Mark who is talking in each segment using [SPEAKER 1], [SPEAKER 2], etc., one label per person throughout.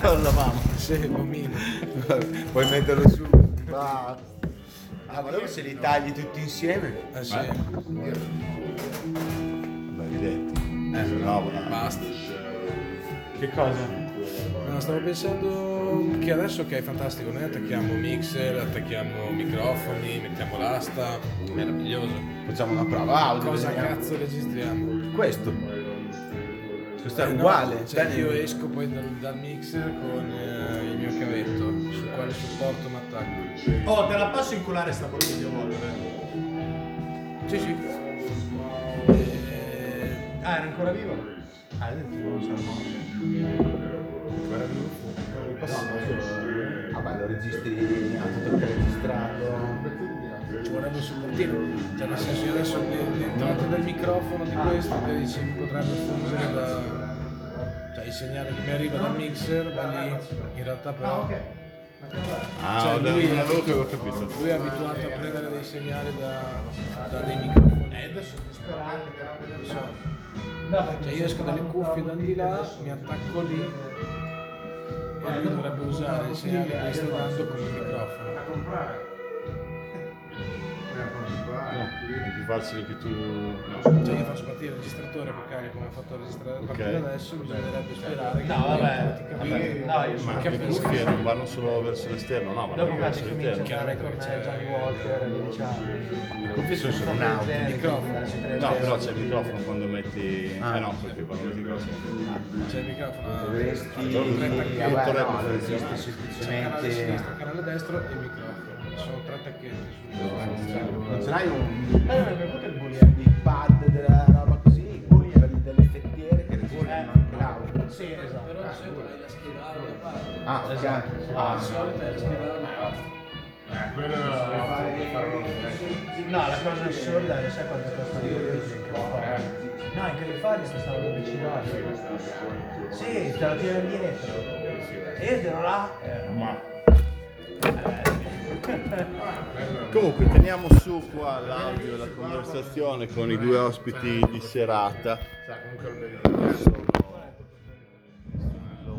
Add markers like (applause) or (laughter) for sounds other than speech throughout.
[SPEAKER 1] Bella
[SPEAKER 2] (laughs)
[SPEAKER 1] mamma.
[SPEAKER 3] Sì, bambino.
[SPEAKER 2] Puoi metterlo su.
[SPEAKER 1] Ma...
[SPEAKER 2] Ah, ma allora se li tagli tutti insieme?
[SPEAKER 3] Eh sì,
[SPEAKER 1] L'hai detto.
[SPEAKER 4] Eh,
[SPEAKER 1] No,
[SPEAKER 5] no,
[SPEAKER 1] ma...
[SPEAKER 3] basta.
[SPEAKER 5] Che cosa?
[SPEAKER 3] No, stavo pensando che adesso che è fantastico, noi attacchiamo mixer, attacchiamo microfoni, mettiamo l'asta, meraviglioso.
[SPEAKER 2] Facciamo una prova audio.
[SPEAKER 3] Cosa
[SPEAKER 2] vediamo.
[SPEAKER 3] cazzo registriamo?
[SPEAKER 2] Questo. Questo è
[SPEAKER 3] Eh no,
[SPEAKER 2] uguale.
[SPEAKER 3] cioè
[SPEAKER 2] Dai,
[SPEAKER 3] io esco poi dal, dal mixer con eh, il mio cavetto, su quale supporto mi attacco.
[SPEAKER 5] Oh, te la passo in culare sta porchetta volta. eh.
[SPEAKER 3] Sì, sì. Eh,
[SPEAKER 5] Ah, era ancora viva? Ah, hai detto che non sarà morto. Guarda che non
[SPEAKER 2] Ah, ma lo registri,
[SPEAKER 4] ah,
[SPEAKER 2] ha tutto registrato.
[SPEAKER 3] guardando sul portino, cioè nel senso io adesso le- l'entrata del microfono di questo che dici mi potrebbe fungere da... Cioè il segnale che mi arriva dal mixer va lì, in realtà però...
[SPEAKER 5] Ah,
[SPEAKER 3] Cioè,
[SPEAKER 5] vabbè,
[SPEAKER 3] lui-
[SPEAKER 5] non avevo che avevo capito.
[SPEAKER 3] Lui è abituato a prendere dei segnali da, da dei microfoni.
[SPEAKER 5] Eh, adesso
[SPEAKER 3] non so. Cioè io esco dalle cuffie da di là, mi attacco lì e lui dovrebbe usare il segnale che gli sto dando come microfono.
[SPEAKER 5] è Ah. più facile che tu...
[SPEAKER 3] Cioè io faccio partire il registratore vocale come ho fatto a registrare partire adesso, bisognerebbe sperare che
[SPEAKER 4] No, vabbè,
[SPEAKER 3] ti
[SPEAKER 4] vabbè,
[SPEAKER 3] capisci.
[SPEAKER 4] no, io sono
[SPEAKER 5] Ma che
[SPEAKER 3] capisco.
[SPEAKER 5] cuffie non vanno solo verso l'esterno, no, ma
[SPEAKER 4] Dopo
[SPEAKER 5] vanno
[SPEAKER 4] quando
[SPEAKER 5] verso
[SPEAKER 4] comincia a
[SPEAKER 5] l'interno.
[SPEAKER 4] fare con me Johnny Walker, diciamo.
[SPEAKER 5] cuffie sono solo un audio,
[SPEAKER 3] microfono.
[SPEAKER 5] No, però c'è il microfono quando metti... Ah, no, perché quando metti il microfono...
[SPEAKER 3] C'è il microfono.
[SPEAKER 2] Dovresti.
[SPEAKER 3] Allora, tre
[SPEAKER 2] Vabbè,
[SPEAKER 3] tacchetti.
[SPEAKER 2] no, lo registri
[SPEAKER 3] C'è il canale sinistro, il
[SPEAKER 2] semplicemente.
[SPEAKER 3] canale destro e il microfono. Sono tre tacchetti sul
[SPEAKER 2] Non ce n'hai un. Ma non avuto il bullying. Il pad della roba così, quelli delle fettiere che registrano anche l'audio.
[SPEAKER 4] Sì,
[SPEAKER 3] Però
[SPEAKER 4] esatto.
[SPEAKER 5] Ah,
[SPEAKER 3] di solito hai la scheda audio a parte.
[SPEAKER 2] Ah, ok.
[SPEAKER 3] Di
[SPEAKER 2] Ah,
[SPEAKER 3] solito hai la scheda audio a parte.
[SPEAKER 4] No, la cosa assurda è sai quanto costa io No, in California costava 12 dollari. Sì, te la tirano dietro. E io ero là.
[SPEAKER 5] Ma... (laughs) Comunque teniamo su qua l'audio e la conversazione con i due ospiti di serata. Sono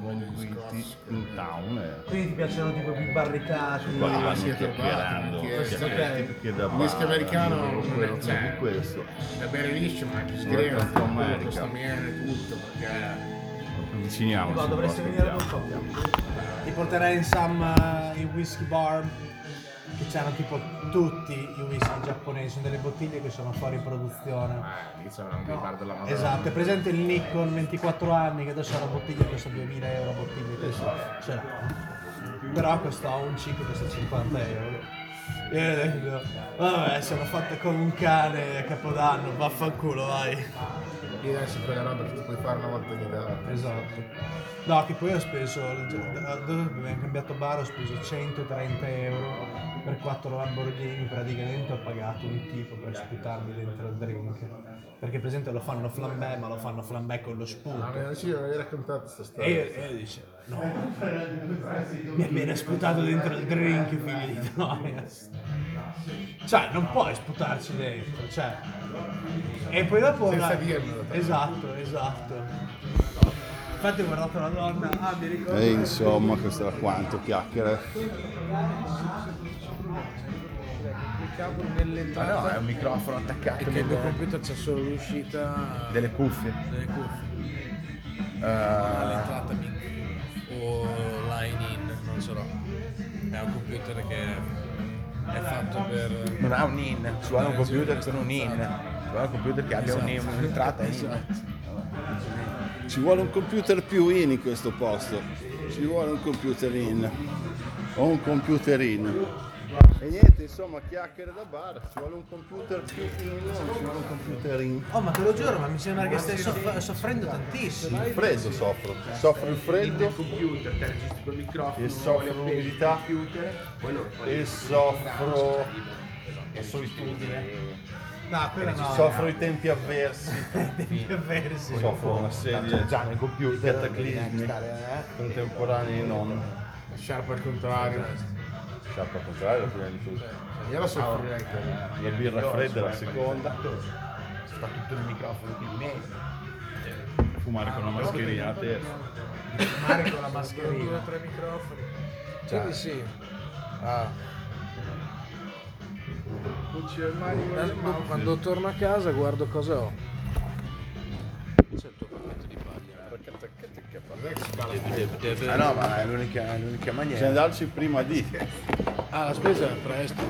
[SPEAKER 5] buon Guinti in town eh. e
[SPEAKER 4] Quindi ti piacciono tipo più
[SPEAKER 6] Ah,
[SPEAKER 4] barricati.
[SPEAKER 5] qua stanno chiacchierando chiacchierati perché da
[SPEAKER 6] Il whisky americano non è-
[SPEAKER 5] quello
[SPEAKER 6] cioè,
[SPEAKER 5] di questo
[SPEAKER 6] da bere liscio ma anche
[SPEAKER 5] Guarda
[SPEAKER 6] sgrena
[SPEAKER 5] un po' America.
[SPEAKER 6] tutto sta miele tutto perché
[SPEAKER 3] Ah,
[SPEAKER 5] avviciniamoci
[SPEAKER 4] No,
[SPEAKER 5] un po',
[SPEAKER 4] dovresti venire con
[SPEAKER 5] ascoltiamo.
[SPEAKER 4] coppia. Ti porterai in Sam eh, il whisky bar che c'erano tipo tutti i whisky giapponesi, sono delle bottiglie che sono fuori produzione.
[SPEAKER 6] eh, lì c'è un bar della madonna
[SPEAKER 4] Esatto, è presente il Nikon 24 anni che adesso ha una bottiglia che costa 2000 euro, la bottiglia che adesso ce l'ha. Però costa un ciclo che costa 50 euro. E io dico, vabbè, sono fatte come un cane a capodanno, vaffanculo, vai.
[SPEAKER 6] lì adesso quella roba che tu puoi fare una volta ogni tanto
[SPEAKER 4] Esatto. No, che poi ho speso, da- dove abbiamo cambiato bar ho speso 130 euro per 4 Lamborghini, praticamente ho pagato un tipo per sputarmi dentro il drink. Perché per esempio lo fanno flambè, ma lo fanno flambè con lo
[SPEAKER 6] ma
[SPEAKER 4] sputo.
[SPEAKER 6] non ci avevi raccontato questa
[SPEAKER 4] E
[SPEAKER 6] storia
[SPEAKER 4] io, e io dice, no, mi hai appena sputato dentro il drink, figlio di noia. Cioè, non puoi sputarci dentro, cioè. E poi dopo...
[SPEAKER 6] Senza
[SPEAKER 4] dai-
[SPEAKER 6] dirmelo, tra
[SPEAKER 4] Esatto, esatto. Infatti ho guardato la donna, ah mi ricordo...
[SPEAKER 5] E insomma, questo era quanto chiacchiere.
[SPEAKER 3] Applicavo nelle
[SPEAKER 2] Ah, no,
[SPEAKER 3] tappe
[SPEAKER 2] è un microfono attaccato.
[SPEAKER 3] e che il mio
[SPEAKER 2] nel-
[SPEAKER 3] computer c'è solo l'uscita
[SPEAKER 2] Delle cuffie.
[SPEAKER 3] delle cuffie.
[SPEAKER 2] Eh,
[SPEAKER 3] L'entrata mic o line in, non so. È un computer che è fatto per...
[SPEAKER 2] non ha un in, ci vuole un computer con un in, ci vuole un computer che abbia un in,
[SPEAKER 3] Esatto.
[SPEAKER 2] un'entrata in.
[SPEAKER 7] Ci vuole un computer più in in questo posto. Ci vuole un computer in. O un computer in.
[SPEAKER 2] E niente, insomma, chiacchiere da bar, ci vuole un computer più in, non ci vuole un computer in.
[SPEAKER 4] Oh ma te lo giuro, ma mi sembra che stai soff- soffrendo tantissimo.
[SPEAKER 2] Il freddo soffro, soffro il freddo
[SPEAKER 6] computer te registri col microfono
[SPEAKER 2] e soffro l'umidità e soffro la solitudine,
[SPEAKER 4] No, quella no. eh,
[SPEAKER 2] soffro i tempi avversi,
[SPEAKER 4] (laughs) Devi avversi.
[SPEAKER 2] soffro una serie già nel computer cataclismi contemporanei e non.
[SPEAKER 6] la sciarpa al contrario
[SPEAKER 2] Sciarpa al contrario, prima di tutto.
[SPEAKER 6] io la soffrirei anche
[SPEAKER 2] La birra fredda è la seconda.
[SPEAKER 6] sta tutto il microfono qui in mezzo
[SPEAKER 5] fumare con la mascherina a terra.
[SPEAKER 4] Mare con la mascherina.
[SPEAKER 2] tre microfoni.
[SPEAKER 3] Quindi sì. Ah.
[SPEAKER 2] Cucci al mario con le
[SPEAKER 3] Eh, Quando,
[SPEAKER 2] mani.
[SPEAKER 3] quando torno a casa guardo cosa ho. C'è il tuo pacchetto di paglia.
[SPEAKER 8] Ah no, ma è l'unica, è l'unica maniera.
[SPEAKER 5] Bisogna andarci prima di.
[SPEAKER 3] Ah, la spesa è presto.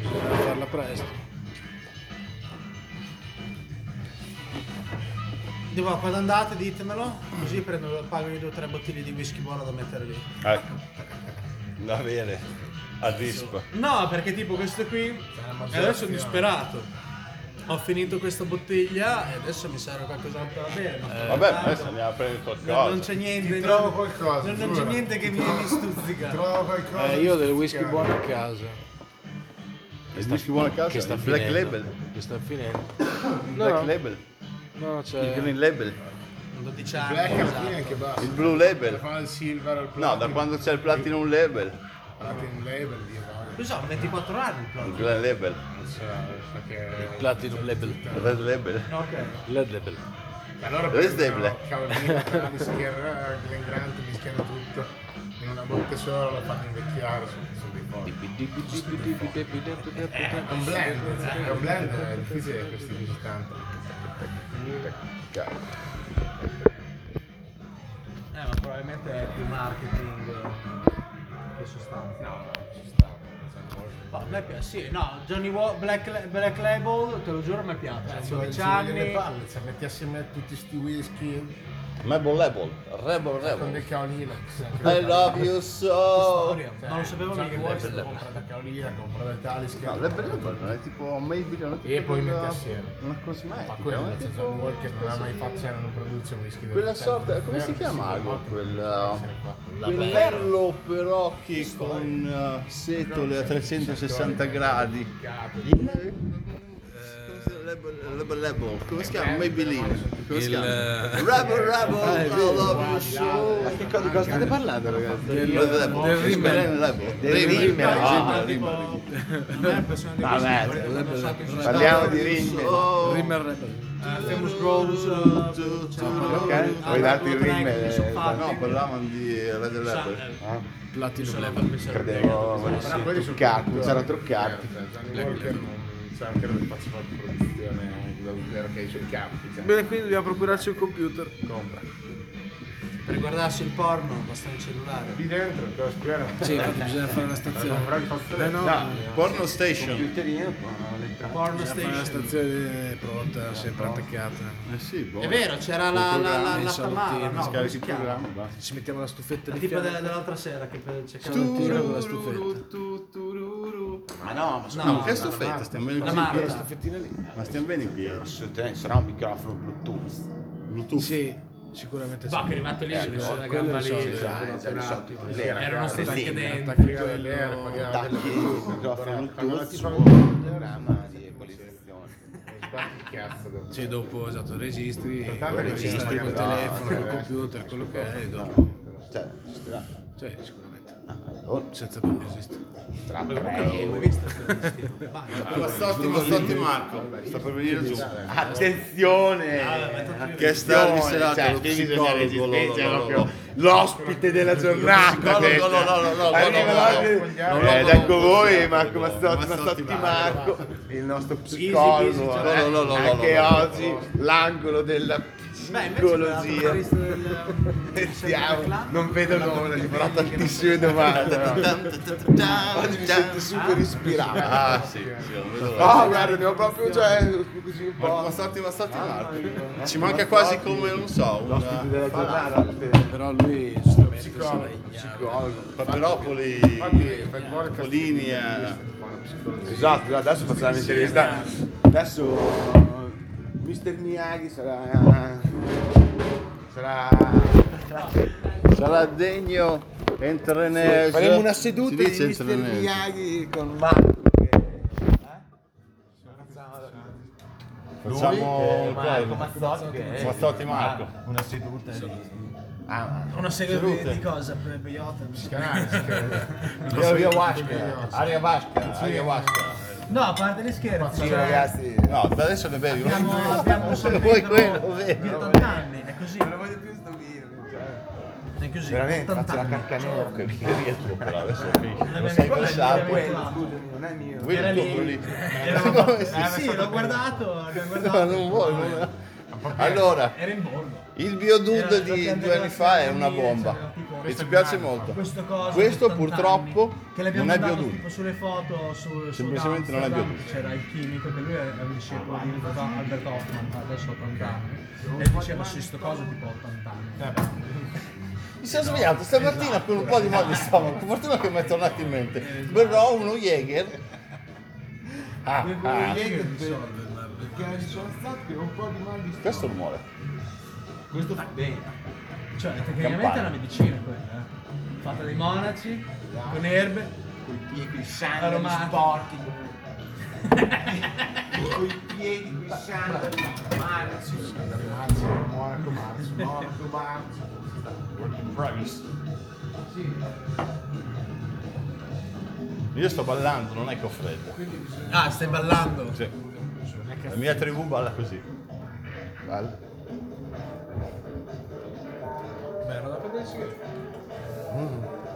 [SPEAKER 3] Bisogna farla presto.
[SPEAKER 4] Dico, quando andate ditemelo, così prendo, pago io due o tre bottiglie di whisky buono da mettere lì.
[SPEAKER 5] Ecco. Da bere. A dispa.
[SPEAKER 4] No, perché tipo questo qui. e adesso sono disperato. Ho finito questa bottiglia e adesso mi serve qualcos'altro da bere. ma-
[SPEAKER 5] Vabbè, adesso andiamo a prendere qualcosa.
[SPEAKER 4] non c'è niente.
[SPEAKER 2] Eh, Ti
[SPEAKER 4] non-
[SPEAKER 2] trovo qualcosa,
[SPEAKER 4] Non, non c'è
[SPEAKER 2] giuro.
[SPEAKER 4] niente che mi, mi stuzzica.
[SPEAKER 2] Trovo qualcosa.
[SPEAKER 3] Eh, io ho del whisky buono a casa.
[SPEAKER 5] Il dischi buona casa,
[SPEAKER 3] Che sta
[SPEAKER 5] il black
[SPEAKER 3] finendo.
[SPEAKER 5] label.
[SPEAKER 3] Che sta finendo.
[SPEAKER 5] Il
[SPEAKER 3] No,
[SPEAKER 5] black
[SPEAKER 3] no.
[SPEAKER 5] label.
[SPEAKER 3] No,
[SPEAKER 5] Il
[SPEAKER 3] c'è.
[SPEAKER 5] green label.
[SPEAKER 4] 12 anni.
[SPEAKER 2] Black alla
[SPEAKER 4] esatto.
[SPEAKER 2] fine anche basta.
[SPEAKER 5] Il blue label.
[SPEAKER 2] Fanno il silver al
[SPEAKER 5] No,
[SPEAKER 2] platinum.
[SPEAKER 5] da quando c'è il platinum label.
[SPEAKER 2] Platinum label, dio voglio.
[SPEAKER 4] Io so, 24 anni il
[SPEAKER 5] Il
[SPEAKER 4] pronto.
[SPEAKER 5] green label.
[SPEAKER 2] Non so, so che...
[SPEAKER 3] Platinum label.
[SPEAKER 5] Il red label.
[SPEAKER 4] Ok.
[SPEAKER 3] Led label.
[SPEAKER 2] Allora
[SPEAKER 5] Dove stai,
[SPEAKER 2] prendono
[SPEAKER 5] Black?
[SPEAKER 2] Cavallini, Travis, Kerr, Glenn Grant, mischiano tutto. In una botte sola lo fanno invecchiare, sono, sono dei forti. È un blend, eh, è un blend, è difficile questi così tanto.
[SPEAKER 4] Eh, ma probabilmente è più marketing eh, che sostanza. No, a me piace, sì, no, Johnny Wa- Black, La- Black Label, te lo giuro, a me piace.
[SPEAKER 2] Ci
[SPEAKER 4] 12
[SPEAKER 2] vogliono le
[SPEAKER 4] anni.
[SPEAKER 2] palle, se metti assieme tutti sti whisky
[SPEAKER 5] Mabel label. Rebel
[SPEAKER 2] con del
[SPEAKER 5] label.
[SPEAKER 2] caolino.
[SPEAKER 5] I love you so.
[SPEAKER 4] Non lo sapevo
[SPEAKER 2] cioè, Johnny
[SPEAKER 4] mica che
[SPEAKER 2] Walker
[SPEAKER 4] fosse-
[SPEAKER 2] compra da caolina, compra da Talisker.
[SPEAKER 5] No, label label non è tipo Maybelline. non è
[SPEAKER 2] E
[SPEAKER 5] tipo
[SPEAKER 2] poi
[SPEAKER 5] una-
[SPEAKER 2] metti assieme.
[SPEAKER 5] Una
[SPEAKER 2] Ma
[SPEAKER 5] cosmetica.
[SPEAKER 2] quello
[SPEAKER 5] non è
[SPEAKER 2] invece
[SPEAKER 5] tipo-
[SPEAKER 2] John Walker non ha mai fatto, cioè non produce whisky del
[SPEAKER 5] Quella
[SPEAKER 2] centro
[SPEAKER 5] sorta-
[SPEAKER 2] del
[SPEAKER 5] come si
[SPEAKER 2] ferro,
[SPEAKER 5] chiama,
[SPEAKER 2] sì,
[SPEAKER 5] Algo?
[SPEAKER 2] Walker,
[SPEAKER 5] Quella-
[SPEAKER 2] sì, sì, qua.
[SPEAKER 5] Quello però che con eh, setole a 360 gradi. Il- Rebel Rebel Label, come si chiama? Maybelline. Come si chiama? Rebel Rebel, I love you so. Ma che cosa, di cosa state parlando ragazzi? Del Rimmel Label. Del Rimmel.
[SPEAKER 4] Ah,
[SPEAKER 5] Ah,
[SPEAKER 4] tipo, non è persona di whisky, non so che sono-
[SPEAKER 5] Parliamo di Rimmel.
[SPEAKER 3] Rimmer Rebel.
[SPEAKER 4] Eh, Famous Groves, eh, cioè,
[SPEAKER 5] Ok,
[SPEAKER 4] ah,
[SPEAKER 5] vuoi darti il
[SPEAKER 4] due track
[SPEAKER 5] Rimmel?
[SPEAKER 4] che sono fatti.
[SPEAKER 5] No, parlavamo di Red Label.
[SPEAKER 4] eh,
[SPEAKER 5] Ah,
[SPEAKER 3] Platinum label.
[SPEAKER 5] Credevo,
[SPEAKER 2] Però quelli sono
[SPEAKER 5] truccati,
[SPEAKER 2] produttori,
[SPEAKER 5] c'erano truccati.
[SPEAKER 2] cioè, Johnny Walker non cioè, non credo che faccia parte produzione da un vero che ha i suoi campi. cioè,
[SPEAKER 3] Bene, quindi dobbiamo procurarci un computer.
[SPEAKER 2] Compra.
[SPEAKER 4] Per guardarsi il porno basta il cellulare.
[SPEAKER 2] Lì dentro, cosa spero?
[SPEAKER 3] Sì, infatti bisogna fare una stazione.
[SPEAKER 2] Comprare il fattore.
[SPEAKER 3] no,
[SPEAKER 5] No, Porno Station.
[SPEAKER 4] Porno
[SPEAKER 3] bisogna fare
[SPEAKER 4] station.
[SPEAKER 3] una stazione pronta, sempre attaccata.
[SPEAKER 5] Eh sì, boh.
[SPEAKER 4] È vero, c'era la, la, la, la,
[SPEAKER 3] Il
[SPEAKER 4] Tamara,
[SPEAKER 3] salottino,
[SPEAKER 4] no, come
[SPEAKER 5] Scarichi
[SPEAKER 4] si
[SPEAKER 5] il
[SPEAKER 4] chiama?
[SPEAKER 5] programma, basta.
[SPEAKER 3] Ci mettiamo la stufetta
[SPEAKER 4] La
[SPEAKER 3] di
[SPEAKER 4] tipa
[SPEAKER 3] fianco.
[SPEAKER 4] della- dell'altra sera che per- cercava di
[SPEAKER 3] Tu- Tiro con la stufetta.
[SPEAKER 8] Ma no, ma
[SPEAKER 4] No,
[SPEAKER 5] No, che stufetta, stiamo bene
[SPEAKER 4] La
[SPEAKER 5] così.
[SPEAKER 4] Marta.
[SPEAKER 5] in piedi.
[SPEAKER 3] Staffettina lì.
[SPEAKER 5] Ma stiamo bene in piedi.
[SPEAKER 8] no. Sarà un microfono Bluetooth.
[SPEAKER 5] Bluetooth.
[SPEAKER 3] Sì, sicuramente sì.
[SPEAKER 4] Bah, che è arrivato lì, c'è messo la
[SPEAKER 3] quello
[SPEAKER 4] gamba
[SPEAKER 3] lo so,
[SPEAKER 4] lì.
[SPEAKER 8] Dai, già risolto il problema.
[SPEAKER 4] Erano stati anche dentro.
[SPEAKER 2] Attacchi dell'air,
[SPEAKER 3] eh,
[SPEAKER 2] pagare
[SPEAKER 8] Attacchi il microfono Bluetooth su un programma di equalizzazione.
[SPEAKER 2] Che cazzo devo
[SPEAKER 3] Sì, dopo esatto, registri,
[SPEAKER 2] Tanto
[SPEAKER 3] registri
[SPEAKER 2] registri,
[SPEAKER 3] col
[SPEAKER 2] però,
[SPEAKER 3] telefono, col
[SPEAKER 2] eh.
[SPEAKER 3] computer, quello che è, e dopo.
[SPEAKER 8] Cioè, ci sarà.
[SPEAKER 3] Sì, sicuramente.
[SPEAKER 8] Oh,
[SPEAKER 3] Senza dubbio esiste.
[SPEAKER 8] tra
[SPEAKER 4] Eh,
[SPEAKER 8] tre.
[SPEAKER 5] Bassotti, Bassotti Marco. Sta per venire giù.
[SPEAKER 8] Attenzione!
[SPEAKER 5] Che star di serata,
[SPEAKER 8] Cioè,
[SPEAKER 5] lo
[SPEAKER 8] qui bisogna che ci
[SPEAKER 5] psicologo,
[SPEAKER 8] sveglia
[SPEAKER 5] lo- lo-
[SPEAKER 8] proprio
[SPEAKER 5] lo-
[SPEAKER 8] l'ospite della giornata.
[SPEAKER 5] Psicologo,
[SPEAKER 8] questa.
[SPEAKER 5] no, no, no, no, no,
[SPEAKER 8] Arriva
[SPEAKER 5] no, no.
[SPEAKER 8] l'ospite-
[SPEAKER 5] No, no,
[SPEAKER 8] Eh,
[SPEAKER 5] no,
[SPEAKER 8] ed ecco
[SPEAKER 5] no,
[SPEAKER 8] voi,
[SPEAKER 5] no,
[SPEAKER 8] Marco
[SPEAKER 5] no,
[SPEAKER 8] Mazzotti,
[SPEAKER 5] Mazzotti
[SPEAKER 8] Mazzotti
[SPEAKER 5] Marco.
[SPEAKER 8] Marco, il nostro psicologo.
[SPEAKER 5] easy,
[SPEAKER 8] eh.
[SPEAKER 5] no, no, no, no,
[SPEAKER 8] Anche
[SPEAKER 5] no, no, no,
[SPEAKER 8] oggi l'angolo della
[SPEAKER 4] Beh, invece quella
[SPEAKER 8] psicologia.
[SPEAKER 4] chitarrista del... del
[SPEAKER 8] Sentiamo,
[SPEAKER 4] clan.
[SPEAKER 8] non vedo l'ora, gli farò tantissime domande. però. Oggi mi sento super ispirato.
[SPEAKER 5] Ah, sì, sì, lo vedo.
[SPEAKER 8] Oh, guarda, abbiamo proprio, cioè, così un po'.
[SPEAKER 5] Bassotti, Bassotti
[SPEAKER 8] ah,
[SPEAKER 5] Marco. Ci manca quasi come, non so, un
[SPEAKER 2] della giornata.
[SPEAKER 3] Però lui giustamente
[SPEAKER 8] Psicologo.
[SPEAKER 5] Paperopoli,
[SPEAKER 2] Infatti, fai il podcast.
[SPEAKER 5] Polini. eh.
[SPEAKER 8] Esatto, adesso facciamo l'intervista. Adesso uh, Mr. Miyagi sarà. sarà.
[SPEAKER 5] Sarà degno entrenes.
[SPEAKER 8] Faremo una seduta
[SPEAKER 5] Si
[SPEAKER 8] di
[SPEAKER 5] dice
[SPEAKER 8] Mr.
[SPEAKER 5] entrenes.
[SPEAKER 8] Miyagi con Marco.
[SPEAKER 5] Facciamo un
[SPEAKER 9] Marco
[SPEAKER 5] quadro.
[SPEAKER 9] Mazzotti che è
[SPEAKER 5] Mazzotti Marco.
[SPEAKER 9] una seduta di
[SPEAKER 4] Una serie di, di cosa per Biota.
[SPEAKER 2] Canale,
[SPEAKER 8] Io, io Vasca. Aria Vasca. Aria Vasca.
[SPEAKER 4] No, a parte gli scherzi.
[SPEAKER 2] Sì,
[SPEAKER 4] cioè,
[SPEAKER 2] ragazzi.
[SPEAKER 5] No, da adesso ne bevi.
[SPEAKER 4] Abbiamo, abbiamo un sacco
[SPEAKER 5] Vuoi
[SPEAKER 4] di
[SPEAKER 5] quello, vedi?
[SPEAKER 4] 80 anni, è così. Non voglio più sto vino. È così.
[SPEAKER 10] Veramente, faccio la
[SPEAKER 4] 80 anni. Cioè,
[SPEAKER 10] carcanella.
[SPEAKER 5] Che dietro però adesso finisce.
[SPEAKER 4] Eh,
[SPEAKER 5] Lo sei
[SPEAKER 4] quello è
[SPEAKER 5] pensato.
[SPEAKER 4] quello,
[SPEAKER 11] Scusami, non è mio.
[SPEAKER 5] Quello è
[SPEAKER 4] Era
[SPEAKER 5] il tuo
[SPEAKER 4] lì.
[SPEAKER 5] bollito.
[SPEAKER 4] Eravamo-
[SPEAKER 5] Come si-
[SPEAKER 4] eh, sì, l'ho guardato, l'abbiamo
[SPEAKER 5] No,
[SPEAKER 4] guardato.
[SPEAKER 5] non vuoi. non- Allora,
[SPEAKER 4] Era in borgo.
[SPEAKER 5] il
[SPEAKER 4] Era- lo
[SPEAKER 5] Biodude di
[SPEAKER 4] piantavano
[SPEAKER 5] due anni fa è
[SPEAKER 4] anni,
[SPEAKER 5] una
[SPEAKER 4] c'era
[SPEAKER 5] bomba.
[SPEAKER 4] cioè, tipo-
[SPEAKER 5] E
[SPEAKER 4] Questo
[SPEAKER 5] ci piace molto.
[SPEAKER 4] Questo, coso
[SPEAKER 5] Questo
[SPEAKER 4] di 80
[SPEAKER 5] purtroppo
[SPEAKER 4] anni, che l'abbiamo
[SPEAKER 5] non è
[SPEAKER 4] mandato
[SPEAKER 5] Biodude.
[SPEAKER 4] tipo sulle foto sul
[SPEAKER 5] Semplicemente non è
[SPEAKER 4] più
[SPEAKER 5] Biodude.
[SPEAKER 4] c'era il chimico che lui è un discepolo di Albert Hoffman adesso ha 80 anni e diceva sì sto coso tipo 80
[SPEAKER 11] Cioè,
[SPEAKER 4] anni
[SPEAKER 5] Mi sono svegliato
[SPEAKER 4] Esatto.
[SPEAKER 5] stamattina con un po' di mal di stomaco. Fortuna che mi è tornato in mente. Berrò uno Jäger. Ah, ah.
[SPEAKER 11] Perché sono stato che ho un po' di mal di
[SPEAKER 5] Questo rumore.
[SPEAKER 11] Questo fa bene.
[SPEAKER 4] cioè tecnicamente è una medicina quella eh. fatta dai monaci con erbe
[SPEAKER 11] Con i piedi, con i sandali
[SPEAKER 4] Aromatico.
[SPEAKER 11] sporchi. Con i piedi, con i sandali. Marzo.
[SPEAKER 2] Marzo, Monaco, Marzo, Monaco, Marzo.
[SPEAKER 5] Io sto ballando, non è che ho freddo.
[SPEAKER 4] ah stai ballando
[SPEAKER 5] Sì. La mia tribù balla così. Balla.
[SPEAKER 3] Bello da prendersi che...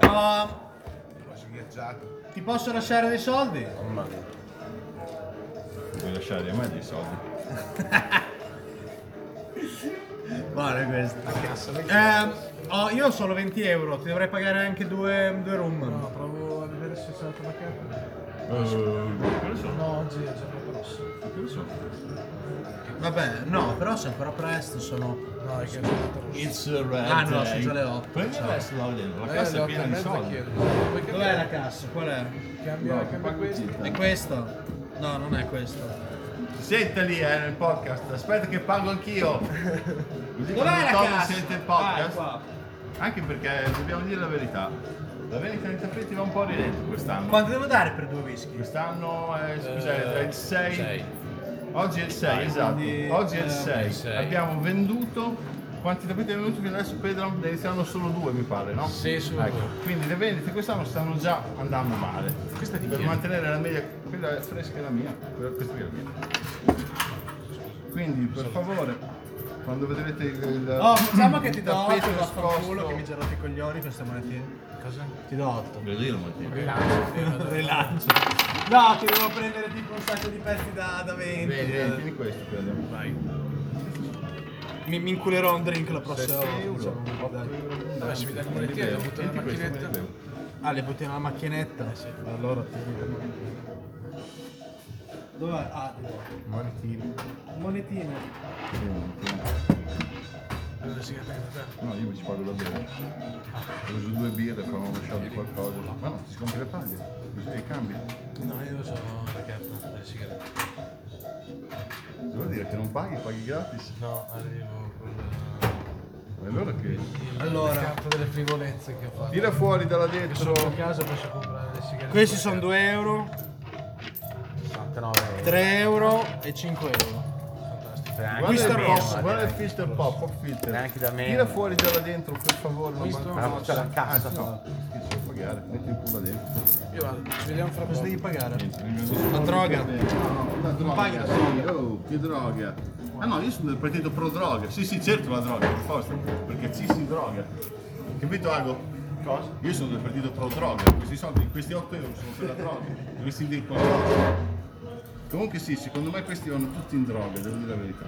[SPEAKER 4] no ti posso lasciare dei soldi?
[SPEAKER 5] Vuoi lasciare a me dei soldi?
[SPEAKER 4] (laughs) Vale questo. Ehm, ho- io ho solo 20 euro, ti dovrei pagare anche due, due room.
[SPEAKER 3] No, provo a vedere se sono la carta. No, oggi è giorno prossimo.
[SPEAKER 4] Vabbè, no, però se ancora presto sono.
[SPEAKER 3] No, è che è giorno prossimo.
[SPEAKER 5] It's a red
[SPEAKER 4] Ah, no, sono
[SPEAKER 5] day.
[SPEAKER 4] già le otto,
[SPEAKER 5] Prendi
[SPEAKER 4] ciao.
[SPEAKER 5] adesso la voglio, la
[SPEAKER 3] Eh,
[SPEAKER 5] cassa
[SPEAKER 3] le
[SPEAKER 5] è
[SPEAKER 3] otto
[SPEAKER 5] piena
[SPEAKER 3] e
[SPEAKER 5] di
[SPEAKER 3] mezza
[SPEAKER 5] soldi.
[SPEAKER 3] chiedo. Vuoi
[SPEAKER 4] Dov'è
[SPEAKER 3] cambiare?
[SPEAKER 4] la cassa? Qual è?
[SPEAKER 3] Cambia, cambia questo.
[SPEAKER 4] È questo? No, non è questo.
[SPEAKER 5] Senta lì eh, nel podcast, aspetta che pago (laughs) anch'io. Così
[SPEAKER 4] Dov'è la
[SPEAKER 5] quando Tom
[SPEAKER 4] cassa?
[SPEAKER 5] Sente il
[SPEAKER 4] Vai,
[SPEAKER 5] podcast.
[SPEAKER 4] qua.
[SPEAKER 5] Ah, Anche perché dobbiamo dire la verità. La vendita dei tappeti va un po' ridente quest'anno.
[SPEAKER 4] Quanto devo dare per due whisky?
[SPEAKER 5] Quest'anno è scusa,
[SPEAKER 12] Eh,
[SPEAKER 5] è il 6.
[SPEAKER 12] sei.
[SPEAKER 5] Oggi è il 6, esatto.
[SPEAKER 4] quindi,
[SPEAKER 5] Oggi è
[SPEAKER 4] eh,
[SPEAKER 5] il 6.
[SPEAKER 12] sei.
[SPEAKER 5] Abbiamo venduto quanti tappeti abbiamo venduto? Che adesso Pedro ne saranno solo due, mi pare, no?
[SPEAKER 3] Sì, solo
[SPEAKER 5] Ecco,
[SPEAKER 3] due.
[SPEAKER 5] quindi le vendite quest'anno stanno già andando male.
[SPEAKER 12] Questa è di
[SPEAKER 5] per
[SPEAKER 12] chi è?
[SPEAKER 5] mantenere la media, quella fresca è la mia, quella- questa qui è la mia. Quindi per favore, quando vedrete il, il (laughs)
[SPEAKER 4] Oh, facciamo che ti do 8
[SPEAKER 5] tappeto
[SPEAKER 4] vaffanculo
[SPEAKER 5] esposto-
[SPEAKER 4] che mi girate i coglioni questa mattina. Cosa? Ti do 8.
[SPEAKER 5] Voglio dirlo, Martino.
[SPEAKER 4] (laughs) Rilancio. No, che devo prendere tipo un sacco di pezzi da, eh. da 20.
[SPEAKER 5] Vedi, vedi, tieni questo Pedro.
[SPEAKER 4] Mi, mi inculerò un drink la prossima volta.
[SPEAKER 5] euro.
[SPEAKER 4] diciamo, dai.
[SPEAKER 3] Vabbè, se mi dai il monetiere, devo buttare la
[SPEAKER 5] Senti questo,
[SPEAKER 3] macchinetta.
[SPEAKER 5] me ne bevo.
[SPEAKER 4] Ah, le butti nella macchinetta? Allora ti Dov'è? Ah, di
[SPEAKER 5] Martino.
[SPEAKER 4] Monetine.
[SPEAKER 3] Allora, sì, aspetta.
[SPEAKER 5] No, io mi ci pago da bere. Ho preso due birre, però non lasciato qualcosa. Ma no, si compra le paglie, così eh, cambi.
[SPEAKER 3] No, io so la carta delle sigarette.
[SPEAKER 5] Devo dire che non paghi, paghi gratis.
[SPEAKER 3] No, arrivo con eh,
[SPEAKER 5] E allora che?
[SPEAKER 3] il-
[SPEAKER 4] Allora.
[SPEAKER 3] la carta delle frivolezze che ho fatto.
[SPEAKER 5] Tira fuori dalla
[SPEAKER 3] Che
[SPEAKER 5] dentro.
[SPEAKER 3] sono a casa posso comprare le sigarette.
[SPEAKER 4] Questi sono 2 euro,
[SPEAKER 3] 69 euro.
[SPEAKER 4] 3 euro e 5 euro.
[SPEAKER 3] Fantastico.
[SPEAKER 5] Guarda il
[SPEAKER 4] Mr.
[SPEAKER 5] pop, guarda il filter pop, pop filter.
[SPEAKER 11] Neanche da meno.
[SPEAKER 5] Tira fuori dalla dentro, per favore. una
[SPEAKER 3] Visto?
[SPEAKER 5] banca-
[SPEAKER 3] Ma
[SPEAKER 11] c'è la cassa.
[SPEAKER 5] Anzi, Ah, no, sì, devo pagare, metti il culo dentro.
[SPEAKER 3] Io vado, ci vediamo fra
[SPEAKER 4] Cosa
[SPEAKER 3] poco.
[SPEAKER 4] devi pagare?
[SPEAKER 5] La
[SPEAKER 4] droga.
[SPEAKER 5] No, la
[SPEAKER 4] paghi la
[SPEAKER 5] droga. sì, Oh, che droga. Ah no, io sono del partito pro droga. Sì, sì, certo la droga, per forza. Perché ci si droga. Capito Ago? Cosa? Io sono del partito pro droga. Questi soldi, questi 8 euro sono per la droga. Questi dei quattro. Comunque sì, secondo me questi vanno tutti in droga, devo dire la verità.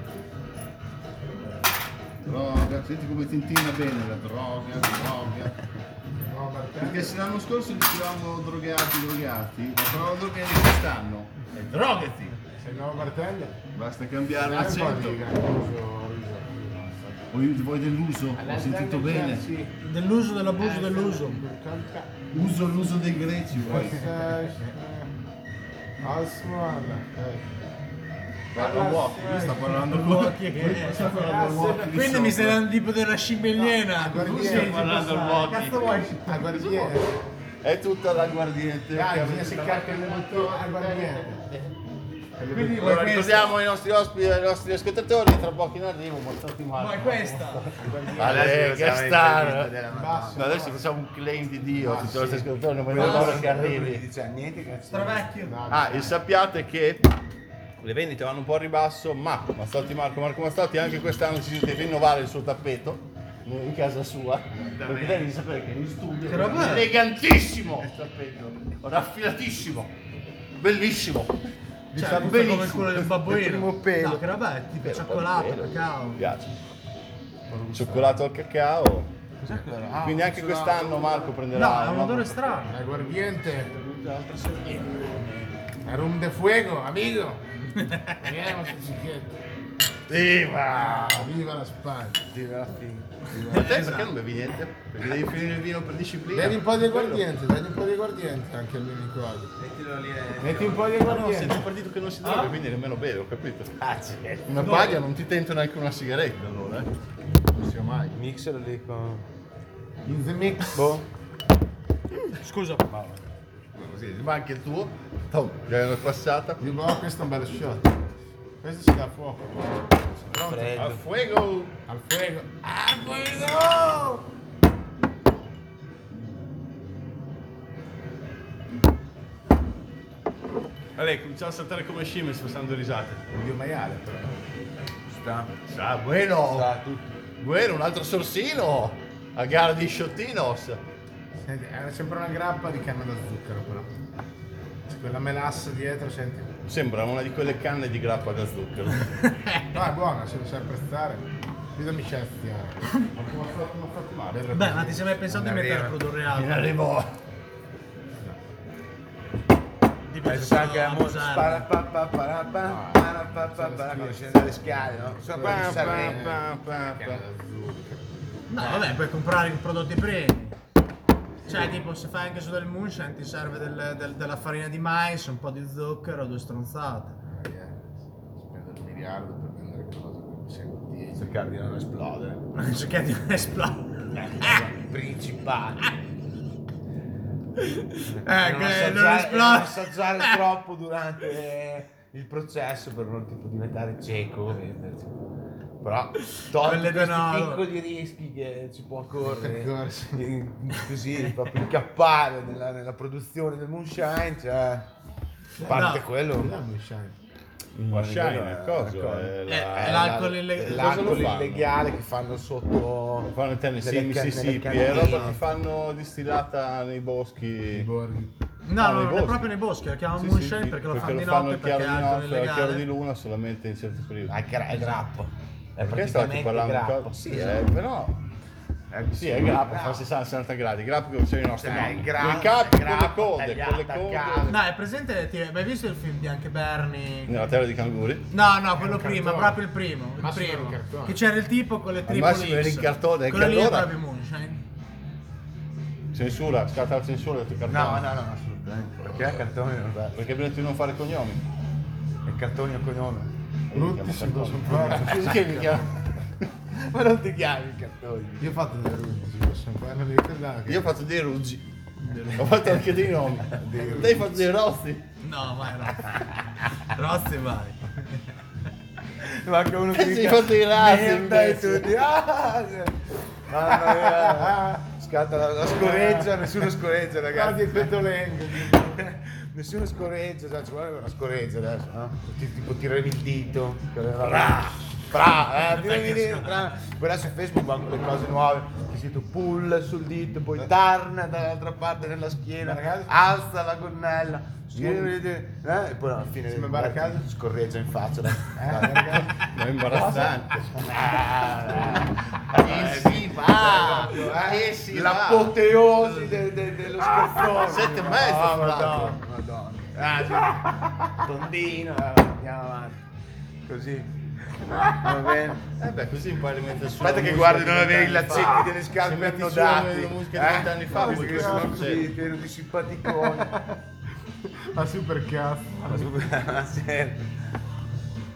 [SPEAKER 5] Droga, senti come tintina bene la droga, droga.
[SPEAKER 2] No, perché?
[SPEAKER 5] Perché se l'anno scorso dicevamo drogati, drogati, la parola droga è di quest'anno. È drogati!
[SPEAKER 2] Sei il nuovo Bartelli?
[SPEAKER 5] Basta cambiare
[SPEAKER 2] Dai un po'
[SPEAKER 5] l'accento.
[SPEAKER 2] di grandoso riso.
[SPEAKER 5] Voi voi deluso, ho sentito bene.
[SPEAKER 2] Sì,
[SPEAKER 4] Dell'uso, dell'abuso, dell'uso.
[SPEAKER 2] calca.
[SPEAKER 5] Uso l'uso dei greci voi.
[SPEAKER 2] Osman.
[SPEAKER 5] Guarda Walkie, lui sta parlando con
[SPEAKER 4] Chi è che è?
[SPEAKER 5] sta parlando Walkie.
[SPEAKER 4] Quindi mi sembra tipo della scimmielliena.
[SPEAKER 5] Tu stai parlando al
[SPEAKER 2] Cazzo
[SPEAKER 5] Walkie.
[SPEAKER 2] vuoi? Ah, Al guardiere.
[SPEAKER 5] È tutta la guardiente.
[SPEAKER 2] Ah, Dai, bisogna si cacca il motore al guardiere.
[SPEAKER 4] Quindi vuoi
[SPEAKER 5] Allora,
[SPEAKER 4] questa?
[SPEAKER 5] ricordiamo i nostri ospiti e i nostri ascoltatori, tra poco in arrivo, portati male.
[SPEAKER 4] Vuoi questa?
[SPEAKER 5] Ale, che star!
[SPEAKER 8] star!
[SPEAKER 5] Ma adesso facciamo un claim di Dio, tutti i nostri ascoltatori, non vogliono loro che arrivi.
[SPEAKER 8] Dice niente cazzo.
[SPEAKER 4] Stravecchio.
[SPEAKER 5] Ah, e sappiate che le vendite vanno un po' a ribasso, ma Mazzotti Marco Marco Mazzotti anche quest'anno si sente rinnovare il suo tappeto in casa sua perché devi sapere che in studio
[SPEAKER 4] Che roba
[SPEAKER 5] è
[SPEAKER 4] è? Cioè,
[SPEAKER 5] elegantissimo il tappeto raffinatissimo bellissimo
[SPEAKER 4] Cioè,
[SPEAKER 5] Sta
[SPEAKER 4] buffa come il culo del babbo
[SPEAKER 5] Il primo
[SPEAKER 4] Eno.
[SPEAKER 5] pelo.
[SPEAKER 4] No, che roba è? Tipo
[SPEAKER 5] Pelo,
[SPEAKER 4] cioccolato,
[SPEAKER 5] pelo. Mi
[SPEAKER 4] cacao.
[SPEAKER 5] piace cioccolato al cacao quindi anche quest'anno Marco prenderà
[SPEAKER 4] Ah, No, è un
[SPEAKER 5] una-
[SPEAKER 4] odore strano.
[SPEAKER 8] Aguardiente. Rum de fuego, amigo. Vediamo se ci chiede.
[SPEAKER 5] Viva!
[SPEAKER 8] Viva la Spagna.
[SPEAKER 5] Ma te perché non bevi niente? perché devi finire il vino per disciplina
[SPEAKER 8] Dai un po' di aguardiente, dai un po' di aguardiente anche all'unico.
[SPEAKER 4] eh.
[SPEAKER 8] Metti un po' di
[SPEAKER 5] No, sei
[SPEAKER 8] aguardiente.
[SPEAKER 5] un partito che non si droga, quindi nemmeno beve, ho capito. Una paglia non ti tenta neanche una sigaretta allora, eh. Non sia mai.
[SPEAKER 13] Mixer lì con...
[SPEAKER 8] In the mix.
[SPEAKER 14] Scusa,
[SPEAKER 5] Così, ma anche il tuo. Tom, già è una passata.
[SPEAKER 8] Dico, oh, questo è un bello shot. Questo si dà a fuoco. Pronto?
[SPEAKER 5] A fuego!
[SPEAKER 8] Al fuego.
[SPEAKER 5] Allora, cominciamo a saltare come scimmie spostando risate.
[SPEAKER 8] Dio maiale però.
[SPEAKER 4] Ah,
[SPEAKER 5] Sa, bueno! Bueno, un altro sorsino! A gara di Sciottinos!
[SPEAKER 8] Senti, era sempre una grappa di canna da zucchero però. C'è quella melassa dietro, senti.
[SPEAKER 5] Sembra una di quelle canne di grappa
[SPEAKER 4] (laughs)
[SPEAKER 5] da zucchero.
[SPEAKER 8] No, è buona, se lo sai apprezzare. Guidami chef, ti Ma come ha fatto, come ha fatto male?
[SPEAKER 4] Beh, ma ti sei mai pensato di mettere il prodotto
[SPEAKER 5] In
[SPEAKER 4] reale?
[SPEAKER 5] arrivo!
[SPEAKER 4] Di
[SPEAKER 13] Pensa che
[SPEAKER 4] a
[SPEAKER 13] amo-
[SPEAKER 4] usare.
[SPEAKER 2] Quando scende dalle scale, no? Quello di Sanremo.
[SPEAKER 4] No, vabbè, puoi comprare i prodotti premi. Cioè, tipo, se fai anche su del moonshine ti serve del- del- della farina di mais, un po' di zucchero, due stronzate.
[SPEAKER 2] eh?
[SPEAKER 8] Spendo un miliardo per prendere qualcosa che mi sembra 10.
[SPEAKER 2] Cercare di non esplodere.
[SPEAKER 4] Ma che cerchiamo di non
[SPEAKER 2] Eh,
[SPEAKER 4] esplodere.
[SPEAKER 2] Principale.
[SPEAKER 4] Eh, che non
[SPEAKER 2] assaggiare- non
[SPEAKER 4] esplode.
[SPEAKER 2] assaggiare troppo durante eh, il processo per non tipo, diventare cieco. eh, tipo. Però togli
[SPEAKER 4] Quelle
[SPEAKER 2] questi
[SPEAKER 4] denaro.
[SPEAKER 2] piccoli rischi che ci può (laughs) correre.
[SPEAKER 8] Corsi.
[SPEAKER 2] eh, Così, proprio incappare nella, nella produzione del moonshine, cioè... A parte
[SPEAKER 4] No.
[SPEAKER 2] quello...
[SPEAKER 5] Moonshine,
[SPEAKER 2] quello è-
[SPEAKER 5] Mm. cosa?
[SPEAKER 2] cosa?
[SPEAKER 5] È
[SPEAKER 4] Eh,
[SPEAKER 5] la-
[SPEAKER 4] è l'alcol illegale.
[SPEAKER 2] L'alcol
[SPEAKER 5] Cosa lo fanno?
[SPEAKER 2] illegale che fanno sotto...
[SPEAKER 5] Fanno in Tennessee, in
[SPEAKER 2] nelle can-
[SPEAKER 5] Mississippi,
[SPEAKER 2] nelle
[SPEAKER 5] è roba
[SPEAKER 2] cannine.
[SPEAKER 5] che fanno distillata nei boschi. Ah,
[SPEAKER 4] No,
[SPEAKER 5] nei
[SPEAKER 4] no, non è
[SPEAKER 5] boschi.
[SPEAKER 4] proprio nei boschi, la chiamano
[SPEAKER 5] Sì, sì,
[SPEAKER 4] moonshine
[SPEAKER 5] sì,
[SPEAKER 4] perché lo fanno di notte
[SPEAKER 5] il chiaro
[SPEAKER 4] perché è
[SPEAKER 5] di
[SPEAKER 4] alcol
[SPEAKER 5] notte, il chiaro di
[SPEAKER 4] illegale.
[SPEAKER 5] luna solamente in certi periodi.
[SPEAKER 2] Ah, gra- è grappa. È
[SPEAKER 5] Perché stavate
[SPEAKER 2] praticamente
[SPEAKER 5] parlando di
[SPEAKER 2] grappa.
[SPEAKER 5] cosa? Sì, eh, però.
[SPEAKER 2] Eh,
[SPEAKER 5] Sì, Eh, è grappa, fa 60-70 gradi, grappa che facevano i nostri
[SPEAKER 2] Cioè,
[SPEAKER 5] nonni.
[SPEAKER 2] è grappa,
[SPEAKER 5] Le capi
[SPEAKER 2] è
[SPEAKER 5] con le
[SPEAKER 2] grappa,
[SPEAKER 5] code, con le
[SPEAKER 2] tagliata a
[SPEAKER 5] code.
[SPEAKER 2] caldo.
[SPEAKER 4] No, è presente, ti hai mai visto il film di Anche Bernie?
[SPEAKER 2] Mm.
[SPEAKER 5] Nella terra di canguri.
[SPEAKER 4] No, no, quello prima,
[SPEAKER 8] cartone.
[SPEAKER 4] proprio il primo. Il
[SPEAKER 8] Massimo era un
[SPEAKER 4] primo.
[SPEAKER 8] cartone.
[SPEAKER 4] Che c'era il tipo con le triple
[SPEAKER 5] massimo era in
[SPEAKER 4] X.
[SPEAKER 5] cartone,
[SPEAKER 4] Quello
[SPEAKER 5] che
[SPEAKER 4] lì è
[SPEAKER 5] allora-
[SPEAKER 4] proprio moonshine.
[SPEAKER 5] Censura, scatta la censura del tuo
[SPEAKER 2] No,
[SPEAKER 5] cartone.
[SPEAKER 2] no, no, assolutamente. Perché è cartone non bello.
[SPEAKER 5] Perché prima di non fare cognomi.
[SPEAKER 2] È cartone o cognome.
[SPEAKER 8] Brutti sono
[SPEAKER 5] Così che mi chiamo.
[SPEAKER 2] (laughs) Ma non ti chiami cartone.
[SPEAKER 8] Io ho fatto delle ruggine, sono qua, non mi ricordavo che
[SPEAKER 5] Io ho fatto dei ruggi. (laughs) Ho fatto anche dei nomi. Lei ha fatto dei rossi.
[SPEAKER 4] No, vai
[SPEAKER 8] (laughs)
[SPEAKER 4] Rozzi. Rozzi vai.
[SPEAKER 2] Manca uno
[SPEAKER 5] Eh, si è fatto i razzi,
[SPEAKER 2] Merda, e
[SPEAKER 5] imbecille.
[SPEAKER 2] tutti. Ah, sì. Mamma mia. Scatta la, la scoreggia, nessuno scoreggia, ragazzi.
[SPEAKER 8] Guardi il pettolengo.
[SPEAKER 2] (laughs) Nessuno scoreggia, cioè, ci vuole una scoreggia adesso, no? Ti- tipo tirare il dito.
[SPEAKER 5] Fra!
[SPEAKER 2] Fra, eh, tirami il dito, fra. Poi adesso Facebook vanno le cose nuove, che si tu pull sul dito, poi tarna dall'altra parte della schiena,
[SPEAKER 8] Baracaldo.
[SPEAKER 2] alza la gonnella, tirami il dito, eh, e poi alla fine
[SPEAKER 8] Sembra Baracaldo.
[SPEAKER 2] scorreggia in faccia. dai.
[SPEAKER 5] Ma è imbarazzante.
[SPEAKER 2] Eh, sì,
[SPEAKER 5] va,
[SPEAKER 2] eh,
[SPEAKER 5] eh, sì, va.
[SPEAKER 2] L'apoteosi de- de- dello scherzone.
[SPEAKER 5] Ah, Sette e mezzo,
[SPEAKER 2] Ah,
[SPEAKER 5] fra l'altro.
[SPEAKER 2] madonna, madonna. Ah, sì. Tondino, eh, andiamo avanti. Così. Va bene.
[SPEAKER 5] Eh beh, così impari a mettere su.
[SPEAKER 2] Aspetta
[SPEAKER 5] la
[SPEAKER 2] che
[SPEAKER 5] musica
[SPEAKER 2] guardi
[SPEAKER 5] di
[SPEAKER 2] non avere i
[SPEAKER 5] vent'anni
[SPEAKER 2] laccetti
[SPEAKER 5] fa.
[SPEAKER 2] delle
[SPEAKER 5] Se
[SPEAKER 2] scarpe
[SPEAKER 5] metti su
[SPEAKER 2] annodati.
[SPEAKER 5] la musica di vent'anni fa,
[SPEAKER 2] Questo
[SPEAKER 5] vuol
[SPEAKER 2] che
[SPEAKER 5] dire
[SPEAKER 2] sono
[SPEAKER 5] che non
[SPEAKER 2] così,
[SPEAKER 5] c'è.
[SPEAKER 2] pieno di simpaticoni.
[SPEAKER 8] A super cazzo.
[SPEAKER 2] Ma scusa, serve.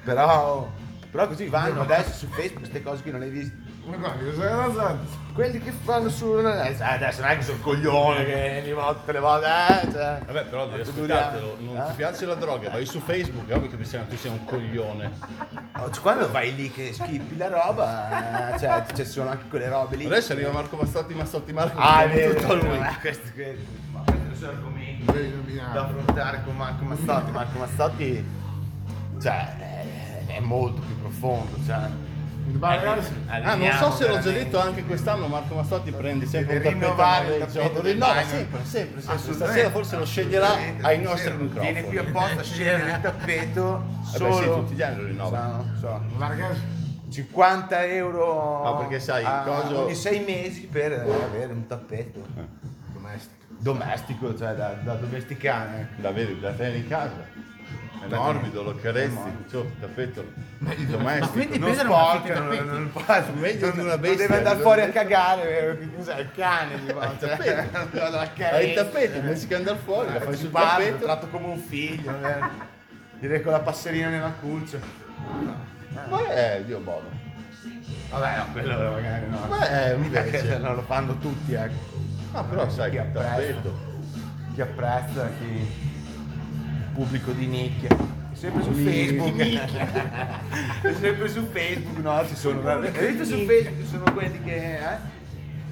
[SPEAKER 2] però, però così vanno adesso su Facebook queste cose che non hai visto. Ma
[SPEAKER 8] Ah,
[SPEAKER 2] guarda, cosa è avanzato?
[SPEAKER 8] Quelli che fanno su. eh, Adesso non è che sono coglione che ogni volta tutte le volte. Eh, cioè.
[SPEAKER 5] Vabbè, però devi
[SPEAKER 8] Giulia,
[SPEAKER 5] aspettartelo. Non ti
[SPEAKER 8] eh?
[SPEAKER 5] piace la droga, vai su Facebook, è ovvio che pensiamo che tu sia un coglione.
[SPEAKER 8] Oh, cioè, Quando vai lì che schippi la roba, eh, cioè ci sono anche quelle robe lì.
[SPEAKER 5] Adesso arriva Marco Mazzotti, Mazzotti Marco.
[SPEAKER 8] Ah, è vero,
[SPEAKER 5] tutto lui.
[SPEAKER 8] eh, questo, questo. Ma questi sono argomenti
[SPEAKER 2] Devi
[SPEAKER 8] da
[SPEAKER 2] nominare.
[SPEAKER 8] affrontare con Marco Massotti. Marco Massotti, cioè, è- è molto più profondo. Cioè.
[SPEAKER 2] Ma ragazzi,
[SPEAKER 5] Ah, non so se l'ho già detto anche quest'anno, Marco Mazzotti prende sempre un
[SPEAKER 8] Deve
[SPEAKER 5] tappeto
[SPEAKER 8] rinnovare
[SPEAKER 5] male
[SPEAKER 8] il
[SPEAKER 5] del
[SPEAKER 8] tappeto
[SPEAKER 5] gioco.
[SPEAKER 8] del
[SPEAKER 5] Rinnova
[SPEAKER 8] bagno.
[SPEAKER 5] sempre, sempre, sempre.
[SPEAKER 8] Assolutamente.
[SPEAKER 5] Stasera forse lo sceglierà ai nostri
[SPEAKER 8] Viene qui
[SPEAKER 5] microfoni.
[SPEAKER 8] apposta a scegliere (laughs) il tappeto
[SPEAKER 5] Vabbè, sì,
[SPEAKER 8] solo.
[SPEAKER 5] tutti gli anni lo rinnova.
[SPEAKER 8] So, so.
[SPEAKER 2] ma ragazzi,
[SPEAKER 8] 50 euro
[SPEAKER 5] No, perché sai, il
[SPEAKER 8] a-
[SPEAKER 5] coso- Eh.
[SPEAKER 8] ogni 6 mesi per avere un tappeto domestico. Domestico, cioè da, da domesticare.
[SPEAKER 5] La vedi, la tieni in casa. È morbido, lo carezzi, ciò, tappetolo.
[SPEAKER 4] Ma
[SPEAKER 5] Domestico.
[SPEAKER 4] quindi
[SPEAKER 8] Non
[SPEAKER 4] prendere una
[SPEAKER 8] sporca,
[SPEAKER 4] fitta
[SPEAKER 8] non,
[SPEAKER 4] tappeto.
[SPEAKER 8] non, non,
[SPEAKER 5] Meglio
[SPEAKER 8] non,
[SPEAKER 5] di una
[SPEAKER 8] non
[SPEAKER 5] bestia,
[SPEAKER 8] deve andare
[SPEAKER 5] non
[SPEAKER 8] fuori a
[SPEAKER 5] deve- Cioè,
[SPEAKER 8] cagare, eh, cos'è il cane di volta?
[SPEAKER 5] tappeto. (laughs)
[SPEAKER 8] Alla
[SPEAKER 5] Hai il
[SPEAKER 8] carezza.
[SPEAKER 5] tappeto, invece che andare fuori, la fai
[SPEAKER 8] Ci
[SPEAKER 5] sul
[SPEAKER 8] parlo,
[SPEAKER 5] tappeto.
[SPEAKER 8] tratto come un figlio, eh. direi con la passerina nella cuccia.
[SPEAKER 5] Ma è Dio buono.
[SPEAKER 8] Vabbè, no, quello magari no.
[SPEAKER 5] Beh,
[SPEAKER 8] Perché
[SPEAKER 5] (laughs) invece.
[SPEAKER 8] non lo fanno tutti, ecco.
[SPEAKER 5] Ah, però sai che il tappeto.
[SPEAKER 8] Chi apprezza, chi pubblico di nicchia. È sempre su Facebook. (laughs) È sempre su Facebook, no? Ci sono. Hai visto su Facebook ci sono quelli che. eh?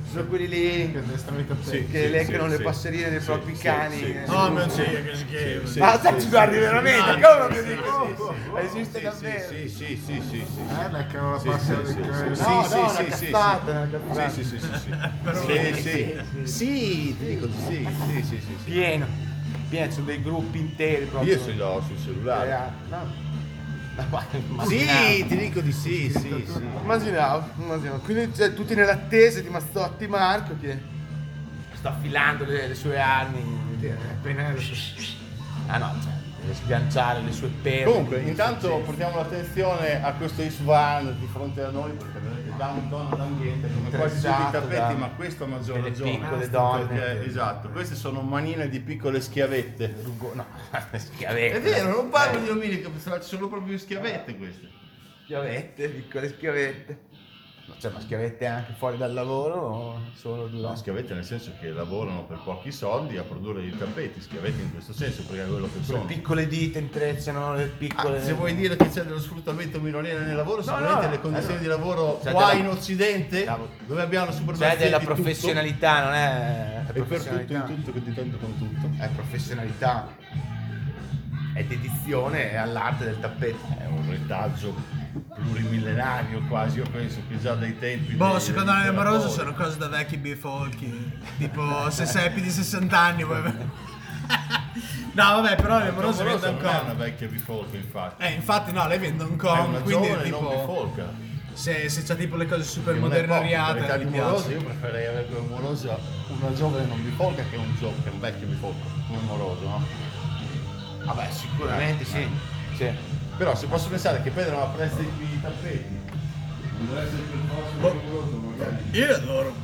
[SPEAKER 8] Ci sono quelli lì
[SPEAKER 2] che destano i tappeti.
[SPEAKER 8] che
[SPEAKER 5] sì,
[SPEAKER 8] leccano
[SPEAKER 5] sì,
[SPEAKER 8] le
[SPEAKER 5] sì.
[SPEAKER 8] passerine dei
[SPEAKER 5] Sì,
[SPEAKER 8] propri
[SPEAKER 5] sì,
[SPEAKER 8] cani.
[SPEAKER 5] sì, sì.
[SPEAKER 4] No, mio zio, che schifo.
[SPEAKER 5] Sì,
[SPEAKER 8] Ma te
[SPEAKER 5] sì,
[SPEAKER 8] ci
[SPEAKER 5] sì,
[SPEAKER 8] guardi
[SPEAKER 5] sì,
[SPEAKER 8] veramente?
[SPEAKER 5] sì, sì,
[SPEAKER 8] Come ti
[SPEAKER 5] sì,
[SPEAKER 8] dico? Esiste
[SPEAKER 5] Sì, sì,
[SPEAKER 8] davvero?
[SPEAKER 5] sì, sì, sì, sì, sì.
[SPEAKER 2] Eh, leccano la
[SPEAKER 5] Sì,
[SPEAKER 2] passera
[SPEAKER 5] sì,
[SPEAKER 2] del
[SPEAKER 5] sì,
[SPEAKER 2] cane.
[SPEAKER 5] sì,
[SPEAKER 8] No,
[SPEAKER 5] sì,
[SPEAKER 8] no, una
[SPEAKER 5] sì, sì, sì.
[SPEAKER 8] cazzata, una cazzata.
[SPEAKER 5] Sì, sì, sì, sì, sì. Sì, sì. Sì, ti dico di sì, sì, sì, sì, sì.
[SPEAKER 8] Pieno. Pieno, sono dei gruppi interi proprio.
[SPEAKER 5] Io ce l'ho sul cellulare.
[SPEAKER 8] Eh, No. Ma guarda,
[SPEAKER 5] Eh,
[SPEAKER 8] immaginavo.
[SPEAKER 5] Sì, ti dico di sì, sì, sì.
[SPEAKER 8] Immaginavo, immaginavo. Quindi cioè, tutti nell'attesa di Mastotti Marco che sta affilando le, le sue armi. eh,
[SPEAKER 2] Appena
[SPEAKER 8] Ah no, cioè, deve sbianciare le sue perle.
[SPEAKER 5] Comunque, intanto portiamo l'attenzione a questo Isvan di fronte a noi perché veramente dà un dono d'ambiente come quasi tutti i
[SPEAKER 8] Esatto,
[SPEAKER 5] tappeti,
[SPEAKER 8] da-
[SPEAKER 5] ma questo a maggior
[SPEAKER 8] delle
[SPEAKER 5] ragione.
[SPEAKER 8] piccole donne.
[SPEAKER 5] Perché, esatto, queste sono manine di piccole schiavette.
[SPEAKER 8] Rugo- No, (laughs)
[SPEAKER 5] È
[SPEAKER 8] schiavette.
[SPEAKER 5] vero, non parlo di omini, che sono proprio schiavette queste.
[SPEAKER 8] Schiavette, piccole schiavette. Ma Cioè, ma schiavette anche fuori dal lavoro o solo
[SPEAKER 5] No,
[SPEAKER 8] durante?
[SPEAKER 5] schiavette nel senso che lavorano per pochi soldi a produrre i tappeti, schiavette in questo senso perché è quello che
[SPEAKER 8] Quelle
[SPEAKER 5] sono.
[SPEAKER 8] piccole dita intrecciano le piccole...
[SPEAKER 5] Ah, se vuoi dire che c'è dello sfruttamento minorile nel lavoro, sicuramente
[SPEAKER 8] no.
[SPEAKER 5] le condizioni
[SPEAKER 8] Eh,
[SPEAKER 5] di lavoro
[SPEAKER 8] C'è
[SPEAKER 5] qua
[SPEAKER 8] della-
[SPEAKER 5] in Occidente,
[SPEAKER 8] Bravo.
[SPEAKER 5] dove abbiamo la supremazia
[SPEAKER 8] Cioè, della
[SPEAKER 5] di tutto,
[SPEAKER 8] professionalità, non è... è
[SPEAKER 5] e per tutto,
[SPEAKER 8] professionalità.
[SPEAKER 5] in tutto, che ti tanto con tutto.
[SPEAKER 8] È professionalità. È dedizione all'arte del tappeto.
[SPEAKER 5] È un retaggio plurimillenario quasi, io penso che già dai tempi.
[SPEAKER 4] Boh,
[SPEAKER 5] dei-
[SPEAKER 4] secondo
[SPEAKER 5] degli
[SPEAKER 4] me Amoroso
[SPEAKER 5] imperatori.
[SPEAKER 4] sono cose da vecchi bifolchi. Tipo, se sei più di 60 anni vuoi... (laughs) No, vabbè, però Amoroso
[SPEAKER 5] Tom
[SPEAKER 4] vende
[SPEAKER 5] Rosa
[SPEAKER 4] un
[SPEAKER 5] non è una
[SPEAKER 4] con.
[SPEAKER 5] vecchia bifolca, infatti.
[SPEAKER 4] Eh, infatti no, lei vende un
[SPEAKER 5] È
[SPEAKER 4] con,
[SPEAKER 5] una
[SPEAKER 4] quindi
[SPEAKER 5] giovane Eh, non
[SPEAKER 4] tipo...
[SPEAKER 5] bifolca.
[SPEAKER 4] Se, se c'ha tipo le cose super
[SPEAKER 5] Che non è poco, per
[SPEAKER 4] modernariate,
[SPEAKER 5] età di
[SPEAKER 4] ti
[SPEAKER 5] Moroso,
[SPEAKER 4] piace.
[SPEAKER 5] io preferirei avere come morosa una giovane non bifolca che un, gio- che un vecchio bifolca, come moroso, no? Eh.
[SPEAKER 8] Vabbè, sicuramente sì. Sì.
[SPEAKER 5] Però se posso pensare che prendono a prestito i tappeti, non deve essere per forza un moroso, magari
[SPEAKER 4] Io adoro.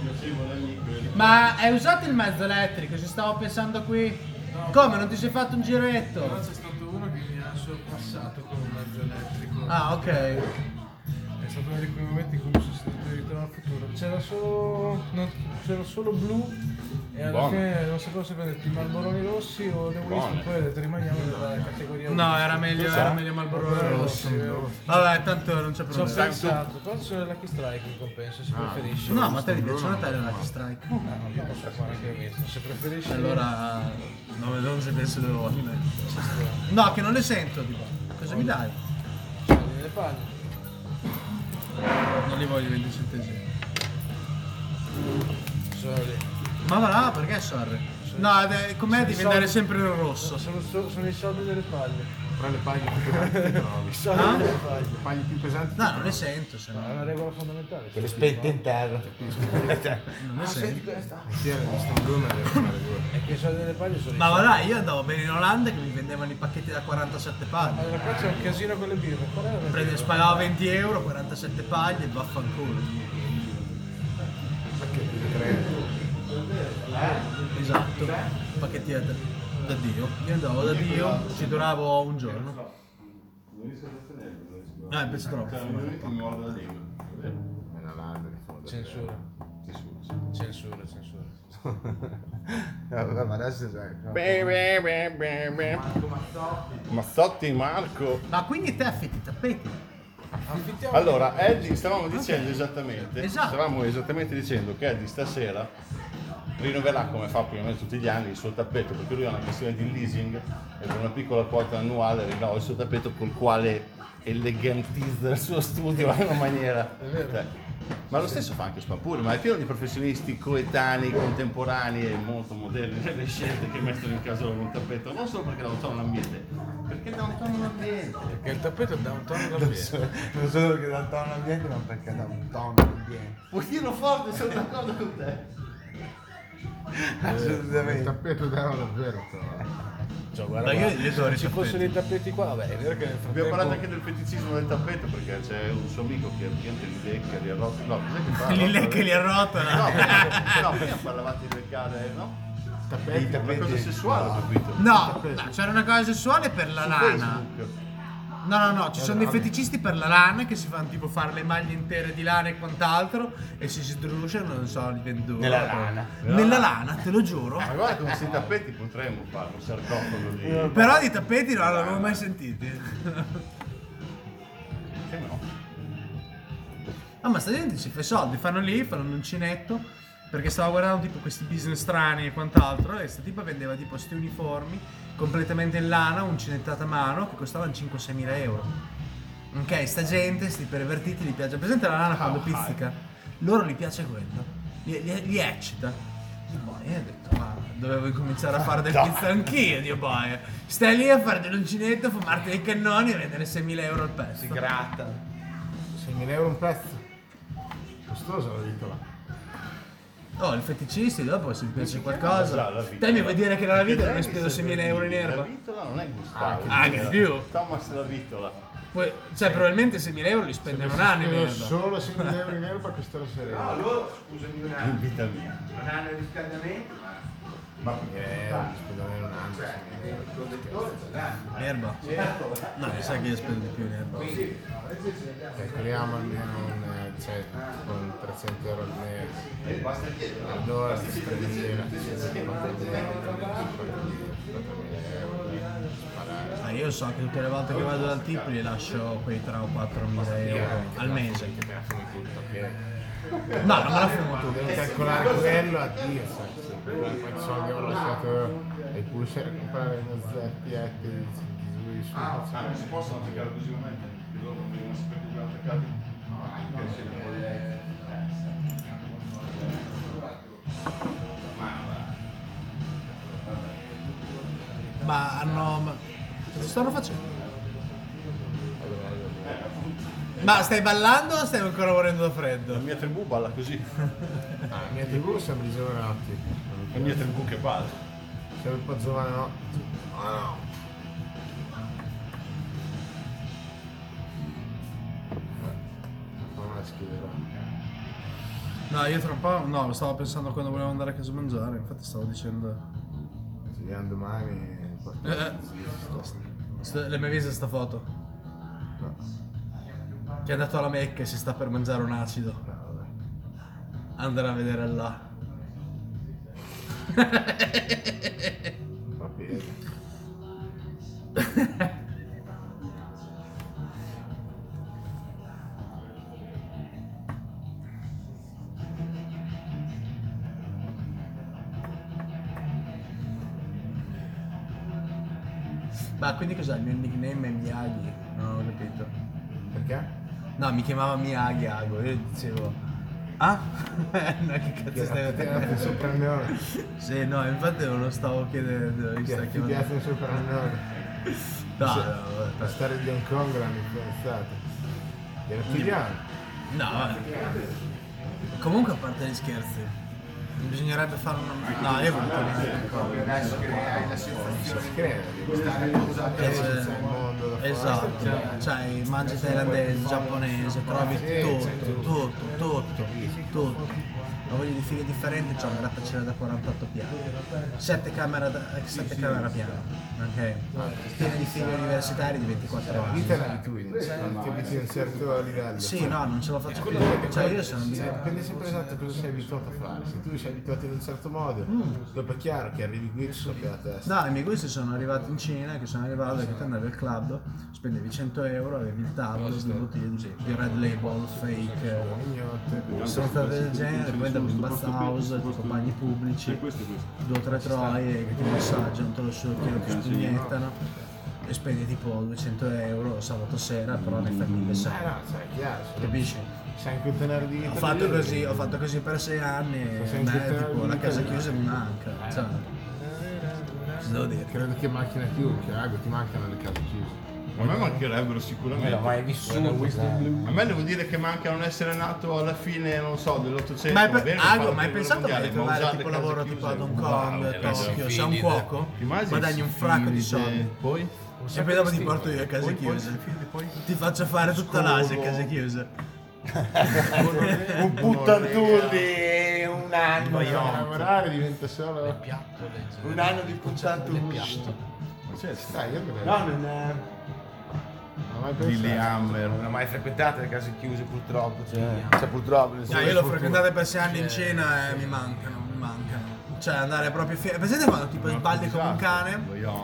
[SPEAKER 5] non piacevole amico.
[SPEAKER 4] Ma hai usato il mezzo elettrico? Ci stavo pensando qui. Come? Non ti sei fatto un
[SPEAKER 3] Però
[SPEAKER 4] giretto?
[SPEAKER 3] c'è stato uno che mi ha sorpassato con un mezzo elettrico.
[SPEAKER 4] Ah, ok.
[SPEAKER 3] È stato uno di quei momenti in cui mi sono sentito di ritorno al futuro. C'era solo, no, c'era solo blu e alla
[SPEAKER 5] Buono.
[SPEAKER 3] fine non sapevo se prenderti i marboroni rossi o le
[SPEAKER 5] Buone.
[SPEAKER 3] whisky, poi ho detto rimaniamo nella categoria
[SPEAKER 4] No,
[SPEAKER 3] whisky.
[SPEAKER 4] era meglio,
[SPEAKER 5] Cosa?
[SPEAKER 4] era meglio Marlboro rosso.
[SPEAKER 3] Rosso.
[SPEAKER 4] Vabbè, tanto non c'è
[SPEAKER 3] Ci ho
[SPEAKER 4] problema.
[SPEAKER 3] pensato, però c'è la Lucky Strike in compenso, se preferisci.
[SPEAKER 4] No, ma te li piacciono a te le Lucky Strike?
[SPEAKER 3] Ah, no, io posso fare anche il mezzo, se preferisci...
[SPEAKER 4] Allora, no, non se penso due volte. No, che non le sento, tipo. Cosa mi dai?
[SPEAKER 3] Scegli le palle.
[SPEAKER 4] Non li voglio 20 centesimi.
[SPEAKER 3] Sono lì.
[SPEAKER 4] Ma va là, perché sorre? No, ed è- com'è di
[SPEAKER 3] Sono-
[SPEAKER 4] vendere sempre il rosso?
[SPEAKER 3] Sono, so- sono i soldi delle palle.
[SPEAKER 2] Però le paghe più pesanti trovi.
[SPEAKER 3] I soldi
[SPEAKER 4] Ah?
[SPEAKER 3] delle palle.
[SPEAKER 2] Le paghe più pesanti.
[SPEAKER 4] No, Ah, non le sento, se
[SPEAKER 3] È
[SPEAKER 4] no.
[SPEAKER 3] una regola fondamentale.
[SPEAKER 8] Quelle spente in terra.
[SPEAKER 4] Non le sento.
[SPEAKER 2] Sì, era visto un Bruno deve fare due.
[SPEAKER 3] E che i soldi delle palle sono i
[SPEAKER 4] Ma va
[SPEAKER 3] soldi.
[SPEAKER 4] là, io andavo bene in Olanda che mi vendevano i pacchetti da 47 paglie.
[SPEAKER 3] Allora qua c'è un casino con le birre. Qual è la
[SPEAKER 4] Prende,
[SPEAKER 3] birra?
[SPEAKER 4] spagavo 20 euro, 47 paglie e vaffanculo.
[SPEAKER 2] Perché due, tre.
[SPEAKER 4] Esatto, pacchetti da, da Dio. Io andavo da Dio, ci duravo un giorno.
[SPEAKER 5] Non riesco a sostenerlo, non riesco
[SPEAKER 4] Eh, penso troppo.
[SPEAKER 5] a... Mi mordo la lingua, è vero?
[SPEAKER 3] Censura. Censura, censura.
[SPEAKER 8] Vabbè, ma adesso sai. no.
[SPEAKER 5] Mazzotti Marco.
[SPEAKER 4] Ma quindi te affitti i tappeti?
[SPEAKER 3] Affittiamo
[SPEAKER 5] Allora, Eddie, stavamo dicendo esattamente,
[SPEAKER 4] Esatto.
[SPEAKER 5] stavamo esattamente dicendo che Eddie stasera rinnoverà come fa più o meno tutti gli anni il suo tappeto, perché lui ha una questione di leasing e per una piccola quota annuale rinnova il suo tappeto col quale elegantizza il suo studio in una maniera. Cioè, ma lo stesso fa anche Spampuri, ma è pieno di professionisti coetanei, contemporanei e molto moderni nelle scelte che mettono in casa un tappeto, non solo perché downtown è un ambiente, perché downtown è un ambiente.
[SPEAKER 3] Perché il tappeto dà un tono d'ambiente.
[SPEAKER 8] Non solo perché da un tono ambiente, ma perché da un tono ambiente.
[SPEAKER 5] Puoi dirlo forte, sono d'accordo con te.
[SPEAKER 8] Eh,
[SPEAKER 2] Il
[SPEAKER 8] Assolutamente.
[SPEAKER 2] tappeto d'oro davvero. però.
[SPEAKER 3] Cioè, guarda,
[SPEAKER 4] Ma io
[SPEAKER 3] guarda,
[SPEAKER 4] gli do
[SPEAKER 3] se
[SPEAKER 4] i
[SPEAKER 3] ci
[SPEAKER 4] tappeti.
[SPEAKER 3] fossero i tappeti qua, vabbè, è vero che nel
[SPEAKER 5] Abbiamo
[SPEAKER 4] Ecco.
[SPEAKER 5] parlato anche
[SPEAKER 3] frattempo...
[SPEAKER 5] del feticismo del tappeto perché c'è un suo amico che ovviamente li lecca, li arrotta. No, cos'è che fa?
[SPEAKER 4] Li lecca e li arrotola.
[SPEAKER 5] No, prima- no, prima parlavate di leccare, no?
[SPEAKER 8] I
[SPEAKER 5] È una
[SPEAKER 8] tappeti-
[SPEAKER 5] cosa sessuale, ho capito.
[SPEAKER 4] No, no, c'era una cosa sessuale per la
[SPEAKER 5] Su
[SPEAKER 4] lana.
[SPEAKER 5] Facebook.
[SPEAKER 4] No, no, no, ci sono dei feticisti per la lana che si fanno tipo fare le maglie intere di lana e quant'altro e si sdruciano, non so, li vendono.
[SPEAKER 8] Nella lana.
[SPEAKER 4] Nella lana, te lo giuro.
[SPEAKER 5] Ma guarda con questi tappeti potremmo fare un sarcofago lì.
[SPEAKER 4] Però di tappeti non l'avevo mai sentiti.
[SPEAKER 5] Perché no?
[SPEAKER 4] No, Ah, ma sta gente si fa i soldi, fanno lì, fanno un uncinetto. Perché stavo guardando tipo questi business strani e quant'altro. E sta tipa vendeva tipo sti uniformi completamente in lana, uncinettata a mano, che costavano 5-6 mila euro. Ok, sta gente, sti pervertiti, gli piace. Presente la lana quando pizzica? Loro gli piace quello. Li, li- li eccita. Dio boia, ho detto, ma dovevo incominciare a fare del pizza anch'io, Dio boia. Stai lì a farti l'uncinetto, fumarti dei cannoni e vendere 6.000 euro al pezzo.
[SPEAKER 8] Si gratta.
[SPEAKER 2] 6.000 euro un pezzo. Costoso la vitola.
[SPEAKER 4] Oh, il feticisti dopo se ti piace
[SPEAKER 5] Già,
[SPEAKER 4] qualcosa.
[SPEAKER 5] la vita.
[SPEAKER 4] Te mi vuoi dire che nella vita non
[SPEAKER 5] Perché
[SPEAKER 4] hai speso
[SPEAKER 5] se
[SPEAKER 4] 6.000 euro in
[SPEAKER 5] La
[SPEAKER 4] erba?
[SPEAKER 5] vitola non è Gustavo.
[SPEAKER 4] Ah, anche di più.
[SPEAKER 5] Thomas la vitola.
[SPEAKER 4] Poi- cioè, probabilmente 6.000 euro li spendono un anno in
[SPEAKER 2] Io
[SPEAKER 4] erba.
[SPEAKER 2] solo 6.000 euro in erba costerà sereno.
[SPEAKER 8] No, loro, scusami un
[SPEAKER 5] In
[SPEAKER 8] attimo,
[SPEAKER 5] vita mia.
[SPEAKER 8] non hanno il riscaldamento, ma
[SPEAKER 5] Ma
[SPEAKER 2] Eh, scusami, non anno.
[SPEAKER 8] il conduttore ce l'hanno.
[SPEAKER 4] In erba? No, mi sa che io spendo di più in erba.
[SPEAKER 8] Quindi,
[SPEAKER 2] Calcoliamo almeno un, eh, cioè, con 300 euro al mese.
[SPEAKER 8] eh, basta chiedere. no?
[SPEAKER 2] Allora si spende 4.000 euro. eh, sparare.
[SPEAKER 4] Ah, io so che tutte le volte che vado dal tipo gli lascio quei 3 o 4.000 euro al mese.
[SPEAKER 2] Che me la fumo tutta, ok?
[SPEAKER 4] No, non me la fumo tu.
[SPEAKER 2] Devi calcolare quello a Dio, sai, se per quanti soldi avevo lasciato ai pusher a comprare uno ZTF di Zui su.
[SPEAKER 4] Ah,
[SPEAKER 5] Ah, non si possono attaccare così un momento, perché loro non devono sapere come attaccare. eh,
[SPEAKER 4] Ma hanno... ma- Cosa stanno facendo? Ma stai ballando o stai ancora morendo da
[SPEAKER 5] La
[SPEAKER 4] freddo?
[SPEAKER 5] mia tribù balla così,
[SPEAKER 2] Ah, la mia tribù siamo i giovanotti.
[SPEAKER 5] la mia tribù che balla.
[SPEAKER 2] Siamo un po' giovanotti. Ah no. Non la scriverò.
[SPEAKER 4] No, io tra un po'... No, stavo pensando quando volevo andare a casa a mangiare, infatti stavo dicendo...
[SPEAKER 2] Ci vediamo domani.
[SPEAKER 4] Eh, eh. Sta- L'hai mai vista sta foto? Che è andato alla Mecca e si sta per mangiare un acido. Andrà a vedere là.
[SPEAKER 2] Va bene.
[SPEAKER 4] Ma quindi cos'è? Il mio nickname è Miyagi. Non ho capito.
[SPEAKER 2] Perché?
[SPEAKER 4] No, mi chiamava Miyagi Ago. Io dicevo. Ah? (laughs) no, che cazzo stai
[SPEAKER 2] Ti ha dato il
[SPEAKER 4] vedendo?
[SPEAKER 2] soprannome.
[SPEAKER 4] Sì, no, infatti non lo stavo chiedendo. Mi
[SPEAKER 2] Ti
[SPEAKER 4] sta
[SPEAKER 2] ha ti ha
[SPEAKER 4] chiamando.
[SPEAKER 2] dato il soprannome.
[SPEAKER 4] No, no,
[SPEAKER 2] La
[SPEAKER 4] vabbè.
[SPEAKER 2] storia di Hong Kong l'hanno influenzata. Era figliano.
[SPEAKER 4] No, vabbè. Comunque a parte gli scherzi. Bisognerebbe fare una. No, io voglio
[SPEAKER 8] Proprio adesso che hai la
[SPEAKER 2] Non si
[SPEAKER 8] sensazione
[SPEAKER 2] crede
[SPEAKER 8] di stare usato
[SPEAKER 4] Eh,
[SPEAKER 2] il mondo da fuori.
[SPEAKER 4] Esatto, cioè mangi thailandese, giapponese, trovi
[SPEAKER 2] Sì,
[SPEAKER 4] tutto,
[SPEAKER 2] sì,
[SPEAKER 4] tutto, tutto, tutto. Ma vuoi foglie di file differenti, c'ho un grattacielo da 48 piani, 7 camere, da, 7 camere a piano, anche piene di file universitari di 24 anni.
[SPEAKER 2] Vita è l'abitudine, ti avvicini a un certo livello.
[SPEAKER 4] Sì, no, non ce la faccio più.
[SPEAKER 2] Quello che-
[SPEAKER 4] Cioè io sono
[SPEAKER 2] Cioè,
[SPEAKER 4] abituato.
[SPEAKER 2] dipende sempre esatto cosa sei abituato a fare. Se tu sei abituato in un certo modo,
[SPEAKER 4] Mm.
[SPEAKER 2] dopo è chiaro che arrivi qui e ti scoppia la testa.
[SPEAKER 4] No, i miei gusti sono arrivati in Cina, che sono arrivato che tu andavi al club, spendevi 100 euro, avevi il tavolo, due bottiglie di, di red label, fake, eh,
[SPEAKER 2] Mignotte.
[SPEAKER 4] sono state del genere, poi andavi in bath house, tipo bagni pubblici, due o tre troie che ti massaggiano, te lo succhiano, ti spugnettano e spendi tipo 200 euro sabato sera, però ne fai 1600,
[SPEAKER 2] Eh no, cioè, è chiaro. se-
[SPEAKER 4] capisci?
[SPEAKER 2] Sai anche un tenere di vita.
[SPEAKER 4] Ho fatto
[SPEAKER 2] lì,
[SPEAKER 4] così, ho fatto così per sei anni e a me, tipo, la casa chiusa mi manca, cioè, cosa devo dire?
[SPEAKER 2] Credo che macchina chiusa, Chiago, ti mancano le case chiuse.
[SPEAKER 5] A me mancherebbero sicuramente.
[SPEAKER 3] Sono Winston Blue.
[SPEAKER 5] A me devo dire che manca non essere nato alla fine, non so, dell'Ottocento.
[SPEAKER 4] Ma hai,
[SPEAKER 5] va bene,
[SPEAKER 4] pe- Ago,
[SPEAKER 5] fare
[SPEAKER 4] ma hai
[SPEAKER 5] il
[SPEAKER 4] pensato
[SPEAKER 5] mondiale,
[SPEAKER 4] mai di
[SPEAKER 5] ma
[SPEAKER 4] trovare
[SPEAKER 5] usare
[SPEAKER 4] tipo
[SPEAKER 5] le case
[SPEAKER 4] lavoro
[SPEAKER 5] chiuse?
[SPEAKER 4] tipo ad Hong
[SPEAKER 5] Wow,
[SPEAKER 4] Kong,
[SPEAKER 5] ragazzi,
[SPEAKER 4] Tokyo, sei un cuoco?
[SPEAKER 5] rimasi
[SPEAKER 4] Guadagni un
[SPEAKER 5] sfide.
[SPEAKER 4] fracco di soldi.
[SPEAKER 5] Poi?
[SPEAKER 4] E poi dopo ti porto io a case chiuse. Ti faccio fare tutta l'Asia a case chiuse.
[SPEAKER 8] Un puttantulli, un
[SPEAKER 4] Eh,
[SPEAKER 8] anno.
[SPEAKER 2] A Eh, lavorare diventa solo.
[SPEAKER 8] Un anno di puttantulli.
[SPEAKER 5] Ma c'è, sta-
[SPEAKER 2] Dai, io credo.
[SPEAKER 8] No, non è...
[SPEAKER 2] Non ho mai
[SPEAKER 5] Di
[SPEAKER 2] pensato.
[SPEAKER 5] Lehammer.
[SPEAKER 8] Non ho mai frequentato le case chiuse purtroppo, cioè, cioè purtroppo nel
[SPEAKER 4] No, io l'ho frequentata per sei anni in cena e mi mancano, mi mancano. Cioè andare proprio fino... Presente quando tipo sbaldi come un cane,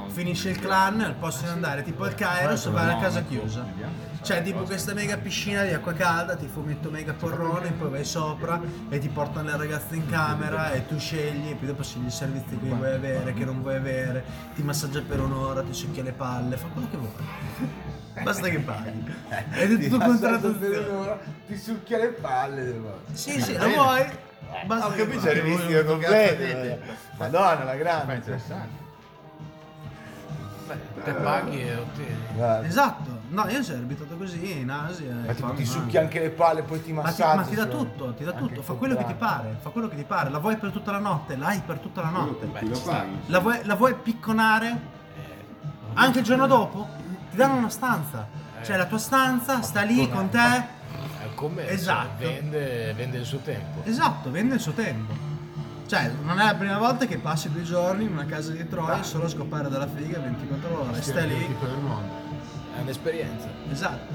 [SPEAKER 4] finisce il clan, al posto di andare tipo al Cairo, se vai a casa chiusa. C'è tipo questa mega piscina di acqua calda, ti fumetto mega porrone, poi vai sopra e ti portano le ragazze in camera e tu scegli e poi dopo scegli i servizi che vuoi avere, che non vuoi avere, ti massaggia per un'ora, ti succhia le palle, fa quello che vuoi. Basta che paghi. Ed è tutto contratto.
[SPEAKER 8] ti succhia le palle. devo-
[SPEAKER 4] Sì, sì, lo vuoi? Basta
[SPEAKER 8] Ah, Ho
[SPEAKER 4] che
[SPEAKER 8] capito,
[SPEAKER 4] paghi.
[SPEAKER 8] c'è il rischio completo. Madonna, la
[SPEAKER 5] Ma è
[SPEAKER 8] grande.
[SPEAKER 5] interessante.
[SPEAKER 3] Te paghi e ottieni.
[SPEAKER 8] Guarda.
[SPEAKER 4] Esatto. No, io sono abituato così in Asia.
[SPEAKER 8] Certo. Ma
[SPEAKER 4] e
[SPEAKER 8] tipo,
[SPEAKER 4] qua
[SPEAKER 8] ti
[SPEAKER 4] mi
[SPEAKER 8] succhia
[SPEAKER 4] manca.
[SPEAKER 8] anche le palle, poi ti
[SPEAKER 4] Ma ti,
[SPEAKER 8] massaggia.
[SPEAKER 4] ma ti dà
[SPEAKER 8] cioè.
[SPEAKER 4] tutto, ti dà
[SPEAKER 8] Anche
[SPEAKER 4] tutto,
[SPEAKER 8] il
[SPEAKER 4] fa quello che ti
[SPEAKER 8] contratto.
[SPEAKER 4] pare, fa quello che ti pare, la vuoi per tutta la notte, la hai per tutta la notte.
[SPEAKER 15] Lo paghi?
[SPEAKER 4] La vuoi, la vuoi picconare? Anche il giorno dopo? Ti danno una stanza.
[SPEAKER 3] Eh.
[SPEAKER 4] Cioè la tua stanza sta lì con te.
[SPEAKER 3] È un commercio.
[SPEAKER 4] Esatto.
[SPEAKER 3] Cioè, Vende, vende il suo tempo.
[SPEAKER 4] Esatto, vende il suo tempo. Cioè, non è la prima volta che passi due giorni in una casa di
[SPEAKER 3] Ah.
[SPEAKER 4] Troia solo a scopare dalla figa 24 ore. Stai lì.
[SPEAKER 2] Tipo del mondo.
[SPEAKER 3] È un'esperienza.
[SPEAKER 4] Esatto.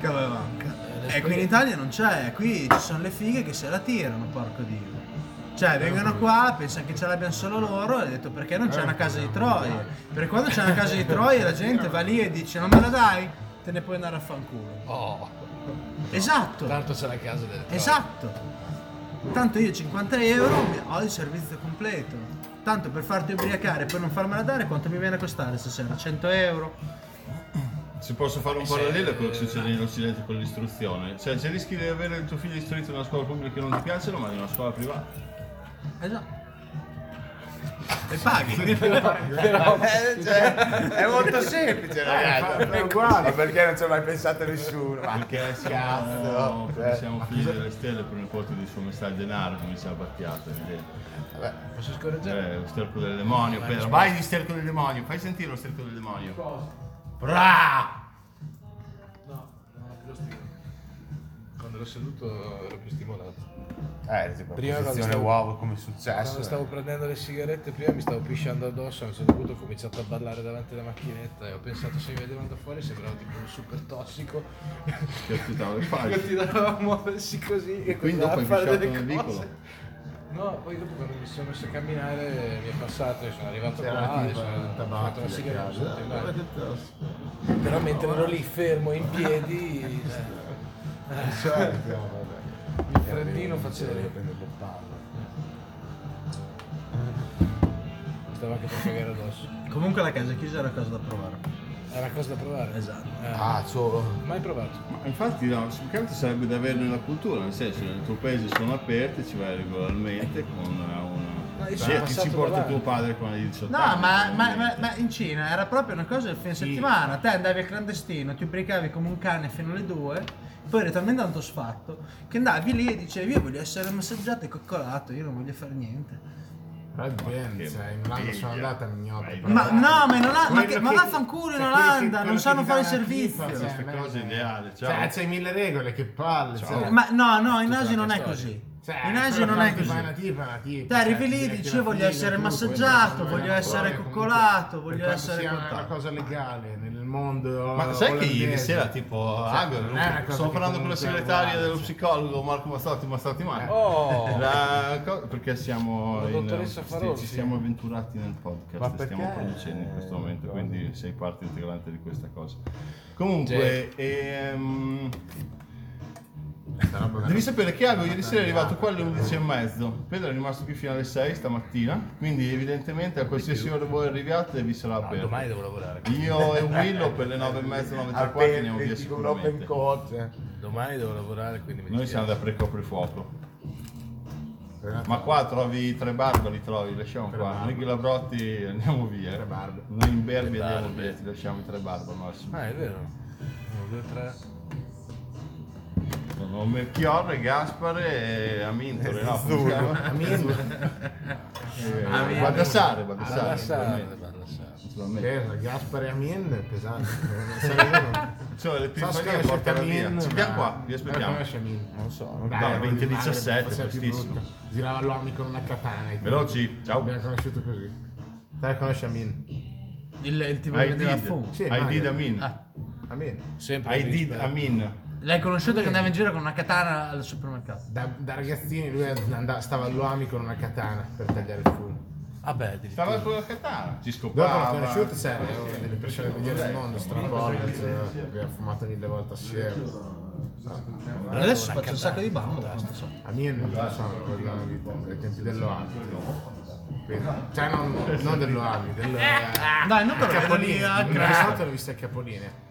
[SPEAKER 4] Cavolo manca.
[SPEAKER 3] Eh,
[SPEAKER 4] E qui Ecco, in Italia non c'è, qui ci sono le fighe che se la tirano, porco dio. Cioè, vengono qua, pensano che ce l'abbiano solo loro e ho detto perché non
[SPEAKER 3] Eh,
[SPEAKER 4] c'è una casa
[SPEAKER 3] esatto.
[SPEAKER 4] di Troie? Perché quando c'è una casa di Troie la gente va lì e dice non me la dai, te ne puoi andare a fanculo.
[SPEAKER 3] Oh,
[SPEAKER 4] Esatto,
[SPEAKER 3] tanto c'è la casa del
[SPEAKER 4] esatto. Tanto io 50 euro ho il servizio completo. Tanto per farti ubriacare e poi non farmela dare, quanto mi viene a costare stasera? 100 euro?
[SPEAKER 5] Se posso fare un parallelo a quello che succede in Occidente con l'istruzione, cioè se rischi di avere il tuo figlio istruito in una scuola pubblica che non ti piace, lo mandi in una scuola privata.
[SPEAKER 4] Esatto. E paghi.
[SPEAKER 8] Eh, cioè, è molto semplice, ragazzi.
[SPEAKER 2] È uguale.
[SPEAKER 8] Ma perché non ci ha mai pensato nessuno? Ma
[SPEAKER 5] Perché siamo,
[SPEAKER 8] cazzo.
[SPEAKER 5] perché siamo figli delle stelle per un colpo di suo messaggio denaro, come diceva Battiato, è evidente.
[SPEAKER 3] Posso scorreggiare?
[SPEAKER 5] Cioè, lo sterco del demonio, Pedro. Eh, Vai di sterco del demonio, fai sentire lo sterco del demonio. Bra!
[SPEAKER 3] No, no, lo stimo. Quando l'ho seduto ero più stimolato.
[SPEAKER 8] Eh, tipo,
[SPEAKER 3] Prima quando
[SPEAKER 8] posizione
[SPEAKER 3] stavo-
[SPEAKER 8] uovo come è
[SPEAKER 3] Quando
[SPEAKER 8] successo.
[SPEAKER 3] stavo prendendo le sigarette prima mi stavo pisciando addosso, a un certo punto ho cominciato a ballare davanti alla macchinetta e ho pensato se mi vedevano da fuori sembravo tipo un super tossico.
[SPEAKER 5] Che aspettavo che fai?
[SPEAKER 3] Continuava a muoversi così e
[SPEAKER 5] Quindi
[SPEAKER 3] continuava
[SPEAKER 5] dopo hai
[SPEAKER 3] a fare
[SPEAKER 5] fisciato
[SPEAKER 3] delle
[SPEAKER 5] nel vicolo.
[SPEAKER 3] cose. No, poi dopo quando mi sono messo a camminare mi è passato e sono arrivato qua e sono ho fatto una sigaretta. sono tornato in bagno. Però mentre ero lì fermo in piedi, eh,
[SPEAKER 5] Certo.
[SPEAKER 3] il freddino faceva. Stavo anche per cagare addosso.
[SPEAKER 4] (laughs) Comunque la casa chiusa è una cosa da provare.
[SPEAKER 3] È una cosa da provare.
[SPEAKER 4] Esatto.
[SPEAKER 3] Eh,
[SPEAKER 8] Ah, so.
[SPEAKER 3] Mai provato.
[SPEAKER 5] Ma infatti no, più che altro sarebbe da avere nella cultura, nel senso nel tuo paese sono aperte, ci vai regolarmente con una...
[SPEAKER 3] Ma io sono
[SPEAKER 5] Sì, ti
[SPEAKER 3] passato
[SPEAKER 5] ci porta
[SPEAKER 3] davanti.
[SPEAKER 5] tuo padre quando hai 18
[SPEAKER 4] No,
[SPEAKER 5] anni,
[SPEAKER 4] ma, ma- ma-
[SPEAKER 5] ovviamente.
[SPEAKER 4] ma in Cina era proprio una cosa del fine settimana. Te andavi al clandestino, ti ubriacavi come un cane fino alle due, poi eri talmente tanto sfatto che andavi lì e dicevi io voglio essere massaggiato e coccolato, io non voglio fare niente.
[SPEAKER 2] Però dipende, cioè, in Olanda sono andata a mignotta.
[SPEAKER 4] Ma no, ma, in Olanda, ma,
[SPEAKER 2] Quello
[SPEAKER 4] che, ma
[SPEAKER 2] che-
[SPEAKER 4] vaffanculo in
[SPEAKER 2] cioè, quello che-
[SPEAKER 4] Olanda,
[SPEAKER 2] quello
[SPEAKER 4] non
[SPEAKER 2] che
[SPEAKER 4] sanno
[SPEAKER 2] ti
[SPEAKER 4] fare il
[SPEAKER 2] dà cioè, la
[SPEAKER 4] servizio.
[SPEAKER 2] pippa,
[SPEAKER 5] Queste cose ideali, ciao.
[SPEAKER 2] Cioè, c'hai mille regole, che palle. cioè.
[SPEAKER 4] Ma no, no, in Asia non è
[SPEAKER 3] storia.
[SPEAKER 4] così.
[SPEAKER 2] Cioè,
[SPEAKER 4] In Asia non è così.
[SPEAKER 2] Ma una tipa, è una tipa.
[SPEAKER 4] Te arrivi lì,
[SPEAKER 2] cioè,
[SPEAKER 4] dici
[SPEAKER 2] ti
[SPEAKER 4] io voglio
[SPEAKER 2] metti
[SPEAKER 4] essere
[SPEAKER 2] tu,
[SPEAKER 4] massaggiato,
[SPEAKER 2] poi
[SPEAKER 4] voglio
[SPEAKER 2] vai,
[SPEAKER 4] essere
[SPEAKER 2] poi,
[SPEAKER 4] coccolato,
[SPEAKER 2] cioè, comunque,
[SPEAKER 4] voglio
[SPEAKER 2] per quanto
[SPEAKER 4] essere
[SPEAKER 2] sia una
[SPEAKER 4] contato.
[SPEAKER 2] cosa legale nel mondo
[SPEAKER 5] Ma sai che ieri
[SPEAKER 2] olandese.
[SPEAKER 5] sera, tipo,
[SPEAKER 2] Cioè,
[SPEAKER 5] Agor,
[SPEAKER 2] non è una cosa
[SPEAKER 5] stavo
[SPEAKER 2] che
[SPEAKER 5] parlando con la
[SPEAKER 2] comunque è
[SPEAKER 5] segretaria
[SPEAKER 2] morale,
[SPEAKER 5] dello
[SPEAKER 2] cioè.
[SPEAKER 5] psicologo Marco Mastotti, Mastotti Marco.
[SPEAKER 16] Oh!
[SPEAKER 5] La co- perché siamo
[SPEAKER 16] La
[SPEAKER 5] in-
[SPEAKER 16] dottoressa
[SPEAKER 5] ci-
[SPEAKER 16] Farolfi.
[SPEAKER 5] ci siamo avventurati nel
[SPEAKER 17] Ma
[SPEAKER 5] podcast che
[SPEAKER 17] perché?
[SPEAKER 5] stiamo producendo in questo momento quindi sei parte integrante di questa cosa comunque ehm,
[SPEAKER 2] Questa roba
[SPEAKER 5] devi sapere che Ago ieri sera è arrivato qua alle 11 e mezzo Pedro è rimasto qui fino alle 6 stamattina quindi evidentemente a qualsiasi ora voi arriviate vi sarà
[SPEAKER 8] eh.
[SPEAKER 5] aperto
[SPEAKER 3] Domani devo lavorare.
[SPEAKER 5] io e Willow per le 9 e mezzo 9 e
[SPEAKER 17] Aperti,
[SPEAKER 5] 4 andiamo via
[SPEAKER 17] tipo un open
[SPEAKER 5] sicuramente
[SPEAKER 17] court. eh.
[SPEAKER 3] Domani devo lavorare, quindi mi
[SPEAKER 5] noi siamo da precoprifuoco ma qua trovi tre barbari, trovi, lasciamo qua. Noi Ghilabrotti andiamo via. Tre
[SPEAKER 2] barbari.
[SPEAKER 5] Noi in Berbi
[SPEAKER 3] Tre
[SPEAKER 5] andiamo
[SPEAKER 3] barbari.
[SPEAKER 5] via, ti lasciamo i tre barbari. Massimo.
[SPEAKER 3] Ah, è vero. Uno, due, tre.
[SPEAKER 5] Sono Melchiorre, Gaspare e
[SPEAKER 2] Eh,
[SPEAKER 5] Amintore, no? come si (laughs)
[SPEAKER 4] (laughs)
[SPEAKER 5] chiama? Eh, Baldassare, Baldassare.
[SPEAKER 3] Badassare, badassare.
[SPEAKER 5] naturalmente.
[SPEAKER 2] Terra, Gaspare Amin è
[SPEAKER 5] (laughs)
[SPEAKER 2] pesante. Non sai uno.
[SPEAKER 5] Cioè, le
[SPEAKER 2] Saskia
[SPEAKER 5] pimpanie
[SPEAKER 2] conosce
[SPEAKER 5] portano
[SPEAKER 2] Amin,
[SPEAKER 5] via. Ci
[SPEAKER 2] ma-
[SPEAKER 5] vediamo qua, vi
[SPEAKER 2] Eh,
[SPEAKER 5] aspettiamo.
[SPEAKER 2] conosce Amin.
[SPEAKER 5] Non so,
[SPEAKER 2] Dai,
[SPEAKER 5] no,
[SPEAKER 2] era un
[SPEAKER 5] 2017,
[SPEAKER 2] animale, forse è più
[SPEAKER 5] prestissimo.
[SPEAKER 2] brutto. Girava l'uomo con una katana. e-
[SPEAKER 5] Veloci, ciao.
[SPEAKER 2] Abbiamo conosciuto così. Te conosci Amin?
[SPEAKER 4] Il, il tipo che
[SPEAKER 5] I
[SPEAKER 4] vendeva fumo.
[SPEAKER 5] did,
[SPEAKER 2] Sì,
[SPEAKER 5] I
[SPEAKER 2] Mario.
[SPEAKER 5] did Amin.
[SPEAKER 4] Ah,
[SPEAKER 2] Amin?
[SPEAKER 3] Sempre
[SPEAKER 5] I did
[SPEAKER 3] rispetto.
[SPEAKER 5] Amin.
[SPEAKER 4] l'hai conosciuto che andava in giro con una katana al supermercato.
[SPEAKER 2] Da, da ragazzini lui andava, stava all'uomi con una katana per tagliare il fumo.
[SPEAKER 3] Vabbè, addirittura.
[SPEAKER 5] Stava con la katana, ci
[SPEAKER 2] Dopo l'ho
[SPEAKER 5] scopava.
[SPEAKER 2] conosciuto, sai, è una delle persone migliori del mondo, Strapolis, che ha fumato mille volte assieme.
[SPEAKER 4] Adesso faccio un sacco di bambole. non so.
[SPEAKER 2] A me non lo so, ai tempi dell'Oavi. Quindi- Cioè non, non dell'Oavi, del
[SPEAKER 4] Dai, non per ah,
[SPEAKER 2] Capolina.
[SPEAKER 4] capolina.
[SPEAKER 2] Una volta l'ho vista a Capoline.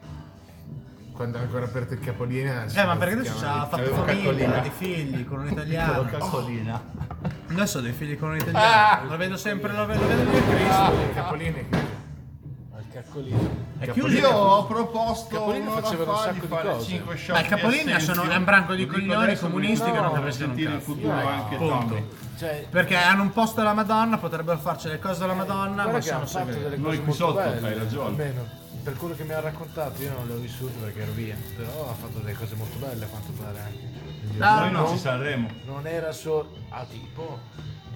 [SPEAKER 2] Quando era ancora aperto il Capoline.
[SPEAKER 4] Eh, ma perché adesso ha fatto
[SPEAKER 5] Avevo
[SPEAKER 4] famiglia,
[SPEAKER 5] calcolina.
[SPEAKER 4] dei figli con un
[SPEAKER 5] Con
[SPEAKER 4] italiano.
[SPEAKER 5] la calcolina.
[SPEAKER 4] Adesso ho dei figli con un italiano. La vedo sempre, la vedo, la vedo io Cristo.
[SPEAKER 2] Il Capoline è chiuso.
[SPEAKER 4] È chiuso.
[SPEAKER 5] Io
[SPEAKER 4] il
[SPEAKER 5] ho proposto
[SPEAKER 3] Capolino
[SPEAKER 5] un'ora
[SPEAKER 3] facevano un
[SPEAKER 5] fa di
[SPEAKER 3] sacco di
[SPEAKER 5] fare
[SPEAKER 3] cose.
[SPEAKER 5] 5 shot
[SPEAKER 4] Ma il Capolino
[SPEAKER 5] di Asensio.
[SPEAKER 4] sono- è un branco di
[SPEAKER 5] Lo dico
[SPEAKER 4] coglioni
[SPEAKER 5] adesso,
[SPEAKER 4] comunisti che non
[SPEAKER 5] vogliamo
[SPEAKER 4] capiscono un
[SPEAKER 5] sentire in
[SPEAKER 4] cazzo.
[SPEAKER 5] futuro anche Tommy.
[SPEAKER 3] Cioè,
[SPEAKER 4] Perché hanno un posto alla Madonna, potrebbero farci le cose alla Madonna, Ah, ma
[SPEAKER 3] guarda che
[SPEAKER 4] sono
[SPEAKER 3] hanno fatto
[SPEAKER 4] sempre.
[SPEAKER 3] delle
[SPEAKER 5] Noi
[SPEAKER 3] cose
[SPEAKER 5] qui
[SPEAKER 3] molto
[SPEAKER 5] sotto,
[SPEAKER 3] belle,
[SPEAKER 5] hai ragione.
[SPEAKER 3] almeno per quello che mi ha raccontato, io non le ho vissute perché ero via, però ha fatto delle cose molto belle a quanto pare anche.
[SPEAKER 5] Noi
[SPEAKER 4] Dai,
[SPEAKER 5] non ci Sanremo.
[SPEAKER 3] Non era solo... Ah, tipo?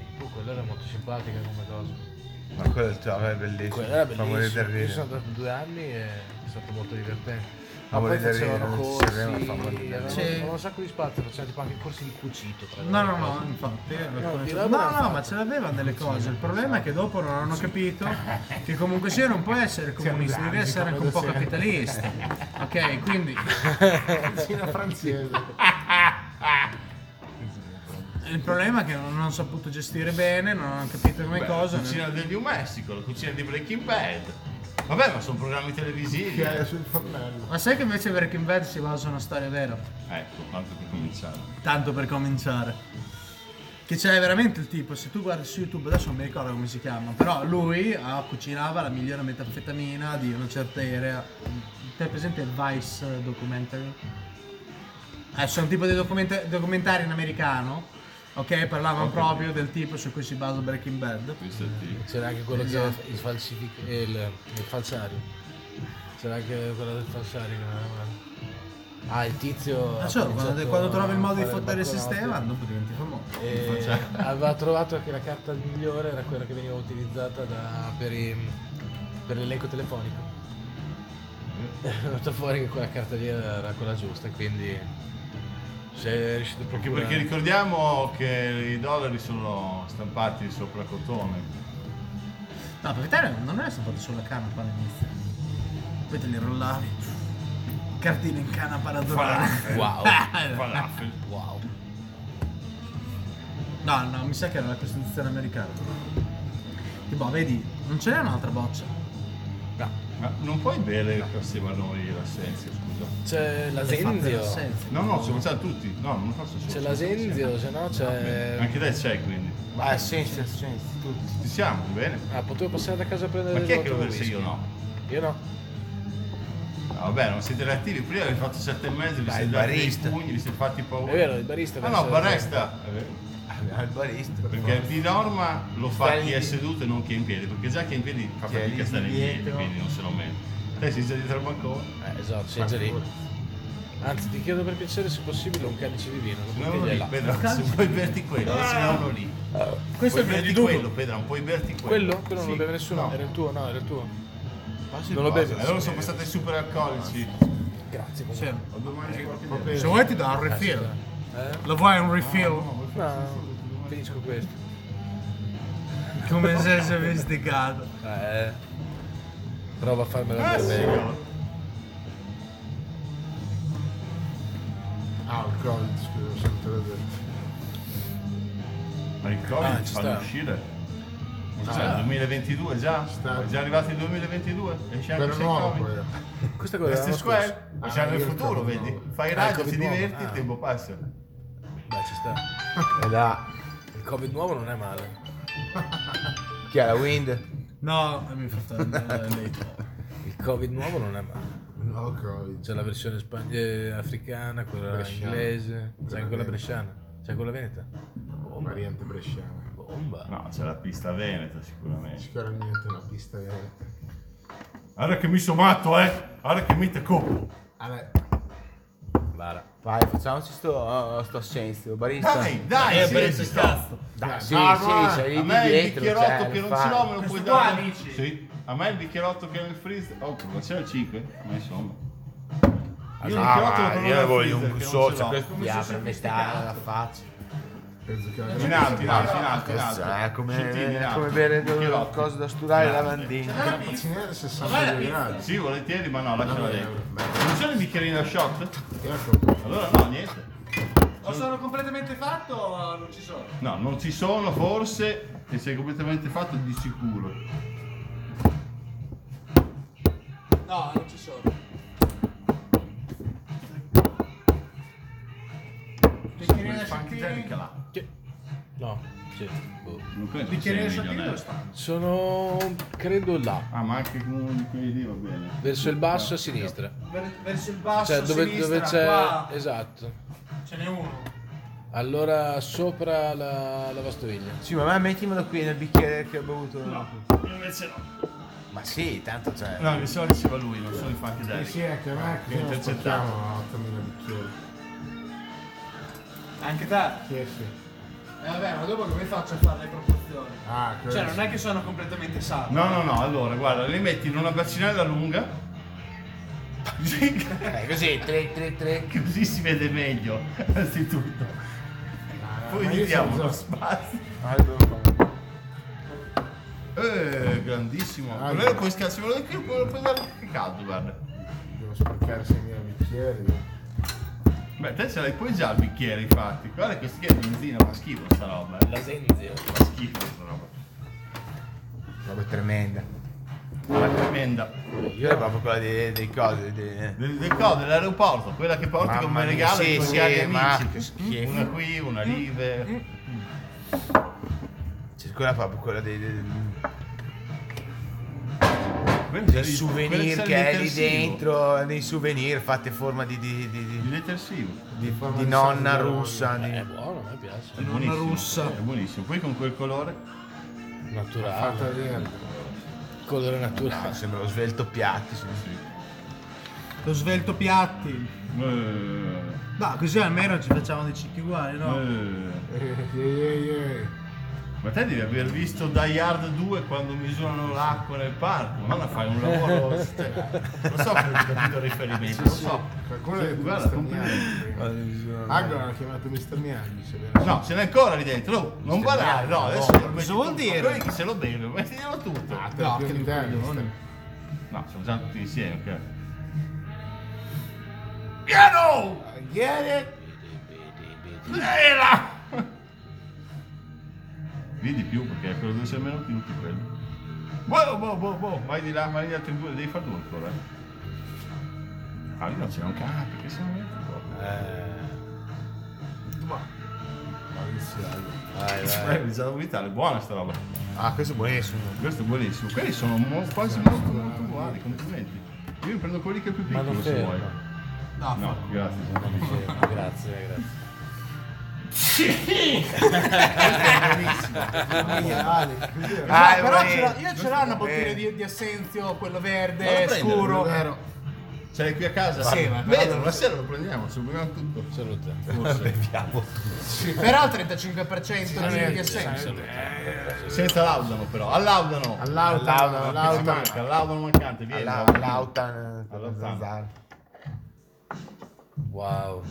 [SPEAKER 3] Tipo, quella era molto simpatica come cosa.
[SPEAKER 8] Ma quello cioè, è bellissimo.
[SPEAKER 3] Quella era
[SPEAKER 8] Fa morire
[SPEAKER 3] bellissima.
[SPEAKER 8] da
[SPEAKER 3] Io
[SPEAKER 8] ridere.
[SPEAKER 3] sono andato due anni e è stato molto divertente.
[SPEAKER 8] Ma
[SPEAKER 3] Ma poi
[SPEAKER 8] volete
[SPEAKER 3] facevano
[SPEAKER 8] ridere,
[SPEAKER 3] corsi,
[SPEAKER 8] Sanremo fa morire da
[SPEAKER 3] avevano
[SPEAKER 4] ridere. Sì.
[SPEAKER 3] avevano un sacco di spazio, facevano tipo anche corsi di cucito. tra le
[SPEAKER 4] No, no,
[SPEAKER 3] varie
[SPEAKER 4] no,
[SPEAKER 3] cose.
[SPEAKER 4] infatti. eh, per
[SPEAKER 3] No,
[SPEAKER 4] quello-
[SPEAKER 3] ti
[SPEAKER 4] No,
[SPEAKER 3] l'avevano
[SPEAKER 4] no,
[SPEAKER 3] fatto.
[SPEAKER 4] ma ce l'avevano delle cose. Il problema è che dopo non hanno capito che comunque sia non puoi essere comunista, devi essere anche un po' capitalista. Ok, quindi
[SPEAKER 2] Cina francese.
[SPEAKER 4] il problema è che non hanno saputo gestire bene, non hanno capito come
[SPEAKER 5] Beh,
[SPEAKER 4] cosa.
[SPEAKER 5] La cucina del New Mexico, la cucina di Breaking Bad. Vabbè, ma sono programmi televisivi. eh.
[SPEAKER 2] Che è sul fornello.
[SPEAKER 4] Ma sai che invece Breaking Bad si basa su una storia vera?
[SPEAKER 5] Ecco, tanto per cominciare.
[SPEAKER 4] Tanto per cominciare. Che c'è veramente il tipo, se tu guardi su YouTube, adesso non mi ricordo come si chiama, però lui ah, cucinava la migliore metanfetamina di una certa era. Te hai presente il Vice Documentary? Eh, sono tipo dei documenta- documentari in americano, ok? Parlavano proprio del tipo su cui si basa Breaking Bad.
[SPEAKER 5] Pensati.
[SPEAKER 3] C'era anche quello che era
[SPEAKER 4] Esatto.
[SPEAKER 3] il, falsific- eh, il, il falsario. C'era anche quello del falsario. che non era male. Ah, il tizio. ha
[SPEAKER 4] Adesso certo, quando,
[SPEAKER 3] cominciato
[SPEAKER 4] quando trovi il modo di
[SPEAKER 3] a fare
[SPEAKER 4] fottere il
[SPEAKER 3] banconote
[SPEAKER 4] sistema, dopo diventi famoso. (laughs)
[SPEAKER 3] e aveva trovato che la carta migliore era quella che veniva utilizzata da- per, i- per l'elenco telefonico.
[SPEAKER 4] Mm.
[SPEAKER 3] (laughs) È venuto fuori che quella carta lì era quella giusta, quindi se è riuscito a
[SPEAKER 5] Anche
[SPEAKER 3] procurare...
[SPEAKER 5] perché ricordiamo che i dollari sono stampati sopra cotone.
[SPEAKER 4] No, perché te non era stampato sulla canapa all'inizio. Poi te li rollavi. Cartine in canapa da (laughs) dorare.
[SPEAKER 3] Wow.
[SPEAKER 5] Eh. Falafel.
[SPEAKER 3] Wow.
[SPEAKER 4] No, no, mi sa che era la Costituzione americana. Tipo, vedi, non ce n'è un'altra boccia.
[SPEAKER 5] Ma non puoi bere assieme a noi l'assenzio, scusa.
[SPEAKER 3] C'è
[SPEAKER 4] È
[SPEAKER 3] l'Asenzio.
[SPEAKER 4] fatta nel senso.
[SPEAKER 5] No, no, ci facciamo tutti. No, non lo faccio solo.
[SPEAKER 3] C'è l'Asenzio, se no
[SPEAKER 5] Bene,
[SPEAKER 3] c'è...
[SPEAKER 5] Anche te c'è quindi.
[SPEAKER 8] Ma Ah, è senso, senso, tutti.
[SPEAKER 5] Ci siamo, bene.
[SPEAKER 3] Ah, potevo passare da casa a prendere
[SPEAKER 5] Ma chi è che lo
[SPEAKER 3] l'altro
[SPEAKER 5] vede se io
[SPEAKER 3] whisky?
[SPEAKER 5] no?
[SPEAKER 3] Io no.
[SPEAKER 5] No, Ah, vabbè, non siete reattivi. Prima avete fatto sette e mezzo, vi
[SPEAKER 8] Dai,
[SPEAKER 5] siete
[SPEAKER 8] il
[SPEAKER 5] dati dei
[SPEAKER 8] barista.
[SPEAKER 5] pugni, vi siete fatti paura.
[SPEAKER 3] È vero, il barista...
[SPEAKER 5] Ah
[SPEAKER 3] deve
[SPEAKER 5] no,
[SPEAKER 3] essere-
[SPEAKER 5] barresta. È vero.
[SPEAKER 8] Al barista.
[SPEAKER 5] Perché di norma lo fa
[SPEAKER 8] Stai
[SPEAKER 5] chi
[SPEAKER 8] lì.
[SPEAKER 5] è seduto e non chi è in piedi, perché già chi è in piedi fa
[SPEAKER 8] Chi è
[SPEAKER 5] fatica
[SPEAKER 8] lì
[SPEAKER 5] a stare in piedi,
[SPEAKER 8] dietro.
[SPEAKER 5] Ah, quindi non se lo mette. Te si sta dietro al bancone.
[SPEAKER 3] Eh, esatto, sei già lì. Anzi, ti chiedo per piacere, se possibile, un calice di vino. Lo
[SPEAKER 5] Uno
[SPEAKER 3] bottiglia
[SPEAKER 5] lì,
[SPEAKER 3] là.
[SPEAKER 5] Pedro, se puoi berti quello, se ne uno lì.
[SPEAKER 3] Questo è
[SPEAKER 5] puoi
[SPEAKER 3] il
[SPEAKER 5] berti
[SPEAKER 3] vertidugo.
[SPEAKER 5] quello, Pedro, non puoi berti quello.
[SPEAKER 3] Quello? Quello non lo
[SPEAKER 5] Sì.
[SPEAKER 3] beve nessuno.
[SPEAKER 5] No.
[SPEAKER 3] Era il tuo, no, era il tuo.
[SPEAKER 5] Non lo
[SPEAKER 3] bevi,
[SPEAKER 5] beve. Allora sono passati super alcolici.
[SPEAKER 3] Grazie.
[SPEAKER 4] Sì.
[SPEAKER 2] Ho domani
[SPEAKER 5] Eh,
[SPEAKER 2] qualche
[SPEAKER 4] Se vuoi ti do un refill.
[SPEAKER 3] Eh?
[SPEAKER 4] Lo vuoi un refill?
[SPEAKER 3] No, finisco questo.
[SPEAKER 4] Come se si avessi dicato.
[SPEAKER 3] Eh. Prova a farmela
[SPEAKER 5] Ah,
[SPEAKER 3] andare bene.
[SPEAKER 2] alcol, Ah, scusa, sono te l'ho detto.
[SPEAKER 5] Ma i Covid
[SPEAKER 3] Ah,
[SPEAKER 5] ci
[SPEAKER 3] ci
[SPEAKER 5] fanno
[SPEAKER 3] sta.
[SPEAKER 5] uscire. Cioè, 2022 già?
[SPEAKER 2] sta.
[SPEAKER 5] È già arrivato il 2022? Esce anche
[SPEAKER 2] Però
[SPEAKER 5] se il
[SPEAKER 2] nuovo
[SPEAKER 5] Covid.
[SPEAKER 2] quello.
[SPEAKER 3] Questa cosa l'anno
[SPEAKER 5] Questi
[SPEAKER 3] scorso.
[SPEAKER 5] square,
[SPEAKER 2] Ah,
[SPEAKER 5] c'è nel
[SPEAKER 2] io il
[SPEAKER 5] futuro,
[SPEAKER 2] Covid
[SPEAKER 5] vedi?
[SPEAKER 2] nuovo.
[SPEAKER 8] Eh,
[SPEAKER 5] Fai
[SPEAKER 3] Ah, il
[SPEAKER 5] raggio,
[SPEAKER 3] Covid
[SPEAKER 5] ti
[SPEAKER 3] nuovo.
[SPEAKER 5] diverti, il
[SPEAKER 3] Ah.
[SPEAKER 5] tempo passa.
[SPEAKER 3] Beh, ci sta. Il Covid nuovo non è male.
[SPEAKER 8] Chi è la Wind?
[SPEAKER 4] No, mi fa stare eh, lei.
[SPEAKER 3] Il Covid nuovo non è male.
[SPEAKER 2] No, Covid.
[SPEAKER 3] C'è la versione spagn- eh, africana, quella
[SPEAKER 2] Bresciana.
[SPEAKER 3] inglese, c'è anche quella
[SPEAKER 2] veneta.
[SPEAKER 3] bresciana, c'è quella veneta.
[SPEAKER 2] Variante bresciana.
[SPEAKER 3] Bomba.
[SPEAKER 5] No, c'è la pista veneta sicuramente.
[SPEAKER 2] Sicuramente una pista veneta.
[SPEAKER 5] Guarda che mi sono matto, eh! Guarda che mi te copo!
[SPEAKER 2] Allora,
[SPEAKER 8] Vai, facciamoci sto, oh, sto assenso, barista.
[SPEAKER 5] Dai,
[SPEAKER 8] Eh,
[SPEAKER 5] dai, sì, ci sto.
[SPEAKER 8] Dai, sì,
[SPEAKER 2] dai,
[SPEAKER 8] sì,
[SPEAKER 2] vai.
[SPEAKER 8] c'è lì
[SPEAKER 5] A
[SPEAKER 8] di
[SPEAKER 5] me il
[SPEAKER 8] dietro,
[SPEAKER 5] bicchierotto
[SPEAKER 8] cioè,
[SPEAKER 5] che non
[SPEAKER 8] fa-
[SPEAKER 5] ce l'ho me lo puoi
[SPEAKER 4] Questo
[SPEAKER 5] dare.
[SPEAKER 4] qua, dici?
[SPEAKER 5] Sì. A me il bicchierotto che è nel freezer. Oh, ma c'è il 5? Ma insomma. Io il
[SPEAKER 8] Ah,
[SPEAKER 5] bicchierotto lo
[SPEAKER 8] ma
[SPEAKER 5] trovo
[SPEAKER 8] io
[SPEAKER 5] nel freezer,
[SPEAKER 8] voglio un
[SPEAKER 5] che non ce
[SPEAKER 8] socio,
[SPEAKER 5] l'ho.
[SPEAKER 8] questo mi apre metà la faccia.
[SPEAKER 2] penso che la
[SPEAKER 5] In alto, in alto, in alto, in alto.
[SPEAKER 8] Cos'è?
[SPEAKER 5] Sottili, in
[SPEAKER 8] eh, Come,
[SPEAKER 5] alto.
[SPEAKER 8] come bere delle
[SPEAKER 5] Bicchierotto.
[SPEAKER 8] cose da sturare i
[SPEAKER 5] Grande.
[SPEAKER 8] lavandini.
[SPEAKER 2] grande pazzinera è 62 gradi.
[SPEAKER 5] Sì, volentieri, ma no, lasciala
[SPEAKER 2] Vabbè,
[SPEAKER 5] dentro.
[SPEAKER 2] vabbè.
[SPEAKER 5] Non sono i bicchierini da shot?
[SPEAKER 2] Ecco,
[SPEAKER 5] Allora no, niente.
[SPEAKER 4] O sono completamente fatto o non ci sono?
[SPEAKER 5] No, non ci sono forse e sei completamente fatto di sicuro.
[SPEAKER 4] No, non ci sono. Bicchierino da sciottini?
[SPEAKER 5] là.
[SPEAKER 3] No, sì. boh.
[SPEAKER 5] Non credo che
[SPEAKER 4] Bicchierino da
[SPEAKER 5] sia
[SPEAKER 4] sciottini dove
[SPEAKER 5] milionario.
[SPEAKER 4] stanno?
[SPEAKER 3] Sono credo là,
[SPEAKER 5] Ah, ma anche con uno di quelli lì va bene.
[SPEAKER 3] verso il basso a sinistra.
[SPEAKER 4] Ver- verso il basso,
[SPEAKER 3] Cioè
[SPEAKER 4] a
[SPEAKER 3] dove,
[SPEAKER 4] sinistra,
[SPEAKER 3] dove c'è
[SPEAKER 4] qua.
[SPEAKER 3] esatto.
[SPEAKER 4] Ce n'è uno.
[SPEAKER 3] Allora sopra la, la lavastoviglie.
[SPEAKER 8] Sì, ma mettimelo qui nel bicchiere che ho bevuto.
[SPEAKER 5] Io invece no.
[SPEAKER 8] Ma sì, tanto cioè, c'è.
[SPEAKER 5] No, che se lo diceva lui, non sono i fatti
[SPEAKER 2] eh
[SPEAKER 5] dai.
[SPEAKER 2] sì, è che non è che non
[SPEAKER 5] Intercettato.
[SPEAKER 2] spacchiamo a 8000 bicchieri.
[SPEAKER 18] Anche te.
[SPEAKER 2] Sì, sì.
[SPEAKER 18] E vabbè, ma dopo come faccio a fare le proporzioni?
[SPEAKER 2] Ah, quello
[SPEAKER 18] Cioè, non è che sono completamente salvo.
[SPEAKER 5] No, no, no, allora guarda, li metti in una bacinella lunga.
[SPEAKER 2] (laughs)
[SPEAKER 8] Eh, così, 3, 3, 3.
[SPEAKER 5] Così si vede meglio, innanzitutto.
[SPEAKER 2] Ah,
[SPEAKER 5] Poi gli diamo uno spazio. Eh, grandissimo.
[SPEAKER 2] Ah,
[SPEAKER 5] Allora
[SPEAKER 2] no.
[SPEAKER 5] puoi scarsarlo da qui, lo puoi dare anche caldo, guarda.
[SPEAKER 2] Devo spaccare 6000 bicchieri.
[SPEAKER 5] Beh, te ce l'hai poi già il bicchiere, infatti. Guarda che schifo, benzina, ma schifo sta roba. eh.
[SPEAKER 3] Lasenzio.
[SPEAKER 5] Fa schifo sta roba.
[SPEAKER 8] Roba tremenda.
[SPEAKER 5] Una tremenda.
[SPEAKER 8] Io ero proprio quella dei, dei cose. dei- eh.
[SPEAKER 5] Del, del coso, dell'aeroporto, quella che porti
[SPEAKER 8] Mamma
[SPEAKER 5] come
[SPEAKER 8] mia,
[SPEAKER 5] regalo
[SPEAKER 8] sì,
[SPEAKER 5] ai tuoi
[SPEAKER 8] sì,
[SPEAKER 5] cari
[SPEAKER 8] ma
[SPEAKER 5] amici.
[SPEAKER 8] che schifo. Mm,
[SPEAKER 5] Una qui, una rive.
[SPEAKER 8] Cioè, quella proprio quella dei, dei-
[SPEAKER 5] Quello serve- quello
[SPEAKER 8] dei souvenir
[SPEAKER 5] serve
[SPEAKER 8] che è lì
[SPEAKER 5] detersivo.
[SPEAKER 8] dentro, dei souvenir fatti in forma di, di- di- di-
[SPEAKER 5] Il detersivo.
[SPEAKER 8] di- di nonna russa. di-
[SPEAKER 3] È buono, a me piace.
[SPEAKER 5] È buonissimo. È buonissimo. Poi con quel colore.
[SPEAKER 3] Naturale, colore naturale.
[SPEAKER 8] Ah, sembra lo svelto piatti. sì.
[SPEAKER 18] Lo svelto piatti.
[SPEAKER 5] Eh,
[SPEAKER 18] No, così almeno ci facciamo dei cicchi uguali, no?
[SPEAKER 5] eh.
[SPEAKER 2] (laughs) Yeah,
[SPEAKER 5] Ma te devi aver visto Die Hard 2 quando misurano l'acqua nel parco, non fai un
[SPEAKER 2] (laughs)
[SPEAKER 5] lavoro. cioè, lo so che hai capito il riferimento, lo so.
[SPEAKER 2] Qualcuno ha detto
[SPEAKER 5] Guarda,
[SPEAKER 2] Mr. Miyagi. Agro l'ha chiamato Mr. Miyagi, se vero.
[SPEAKER 5] No, ce n'è ancora lì dentro. Oh, non guardare, no, adesso cosa vuol dire? Quelli che se lo beve, mettitelo tutto.
[SPEAKER 2] Ah, te l'ho più in Italia, Mr.
[SPEAKER 5] No, sono già tutti insieme, ok. Piano!
[SPEAKER 2] Get it?
[SPEAKER 5] Era! Lì di più, perché quello dove sei meno più ti quello. Boh, boh, boh, boh, vai di là, vai di là, tu due, devi fare due ancora. eh. Ah, lì non c'è un cane, perché se non metti proprio.
[SPEAKER 8] Vai, vai.
[SPEAKER 5] Eh, bisogna vomitare, buona sta roba.
[SPEAKER 8] Ah, questo è buonissimo.
[SPEAKER 5] Questo è buonissimo. Quelli sono mo- quasi molto, molto uguali, complimenti. Io mi prendo quelli che è più
[SPEAKER 3] Ma
[SPEAKER 5] piccolo
[SPEAKER 3] non
[SPEAKER 5] se vuoi.
[SPEAKER 3] ferma.
[SPEAKER 5] No, grazie. sono
[SPEAKER 3] Sì, grazie, grazie.
[SPEAKER 8] (laughs) Ah, è
[SPEAKER 18] Cioè, però
[SPEAKER 4] Eh,
[SPEAKER 8] buonissimo.
[SPEAKER 18] ce l'ho- io ce l'ho una bottiglia di, di assenzio, quello verde,
[SPEAKER 8] prendere,
[SPEAKER 18] scuro.
[SPEAKER 2] Vero.
[SPEAKER 5] Ce l'hai qui a casa?
[SPEAKER 19] Sì, ma però-
[SPEAKER 5] Bene, una sera lo prendiamo, ce lo prendiamo tutto.
[SPEAKER 3] Salute.
[SPEAKER 5] Beviamo tutto.
[SPEAKER 19] Però al 35% non è che senso.
[SPEAKER 5] Senza l'audano però, all'audano.
[SPEAKER 2] All'audano,
[SPEAKER 5] All'audano
[SPEAKER 2] all'audano.
[SPEAKER 5] manca, all'audano mancante, vieni.
[SPEAKER 8] Alla-
[SPEAKER 5] Laudano.
[SPEAKER 8] Lautan.
[SPEAKER 5] All'Autan.
[SPEAKER 3] Wow.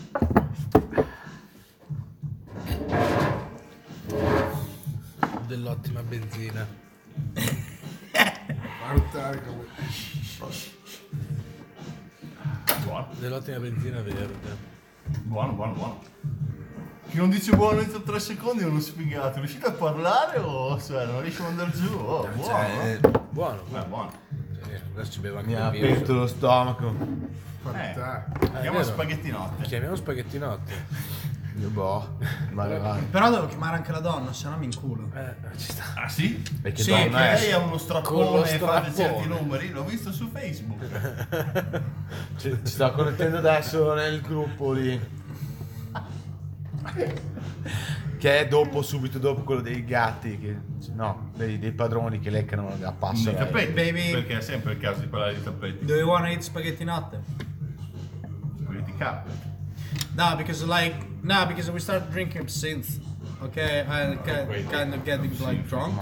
[SPEAKER 3] Dell'ottima benzina.
[SPEAKER 2] Guardare come...
[SPEAKER 3] Dell'ottima benzina verde.
[SPEAKER 5] Buono, buono, buono. Chi non dice buono entro tre secondi è uno sfigato. Riuscite a parlare o cioè, non riesce a andare giù? Oh, buono.
[SPEAKER 3] Cioè,
[SPEAKER 5] eh.
[SPEAKER 3] buono.
[SPEAKER 5] Beh, buono.
[SPEAKER 3] Cioè, adesso ci bevo anche
[SPEAKER 8] Mi ha
[SPEAKER 3] il vino.
[SPEAKER 8] aperto lo stomaco.
[SPEAKER 2] Fantastico.
[SPEAKER 3] Eh,
[SPEAKER 5] Andiamo
[SPEAKER 3] è
[SPEAKER 5] a
[SPEAKER 3] vero.
[SPEAKER 5] spaghettinotte.
[SPEAKER 3] Chiamiamo spaghettinotti.
[SPEAKER 8] Io boh. Vale, vale.
[SPEAKER 4] Però devo chiamare anche la donna, se no mi inculo.
[SPEAKER 3] Eh, ci sta.
[SPEAKER 5] Ah sì?
[SPEAKER 8] E che
[SPEAKER 5] sì, che
[SPEAKER 8] donna è?
[SPEAKER 5] lei ha uno
[SPEAKER 3] Con lo
[SPEAKER 5] strappone e fa
[SPEAKER 3] strappone.
[SPEAKER 5] certi numeri, l'ho visto su Facebook.
[SPEAKER 8] Ci, ci sto correttendo adesso nel gruppo lì. Che è dopo, subito dopo quello dei gatti, che- no, dei, dei padroni che leccano la
[SPEAKER 5] Sui
[SPEAKER 8] passa.
[SPEAKER 5] tappeti,
[SPEAKER 4] Baby.
[SPEAKER 5] perché è sempre il caso di parlare di tappeti.
[SPEAKER 4] Do you wanna eat spaghetti notte?
[SPEAKER 5] Quelli di capo.
[SPEAKER 4] No, because like no, because we start drinking since. Okay, I ca- kind of getting like drunk.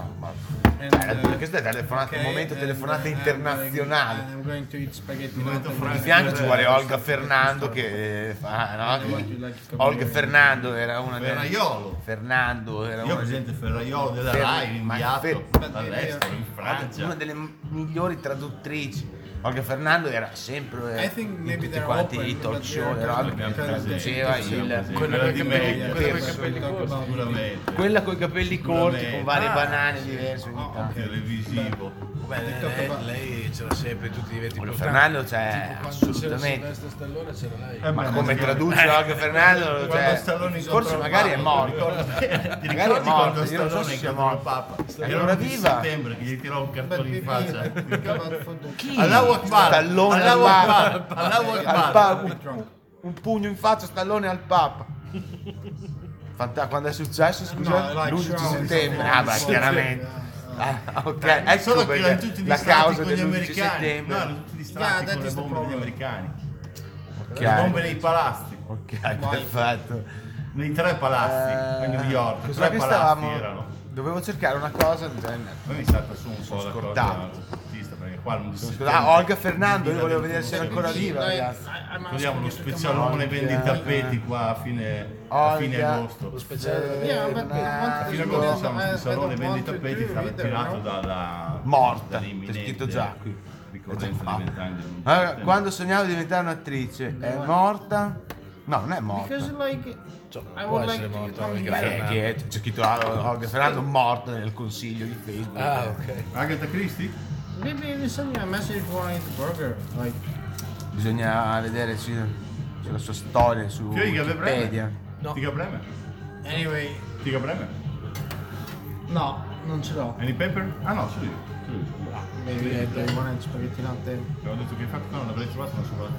[SPEAKER 4] And, uh,
[SPEAKER 8] Eh, questa è telefonata, un momento telefonata internazionale.
[SPEAKER 4] I'm uh, going to eat spaghetti
[SPEAKER 5] momento
[SPEAKER 4] notte.
[SPEAKER 8] Di
[SPEAKER 5] franco.
[SPEAKER 8] fianco ci vuole Olga Fernando che eh, fa, no? Olga Fernando eh, era una delle...
[SPEAKER 5] Ferraiolo.
[SPEAKER 8] Fernando
[SPEAKER 5] Io
[SPEAKER 8] era
[SPEAKER 5] ho
[SPEAKER 8] una delle-
[SPEAKER 5] presente Ferraiolo della
[SPEAKER 8] Ferra-
[SPEAKER 5] Rai, rinviato
[SPEAKER 8] ma
[SPEAKER 4] Fer-
[SPEAKER 5] all'estero, in
[SPEAKER 8] una
[SPEAKER 5] Francia.
[SPEAKER 8] delle migliori traduttrici. Olga Fernando era sempre
[SPEAKER 4] I think
[SPEAKER 8] in
[SPEAKER 4] maybe
[SPEAKER 8] tutti
[SPEAKER 4] they're
[SPEAKER 8] quanti
[SPEAKER 4] open,
[SPEAKER 8] i talk
[SPEAKER 4] but
[SPEAKER 8] show,
[SPEAKER 4] they're
[SPEAKER 8] era
[SPEAKER 4] just
[SPEAKER 8] Olga che
[SPEAKER 4] kind of
[SPEAKER 8] traduceva
[SPEAKER 4] thing.
[SPEAKER 8] il
[SPEAKER 5] Quello
[SPEAKER 8] quella,
[SPEAKER 5] con i capelli
[SPEAKER 4] Yeah,
[SPEAKER 5] quello
[SPEAKER 4] yeah,
[SPEAKER 5] con i
[SPEAKER 4] yeah.
[SPEAKER 5] Sicuramente.
[SPEAKER 8] quella coi capelli corti con varie
[SPEAKER 5] Ah,
[SPEAKER 8] banane diverse ogni tanto.
[SPEAKER 5] Televisivo.
[SPEAKER 3] Beh, lei, lei c'era sempre in tutti i eventi
[SPEAKER 8] Olga
[SPEAKER 3] importanti. Eh,
[SPEAKER 8] Fernando cioè
[SPEAKER 3] Tipo quando c'era
[SPEAKER 8] assolutamente
[SPEAKER 3] Silvestro Stallone c'era lei.
[SPEAKER 8] ma come traduce Olga Fernando
[SPEAKER 5] Quando
[SPEAKER 8] cioè,
[SPEAKER 5] Stallone
[SPEAKER 8] forse
[SPEAKER 5] incontrò
[SPEAKER 8] magari è
[SPEAKER 5] il
[SPEAKER 8] morto
[SPEAKER 5] Papa, ti ricordi- Ti
[SPEAKER 8] Magari è
[SPEAKER 5] ricordi quando
[SPEAKER 8] morto, io non so
[SPEAKER 5] Stallone
[SPEAKER 8] se sia
[SPEAKER 5] incontrò il
[SPEAKER 8] morto.
[SPEAKER 5] Papa?
[SPEAKER 8] Era
[SPEAKER 5] Era
[SPEAKER 8] viva?
[SPEAKER 5] di settembre che gli tirò un cartone in faccia.
[SPEAKER 8] Chi?
[SPEAKER 5] Allahu Akbar!
[SPEAKER 8] Stallone
[SPEAKER 5] Allahu
[SPEAKER 8] al Papa.
[SPEAKER 5] Akbar! Allahu
[SPEAKER 8] Al Ecco
[SPEAKER 5] Akbar!
[SPEAKER 8] Papa, un, un pugno in faccia stallone al Papa. Fanta- quando è successo, scusa, l'11 settembre. Ah, beh, chiaramente. Ah, ok,
[SPEAKER 5] È
[SPEAKER 8] ecco
[SPEAKER 5] Eh, solo che erano
[SPEAKER 8] perché
[SPEAKER 5] tutti
[SPEAKER 8] la
[SPEAKER 5] distratti
[SPEAKER 8] causa
[SPEAKER 5] con gli
[SPEAKER 8] dell'11
[SPEAKER 5] americani. No,
[SPEAKER 8] settembre.
[SPEAKER 5] erano tutti distratti
[SPEAKER 4] that
[SPEAKER 5] con le
[SPEAKER 4] is the
[SPEAKER 5] bombe degli
[SPEAKER 4] problem.
[SPEAKER 5] americani.
[SPEAKER 8] Ok,
[SPEAKER 5] Le bombe nei palazzi.
[SPEAKER 8] ok, perfetto. Eh,
[SPEAKER 5] Nei tre palazzi a New York.
[SPEAKER 8] Cos'è
[SPEAKER 5] Tre
[SPEAKER 8] che
[SPEAKER 5] palazzi
[SPEAKER 8] stavamo-
[SPEAKER 5] erano.
[SPEAKER 8] Dovevo cercare una cosa.
[SPEAKER 5] Poi mi salta su un po' la cosa
[SPEAKER 8] scordato.
[SPEAKER 5] artista, perché qua non si
[SPEAKER 8] Scusa, ah, Olga Fernando, io volevo vedere se era ancora viva, ragazzi.
[SPEAKER 5] Vogliamo uno specialone vendi i tappeti qua a fine, a fine
[SPEAKER 8] Olga.
[SPEAKER 5] agosto.
[SPEAKER 3] Lo
[SPEAKER 5] eh,
[SPEAKER 3] speciale
[SPEAKER 8] Eh,
[SPEAKER 5] A fine agosto siamo su un salone vendi i tappeti sta tirato dalla
[SPEAKER 8] Morta,
[SPEAKER 5] dall'imminente
[SPEAKER 8] c'è scritto già qui.
[SPEAKER 5] Ricorrenza di vent'anni. del
[SPEAKER 8] Allora,
[SPEAKER 5] Nunziatella.
[SPEAKER 8] quando sognavo di diventare un'attrice, è morta? No, non è morta.
[SPEAKER 3] Cioè, non può essere morto Olga
[SPEAKER 8] Beh,
[SPEAKER 3] Fernando.
[SPEAKER 8] chi è? c'è scritto ah, Olga Fernando morta nel consiglio di Facebook.
[SPEAKER 3] Ah, ok.
[SPEAKER 5] Agatha Christie?
[SPEAKER 4] Maybe you send me a message if you wanna eat burger. Like
[SPEAKER 8] Bisogna vedere su- sulla sua storia su
[SPEAKER 5] Fioriga
[SPEAKER 8] Wikipedia.
[SPEAKER 5] Vebreme?
[SPEAKER 3] No.
[SPEAKER 5] Tiga Breme?
[SPEAKER 4] anyway,
[SPEAKER 5] Tiga Breme?
[SPEAKER 4] no, non ce l'ho.
[SPEAKER 5] Any Pepper? Ah no, solo io. Solo io.
[SPEAKER 4] Maybe I don't wanna eat spaghetti notte.
[SPEAKER 5] Abbiamo detto che infatti qua non avrei trovato una sola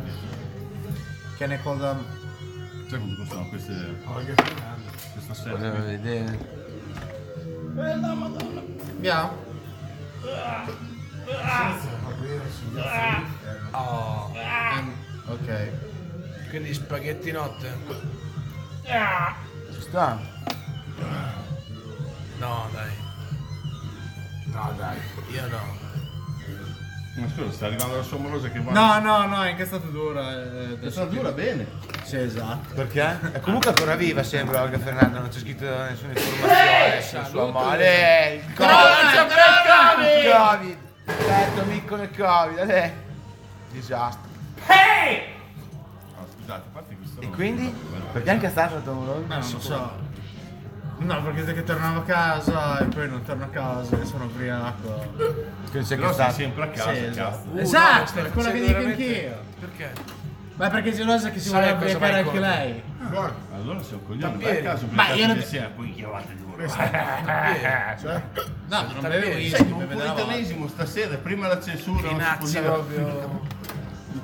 [SPEAKER 4] Can I call them?
[SPEAKER 5] Sai quanto costano queste... Questa sera?
[SPEAKER 8] Volevo vedere.
[SPEAKER 4] Yeah.
[SPEAKER 3] Oh.
[SPEAKER 4] Okay.
[SPEAKER 3] Quindi spaghetti notte?
[SPEAKER 8] Ci sta?
[SPEAKER 3] No, dai.
[SPEAKER 2] No dai.
[SPEAKER 3] Io no.
[SPEAKER 5] Ma scusa, sta arrivando la sua amorosa che va...
[SPEAKER 4] No, no, no, è che è stata dura. eh,
[SPEAKER 5] È
[SPEAKER 4] adesso
[SPEAKER 5] stata dura bene.
[SPEAKER 4] Sì, esatto.
[SPEAKER 8] Perché? È comunque ancora viva sembra Olga Fernando, non c'è scritto nessuna informazione sulla sua amore. Il Covid! Il Covid! Aspetta, amico nel Covid, eh. Disastro.
[SPEAKER 5] Ah, scusate, a parte questo...
[SPEAKER 8] E
[SPEAKER 5] no.
[SPEAKER 8] quindi? Perché anche stato la tua amorosa?
[SPEAKER 4] Eh, non lo so. No, perché che tornavo a casa e poi non torno a casa e sono ubriaco.
[SPEAKER 8] Che non c'è
[SPEAKER 5] Però stai
[SPEAKER 8] che stato.
[SPEAKER 5] sempre a
[SPEAKER 4] Sì,
[SPEAKER 5] casa,
[SPEAKER 4] esatto.
[SPEAKER 5] cazzo.
[SPEAKER 3] Uh, no,
[SPEAKER 4] esatto,
[SPEAKER 3] stai
[SPEAKER 4] è quello che
[SPEAKER 3] facendo
[SPEAKER 4] dico
[SPEAKER 3] veramente-
[SPEAKER 4] anch'io.
[SPEAKER 3] Perché?
[SPEAKER 4] Ma perché è gelosa che si
[SPEAKER 3] Sai
[SPEAKER 4] vuole
[SPEAKER 3] cosa
[SPEAKER 4] ubriacare
[SPEAKER 3] vai
[SPEAKER 4] anche
[SPEAKER 3] incontro?
[SPEAKER 4] lei?
[SPEAKER 5] Allora sei un coglione, vai a casa,
[SPEAKER 4] Ma io non-
[SPEAKER 5] ubriacatevi insieme, poi chiamate due.
[SPEAKER 3] eh,
[SPEAKER 4] No, non bevo
[SPEAKER 3] Sì,
[SPEAKER 4] whisky,
[SPEAKER 5] Senti,
[SPEAKER 4] bevo
[SPEAKER 5] un
[SPEAKER 4] della vodka.
[SPEAKER 5] puritanesimo stasera, prima la censura non si può
[SPEAKER 3] Finazzi
[SPEAKER 5] dire.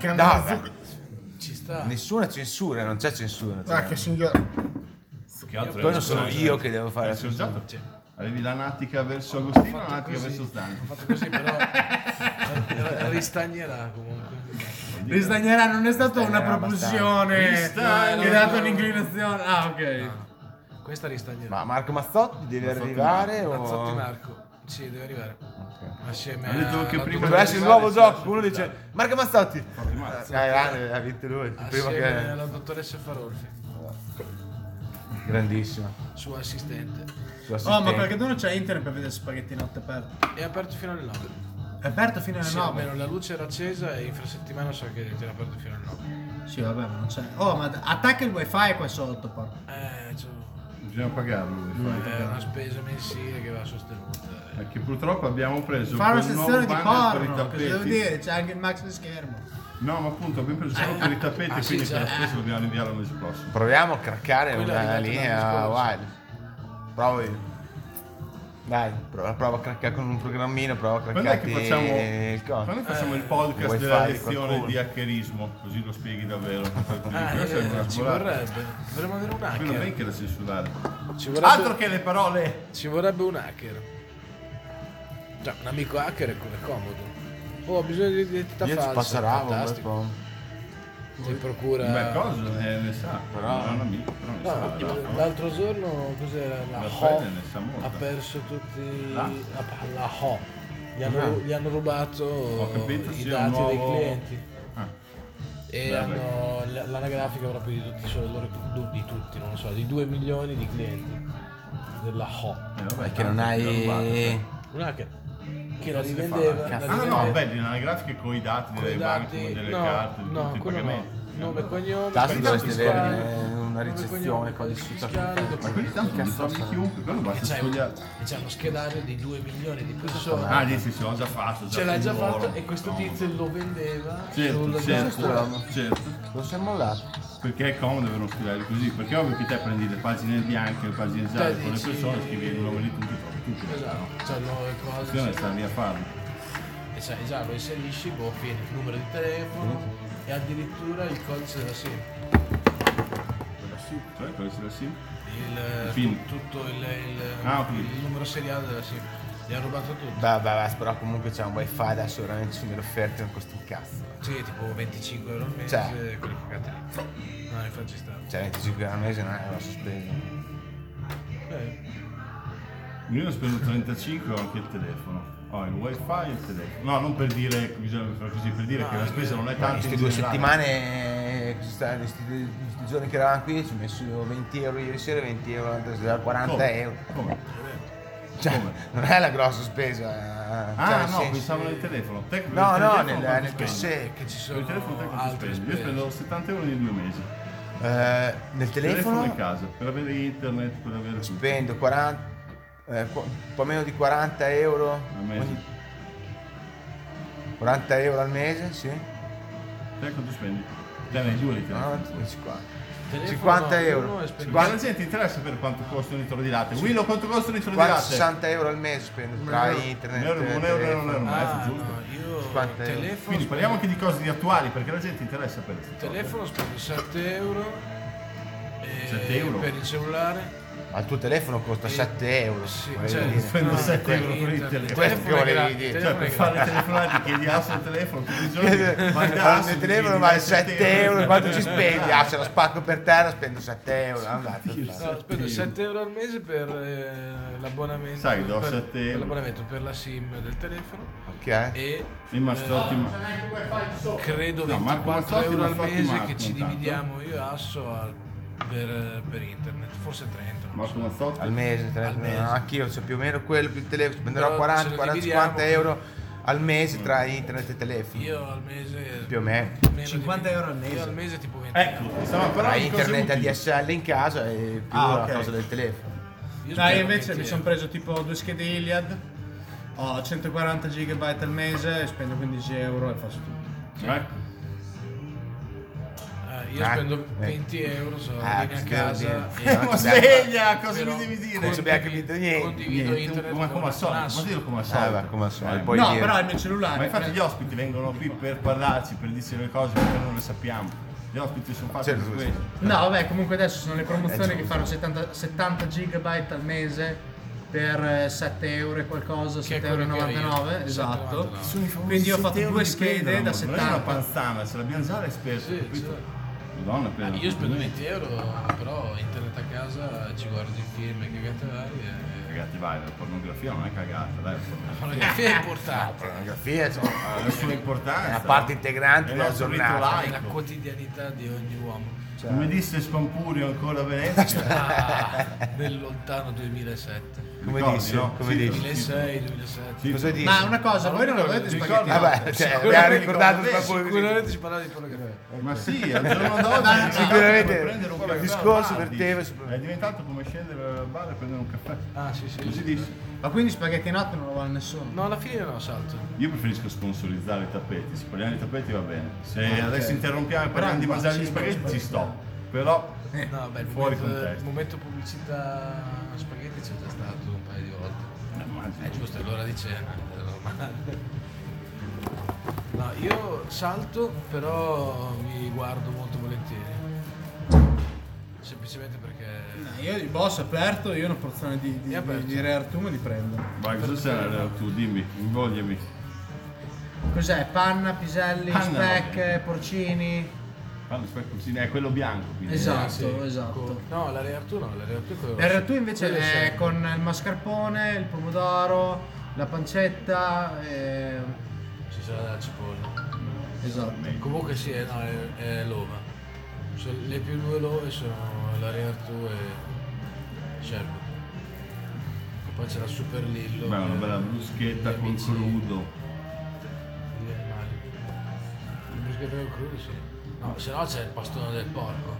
[SPEAKER 3] proprio.
[SPEAKER 8] No, beh,
[SPEAKER 3] Ci sta.
[SPEAKER 8] nessuna censura, non c'è censura. cioè.
[SPEAKER 2] Ah, che signore.
[SPEAKER 5] Che altro
[SPEAKER 8] Poi
[SPEAKER 5] è?
[SPEAKER 8] non sono io che devo fare la
[SPEAKER 5] Sei
[SPEAKER 8] censura.
[SPEAKER 5] usato? Avevi la esatto. natica verso Agostino e la natica verso Zani.
[SPEAKER 8] (laughs)
[SPEAKER 3] Ho fatto così, però. eh, eh, Ristagnerà comunque.
[SPEAKER 4] Ristagnerà non è stata una propulsione
[SPEAKER 3] Ristagnerà.
[SPEAKER 4] che ha dato un'inclinazione. Ah, ok.
[SPEAKER 3] Questa ristagnerà.
[SPEAKER 8] Ma Oh. Marco Mazzotti deve
[SPEAKER 3] Mazzotti
[SPEAKER 8] arrivare o...
[SPEAKER 3] Mazzotti Marco. Sì, deve arrivare. Assieme
[SPEAKER 5] Ha detto che
[SPEAKER 3] alla
[SPEAKER 5] prima
[SPEAKER 3] tua-
[SPEAKER 8] Dovrebbe essere il nuovo gioco, uno dice Marco Mazzotti.
[SPEAKER 5] Mazzotti.
[SPEAKER 8] Dai, dai, ha vinto lui, prima
[SPEAKER 3] Assieme
[SPEAKER 8] che...
[SPEAKER 3] alla dottoressa Farolfi,
[SPEAKER 8] Grandissimo.
[SPEAKER 3] suo assistente.
[SPEAKER 8] Suo
[SPEAKER 4] Oh, ma
[SPEAKER 8] assistente.
[SPEAKER 4] qualcuno c'ha internet per vedere spaghetti notte aperto.
[SPEAKER 3] È aperto fino alle 9.
[SPEAKER 4] È aperto fino alle
[SPEAKER 3] Sì,
[SPEAKER 4] 9.
[SPEAKER 3] almeno la luce era accesa e infrasettimana so che era aperto fino alle 9.
[SPEAKER 4] Sì, vabbè, ma non c'è. Oh, ma attacca il wifi qua sotto, porco.
[SPEAKER 3] Eh, c'è
[SPEAKER 5] Bisogna pagarlo. lui, fai.
[SPEAKER 3] è una spesa mensile che va sostenuta.
[SPEAKER 5] Perché purtroppo abbiamo preso
[SPEAKER 4] Fa una
[SPEAKER 5] quel nuovo
[SPEAKER 4] sezione di
[SPEAKER 5] banner per i
[SPEAKER 4] porno, cosa devo
[SPEAKER 5] tappeti.
[SPEAKER 4] dire? C'è anche il max di schermo.
[SPEAKER 5] No, ma appunto abbiamo preso solo per i tappeti,
[SPEAKER 3] Ah, sì,
[SPEAKER 5] quindi
[SPEAKER 3] già.
[SPEAKER 5] per la spesa dobbiamo inviarlo il mese prossimo.
[SPEAKER 8] Proviamo a craccare
[SPEAKER 3] Quello è
[SPEAKER 8] una
[SPEAKER 3] arrivato
[SPEAKER 8] linea
[SPEAKER 3] l'anno scorso.
[SPEAKER 8] wild. Provo io. Dai, prova, prova a craccare con un programmino, prova a
[SPEAKER 5] Quando è
[SPEAKER 8] craccare
[SPEAKER 5] che facciamo,
[SPEAKER 8] il
[SPEAKER 5] quando è
[SPEAKER 8] coso.
[SPEAKER 5] che facciamo il podcast
[SPEAKER 8] wifi
[SPEAKER 5] della
[SPEAKER 8] di
[SPEAKER 5] lezione
[SPEAKER 8] qualcuno.
[SPEAKER 5] di hackerismo? Così lo spieghi davvero.
[SPEAKER 3] Ah,
[SPEAKER 5] Questa è una
[SPEAKER 3] eh, ci
[SPEAKER 5] sbolata.
[SPEAKER 3] vorrebbe. Dovremmo avere un
[SPEAKER 5] Quello non è
[SPEAKER 3] hacker.
[SPEAKER 5] che da censurare.
[SPEAKER 3] Ci vorrebbe,
[SPEAKER 8] Altro che le parole!
[SPEAKER 3] ci vorrebbe un hacker. Cioè, un amico hacker è quello comodo. Oh, ho bisogno di identità
[SPEAKER 8] Io ci
[SPEAKER 3] falsa.
[SPEAKER 8] passeravo un bel
[SPEAKER 3] Fantastico.
[SPEAKER 8] po'.
[SPEAKER 3] Ti procura.
[SPEAKER 5] Un bel coso, eh, ne sa. Però non è un amico, però ne
[SPEAKER 3] No,
[SPEAKER 5] sa.
[SPEAKER 3] tipo,
[SPEAKER 5] La-
[SPEAKER 3] Ah, l'altro giorno cos'era la
[SPEAKER 5] La
[SPEAKER 3] Ho?
[SPEAKER 5] Fede ne sa molto.
[SPEAKER 3] Ha perso tutti
[SPEAKER 5] La? Ah.
[SPEAKER 3] la, la Ho. Gli hanno, gli hanno rubato
[SPEAKER 5] Ho capito,
[SPEAKER 3] i
[SPEAKER 5] sì, è un
[SPEAKER 3] dati
[SPEAKER 5] nuovo-
[SPEAKER 3] dei clienti
[SPEAKER 5] Ah,
[SPEAKER 3] e
[SPEAKER 5] Vabbè.
[SPEAKER 3] hanno l- l'anagrafica proprio di tutti, solo loro, du- di tutti, non lo so, di 2 milioni di clienti della Ho.
[SPEAKER 5] eh, vabbè,
[SPEAKER 8] Perché non hai...
[SPEAKER 3] Un hacker che la
[SPEAKER 5] Non si fa
[SPEAKER 3] rivendeva.
[SPEAKER 5] Ah
[SPEAKER 3] la
[SPEAKER 5] no, no,
[SPEAKER 3] rivendeva
[SPEAKER 5] beh, di una grafica con i dati
[SPEAKER 3] con i
[SPEAKER 5] delle
[SPEAKER 3] dati-
[SPEAKER 5] banche, Ecco, delle
[SPEAKER 3] no,
[SPEAKER 5] carte, di
[SPEAKER 3] no,
[SPEAKER 5] tutti i
[SPEAKER 3] quello no.
[SPEAKER 5] pagamenti.
[SPEAKER 3] Nome e cognome,
[SPEAKER 8] Tanto
[SPEAKER 3] codice
[SPEAKER 8] dovresti
[SPEAKER 3] fiscale,
[SPEAKER 8] avere una
[SPEAKER 3] nome e
[SPEAKER 8] ricezione,
[SPEAKER 3] cognome,
[SPEAKER 8] codice
[SPEAKER 3] fiscale,
[SPEAKER 8] fiscale.
[SPEAKER 5] Ma quelli tanto li trovi chiunque, quello
[SPEAKER 3] E
[SPEAKER 5] basta
[SPEAKER 3] c'è,
[SPEAKER 5] sfogliare.
[SPEAKER 3] e c'è uno schedario di 2 milioni di persone.
[SPEAKER 5] Ah, lì sì, sì, l'ho già fatto.
[SPEAKER 3] Ce l'ha già
[SPEAKER 5] fatto
[SPEAKER 3] fatto
[SPEAKER 5] loro.
[SPEAKER 3] e questo
[SPEAKER 5] No.
[SPEAKER 3] tizio lo vendeva
[SPEAKER 5] Certo,
[SPEAKER 3] sulla
[SPEAKER 5] certo, certo.
[SPEAKER 8] Lo siamo mollato.
[SPEAKER 5] Perché è comodo avere uno scrivere così, perché è ovvio che te prendi le pagine bianche, le pagine gialle con le
[SPEAKER 3] dici-
[SPEAKER 5] persone, scrivi il nome di tutti, trovi tutto.
[SPEAKER 3] Esatto, c'è nuove
[SPEAKER 5] Se no,
[SPEAKER 3] cose.
[SPEAKER 5] sta lì a farlo.
[SPEAKER 3] E sai, già lo inserisci, boh, viene il numero di telefono e addirittura il codice della SIM.
[SPEAKER 5] Quella sì, cioè quella sì, la sì.
[SPEAKER 3] Il,
[SPEAKER 5] PIN.
[SPEAKER 3] tutto il, il-
[SPEAKER 5] Ah, ok.
[SPEAKER 3] il numero seriale della SIM. Gli ha rubato tutto.
[SPEAKER 8] Beh, beh, beh, però comunque c'è un wifi adesso, veramente ci sono delle offerte, non costa un cazzo.
[SPEAKER 5] Eh,
[SPEAKER 3] Sì, tipo 25 euro al mese,
[SPEAKER 8] Cioè.
[SPEAKER 3] quelle cagate lì. No, infatti ci sta.
[SPEAKER 8] Cioè, 25 euro al mese non è una sospesa.
[SPEAKER 3] Eh,
[SPEAKER 5] Io ne spendo 35 ho anche il telefono. Ho il wifi e il telefono. No, non per dire che bisogna fare così, per dire
[SPEAKER 3] No,
[SPEAKER 5] che la
[SPEAKER 3] è
[SPEAKER 5] spesa
[SPEAKER 3] vero.
[SPEAKER 5] non è
[SPEAKER 8] Ma
[SPEAKER 5] tanto.
[SPEAKER 8] Cioè, in queste
[SPEAKER 5] in
[SPEAKER 8] due
[SPEAKER 5] generale.
[SPEAKER 8] settimane, eh, questi sta- questi questi giorni che eravamo qui, ci ho messo 20 euro ieri sera, 20 euro l'altra sera, 40
[SPEAKER 5] Come?
[SPEAKER 8] euro.
[SPEAKER 5] Come?
[SPEAKER 8] Cioè,
[SPEAKER 5] Come?
[SPEAKER 8] non è la grossa spesa. cioè,
[SPEAKER 5] Ah,
[SPEAKER 8] nel
[SPEAKER 5] no,
[SPEAKER 8] senso-
[SPEAKER 5] pensavo nel telefono. Te- il
[SPEAKER 8] No, no,
[SPEAKER 5] telefono
[SPEAKER 8] nel,
[SPEAKER 5] quanto
[SPEAKER 8] nel
[SPEAKER 5] spendi?
[SPEAKER 8] PC.
[SPEAKER 3] che ci sono
[SPEAKER 5] Per il telefono te quanto
[SPEAKER 3] altre
[SPEAKER 5] spendi? Io
[SPEAKER 3] spese.
[SPEAKER 5] spendo 70 euro nei due mesi.
[SPEAKER 8] Eh, nel
[SPEAKER 5] telefono in
[SPEAKER 8] telefono
[SPEAKER 5] casa, per avere internet, per avere tutto.
[SPEAKER 8] spendo 40, eh, qu- un po' meno di 40 euro.
[SPEAKER 5] Al mese.
[SPEAKER 8] ogni- 40 euro al mese, sì.
[SPEAKER 5] Te quanto spendi? Te ne hai due di
[SPEAKER 8] No,
[SPEAKER 5] telefono.
[SPEAKER 8] 50.
[SPEAKER 3] Telefono,
[SPEAKER 8] 50 euro.
[SPEAKER 3] uno è
[SPEAKER 5] Perché
[SPEAKER 3] spendibile.
[SPEAKER 5] la gente interessa sapere quanto costano i toro di latte. Willow, quanto costano i toro di
[SPEAKER 8] Quanto-
[SPEAKER 5] latte?
[SPEAKER 8] 60 euro al mese spendo tra internet.
[SPEAKER 5] Un euro, un euro,
[SPEAKER 8] telefono.
[SPEAKER 5] un euro, un
[SPEAKER 3] Ah,
[SPEAKER 5] euro, giusto.
[SPEAKER 3] no, io
[SPEAKER 8] 50 euro.
[SPEAKER 3] telefono
[SPEAKER 5] Quindi parliamo anche di cose di attuali, perché la gente interessa per
[SPEAKER 3] spendo- telefono spendo 7 euro, eh,
[SPEAKER 5] 7 euro?
[SPEAKER 3] per il cellulare
[SPEAKER 8] Ma il tuo telefono costa 7 euro.
[SPEAKER 3] Sì,
[SPEAKER 8] volevo
[SPEAKER 3] cioè,
[SPEAKER 8] dire.
[SPEAKER 5] (laughs) spendo
[SPEAKER 3] no,
[SPEAKER 5] 7 euro per il
[SPEAKER 3] internet.
[SPEAKER 5] telefono.
[SPEAKER 8] Questo che volevi
[SPEAKER 3] gra-
[SPEAKER 8] dire.
[SPEAKER 3] telefono
[SPEAKER 5] Cioè, per
[SPEAKER 3] è
[SPEAKER 5] fare le
[SPEAKER 3] gratis.
[SPEAKER 5] telefonate, chiedi asso al telefono tutti i giorni, vai da
[SPEAKER 8] Allora,
[SPEAKER 5] Asso,
[SPEAKER 8] il mio
[SPEAKER 5] chiedi
[SPEAKER 8] telefono vale
[SPEAKER 5] dai
[SPEAKER 8] 7 euro, quanto ci spendi? Ah, se lo spacco per terra spendo 7 euro. Andate, andate.
[SPEAKER 3] No, spendo 7 euro al mese per eh, l'abbonamento.
[SPEAKER 5] Sai, do
[SPEAKER 3] per,
[SPEAKER 5] 7 euro.
[SPEAKER 3] per l'abbonamento per la SIM del telefono
[SPEAKER 8] Ok? eh?
[SPEAKER 3] e
[SPEAKER 5] Il Mazzotti, ma-
[SPEAKER 3] credo
[SPEAKER 5] No,
[SPEAKER 3] 24
[SPEAKER 5] Marco Mazzotti,
[SPEAKER 3] euro al
[SPEAKER 5] Mazzotti,
[SPEAKER 3] mese
[SPEAKER 5] Marco,
[SPEAKER 3] che ci
[SPEAKER 5] intanto.
[SPEAKER 3] dividiamo io e Asso a- per, per internet, forse 30. non
[SPEAKER 5] Marco
[SPEAKER 3] so.
[SPEAKER 5] Mazzotti,
[SPEAKER 8] Al mese, telefono.
[SPEAKER 3] mese.
[SPEAKER 8] No, anch'io, c'è più o meno quello, più il telefono, spenderò
[SPEAKER 3] Però
[SPEAKER 8] 40,
[SPEAKER 3] ce lo
[SPEAKER 8] 40,
[SPEAKER 3] dividiamo. Mm.
[SPEAKER 8] 50 euro al mese tra internet e telefono.
[SPEAKER 3] Io al mese
[SPEAKER 8] Più o meno.
[SPEAKER 3] meno di
[SPEAKER 20] 50 euro al
[SPEAKER 3] io
[SPEAKER 20] mese.
[SPEAKER 3] al mese tipo 20 euro.
[SPEAKER 5] ecco, stiamo
[SPEAKER 8] Tra
[SPEAKER 5] parlando di cose
[SPEAKER 8] internet e
[SPEAKER 5] utili.
[SPEAKER 8] DSL in casa e più
[SPEAKER 20] Ah, ok.
[SPEAKER 8] la cosa del telefono.
[SPEAKER 3] Io
[SPEAKER 4] No, io
[SPEAKER 3] spendo
[SPEAKER 4] invece
[SPEAKER 3] 20
[SPEAKER 4] mi sono
[SPEAKER 3] euro.
[SPEAKER 4] preso tipo due schede Iliad, ho 140 GB al mese e spendo 15 euro e faccio tutto.
[SPEAKER 5] Ecco.
[SPEAKER 3] Eh, io
[SPEAKER 8] Ah,
[SPEAKER 3] spendo
[SPEAKER 8] eh.
[SPEAKER 3] 20 euro, sono vieni
[SPEAKER 8] Ah,
[SPEAKER 3] a
[SPEAKER 8] che devo
[SPEAKER 3] casa
[SPEAKER 8] dire.
[SPEAKER 3] e
[SPEAKER 8] Eh, ma
[SPEAKER 5] sveglia, cosa mi devi dire?
[SPEAKER 3] condivi-
[SPEAKER 8] Non ci abbiamo capito niente,
[SPEAKER 3] Condivido
[SPEAKER 8] niente.
[SPEAKER 3] internet
[SPEAKER 5] Ma
[SPEAKER 3] con
[SPEAKER 5] come al solito, ma
[SPEAKER 3] Asso.
[SPEAKER 5] dillo come al
[SPEAKER 8] Ah,
[SPEAKER 5] solito.
[SPEAKER 8] va, come al solito.
[SPEAKER 5] Eh,
[SPEAKER 8] Poi
[SPEAKER 4] no,
[SPEAKER 8] dire-
[SPEAKER 4] però il mio
[SPEAKER 5] Ma
[SPEAKER 4] cellulare. eh.
[SPEAKER 5] infatti gli ospiti vengono qui per parlarci, per dirci le cose perché non le sappiamo. Gli ospiti sono fatti
[SPEAKER 8] Certo,
[SPEAKER 5] per
[SPEAKER 8] sì.
[SPEAKER 5] questo.
[SPEAKER 4] No, vabbè, comunque adesso sono le promozioni
[SPEAKER 8] Eh,
[SPEAKER 4] che fanno 70, 70 GB al mese per 7 euro e qualcosa,
[SPEAKER 3] Che è
[SPEAKER 4] 7,99 euro,
[SPEAKER 3] quello che io,
[SPEAKER 4] esatto.
[SPEAKER 3] 7,99.
[SPEAKER 4] Quindi ho fatto due schede da
[SPEAKER 5] Non è una
[SPEAKER 4] 70.
[SPEAKER 5] panzana, se l'abbiamo già l'hai spesa,
[SPEAKER 3] Sì,
[SPEAKER 5] capito?
[SPEAKER 3] certo.
[SPEAKER 5] Madonna,
[SPEAKER 4] Eh,
[SPEAKER 3] Ah,
[SPEAKER 5] Pedro.
[SPEAKER 3] io spendo 20 euro, però internet a casa ci guardi il film e cagate varie.
[SPEAKER 5] (laughs)
[SPEAKER 3] e-
[SPEAKER 5] Ragazzi, vai, la pornografia non è cagata, dai.
[SPEAKER 3] La pornografia è
[SPEAKER 5] Ah,
[SPEAKER 3] importante,
[SPEAKER 8] pornografia, insomma,
[SPEAKER 5] Ha la sua
[SPEAKER 8] è
[SPEAKER 5] importanza.
[SPEAKER 8] una parte integrante
[SPEAKER 5] È
[SPEAKER 8] della
[SPEAKER 5] nostro rito
[SPEAKER 8] giornata.
[SPEAKER 3] è la
[SPEAKER 5] laico.
[SPEAKER 3] quotidianità di ogni uomo.
[SPEAKER 5] Cioè, Come disse Spampurio ancora a Venezia.
[SPEAKER 3] Ah, nel lontano 2007.
[SPEAKER 8] (laughs) Come
[SPEAKER 5] Ricordi,
[SPEAKER 8] dici?
[SPEAKER 5] no?
[SPEAKER 8] Come
[SPEAKER 5] Sì,
[SPEAKER 8] dici?
[SPEAKER 3] 2006, 2007.
[SPEAKER 5] Sì.
[SPEAKER 8] Cosa dici?
[SPEAKER 4] Ma una cosa, voi non avete spaghetti
[SPEAKER 5] ricordo.
[SPEAKER 8] Vabbè, cioè, abbiamo ricordato il papone.
[SPEAKER 3] Sicuramente ci parlava di pornografia.
[SPEAKER 5] Eh, Ma sì, al giorno d'oggi
[SPEAKER 8] Sicuramente
[SPEAKER 5] puoi prendere un
[SPEAKER 8] il
[SPEAKER 5] caffè
[SPEAKER 8] discorso
[SPEAKER 5] al bar,
[SPEAKER 8] verteva
[SPEAKER 5] dici.
[SPEAKER 8] su-
[SPEAKER 5] È diventato come scendere al bar e prendere un caffè.
[SPEAKER 3] Ah, sì, sì.
[SPEAKER 5] Così dici.
[SPEAKER 4] Ma quindi spaghetti in atto non lo vuole nessuno.
[SPEAKER 3] No, alla fine no, salto.
[SPEAKER 5] Io preferisco sponsorizzare i tappeti, se parliamo di tappeti va bene. Se
[SPEAKER 8] Ah, certo.
[SPEAKER 5] adesso interrompiamo e parliamo di mangiare gli spaghetti ci sto. Però
[SPEAKER 8] Eh.
[SPEAKER 3] No, beh, il
[SPEAKER 5] Eh, Fuori
[SPEAKER 3] momento,
[SPEAKER 5] contesto.
[SPEAKER 3] momento pubblicità spaghetti c'è già stato un paio di volte.
[SPEAKER 5] Eh,
[SPEAKER 8] Eh,
[SPEAKER 3] È giusto, è l'ora di cena, è normale. No, io salto, però mi guardo molto volentieri. Semplicemente perché...
[SPEAKER 4] No, Eh, Io il boss aperto, io una porzione di, di,
[SPEAKER 3] È aperto.
[SPEAKER 4] di, di Re Artume li prendo.
[SPEAKER 5] vai, cosa sarà tu? Dimmi, invogliami.
[SPEAKER 4] Cos'è? Panna, piselli,
[SPEAKER 5] Panna,
[SPEAKER 4] speck, porcini.
[SPEAKER 5] Fanno specchio così, è quello bianco. Quindi.
[SPEAKER 4] Esatto,
[SPEAKER 3] Sì,
[SPEAKER 4] esatto.
[SPEAKER 3] con- No, la Re Artù no, la Re Artù è quello
[SPEAKER 4] Il
[SPEAKER 3] rosso.
[SPEAKER 4] ratù invece
[SPEAKER 3] Quello
[SPEAKER 4] è
[SPEAKER 3] sempre.
[SPEAKER 4] con il mascarpone, il pomodoro, la pancetta. eh,
[SPEAKER 3] Ci sarà la cipolla.
[SPEAKER 4] Esatto.
[SPEAKER 8] Ecco.
[SPEAKER 3] Comunque sì, eh, no, è, è l'ova. So- le più due love sono la Re Artù e Sherwood. E poi c'è la Super Lillo.
[SPEAKER 5] Beh, una
[SPEAKER 3] eh,
[SPEAKER 5] bella bruschetta
[SPEAKER 3] gli
[SPEAKER 5] con
[SPEAKER 3] amici
[SPEAKER 5] crudo.
[SPEAKER 3] Degli animali. Il bruschetto con crudo sì. No, se no c'è il pastone del porco.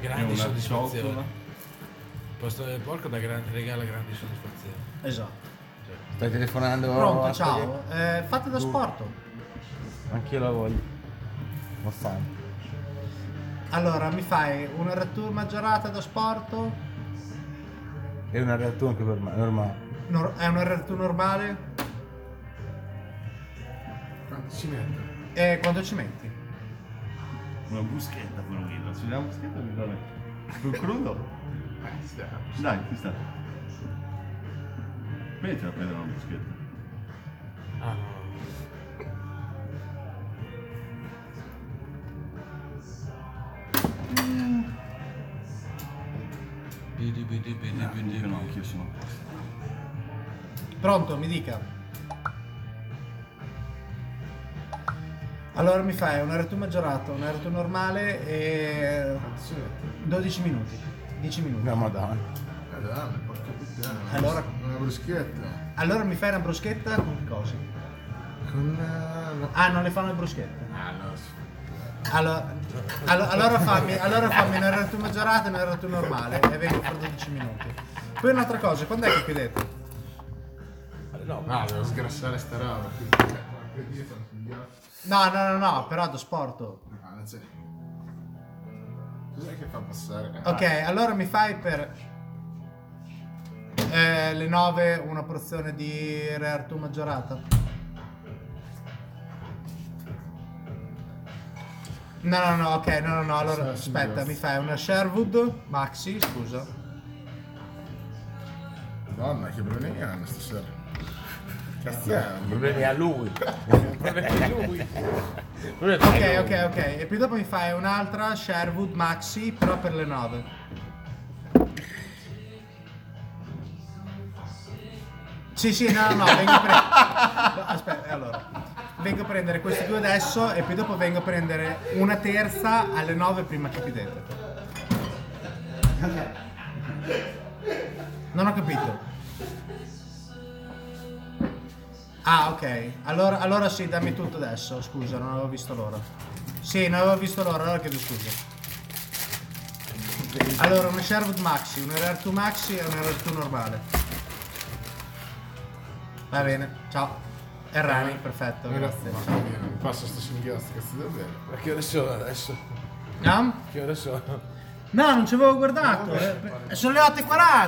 [SPEAKER 5] E
[SPEAKER 3] Grandi
[SPEAKER 5] una
[SPEAKER 3] soddisfazioni.
[SPEAKER 5] ciotola.
[SPEAKER 3] Il pastone del porco da gran- regala grandi soddisfazioni.
[SPEAKER 4] Esatto.
[SPEAKER 8] Stai telefonando?
[SPEAKER 4] Pronto, ciao. Eh, fate da sporto.
[SPEAKER 8] Anch'io la voglio. Ma fan.
[SPEAKER 4] Allora, mi fai una ratù maggiorata da sporto?
[SPEAKER 8] È una realtà anche per me, normale.
[SPEAKER 4] Nor- è una ratù normale?
[SPEAKER 2] Quanto ci metto?
[SPEAKER 4] E quando Eh, ci metti?
[SPEAKER 5] Una bruschetta con guido. Ci diamo bruschetta mi dà Con crudo? Dai, qui Eh, sta. Mettila a prendere una bruschetta.
[SPEAKER 3] Ah no. Bidi, bidi, bidi, bidi,
[SPEAKER 5] Quindi no,
[SPEAKER 3] bidi.
[SPEAKER 5] anch'io sono a posto.
[SPEAKER 4] Pronto, mi dica. Allora mi fai un RT maggiorato, un RT normale e 12 minuti. 10 minuti.
[SPEAKER 8] Una madonna.
[SPEAKER 2] Madonna, Eh, porca puttana.
[SPEAKER 4] Allora-
[SPEAKER 2] Una bruschetta.
[SPEAKER 4] Allora mi fai una bruschetta con che cosa?
[SPEAKER 2] Con eh, la...
[SPEAKER 4] Ah, non le fanno le bruschette.
[SPEAKER 2] Ah, no, sì.
[SPEAKER 4] Allora, allo- allora fammi, allora fammi un RT maggiorato e un RT normale e vengo fra 12 minuti. Poi un'altra cosa, quando è che chiudete?
[SPEAKER 3] No,
[SPEAKER 2] Ah, devo sgrassare sta roba. quindi, eh, porca dieta, non so.
[SPEAKER 4] No, no, no, no, però do sporto.
[SPEAKER 2] Ah, non c'è. Cos'è che fa passare? Ah,
[SPEAKER 4] Ok, allora mi fai per eh, le 9 una porzione di Re Artù maggiorata. No, no, no, ok, no, no, no, allora aspetta, mi fai una Sherwood Maxi, scusa.
[SPEAKER 2] Madonna, che problemi hanno stasera? Cazzo, è un
[SPEAKER 8] Problemi a lui.
[SPEAKER 4] Ok, ok, ok, e poi dopo mi fai un'altra Sherwood Maxi, però per le 9. Sì, sì, no, no, no, vengo a prendere... Aspetta, e allora. Vengo a prendere questi due adesso e poi dopo vengo a prendere una terza alle 9 prima che chiudete. Non ho capito. Ah, ok. Allora, allora sì, dammi tutto adesso. Scusa, non avevo visto l'ora. Sì, non avevo visto l'ora, allora chiedo scusa. Allora, una Sherwood Maxi, un RR2 Maxi e un RR2 normale. Va bene, ciao. Errani, perfetto, grazie.
[SPEAKER 2] Mamma mia, non passo sto singhiozzo, cazzo davvero.
[SPEAKER 3] ma che ore sono adesso?
[SPEAKER 4] No?
[SPEAKER 3] Che ore sono?
[SPEAKER 4] No, non ci avevo guardato. eh, Sono le 8.40.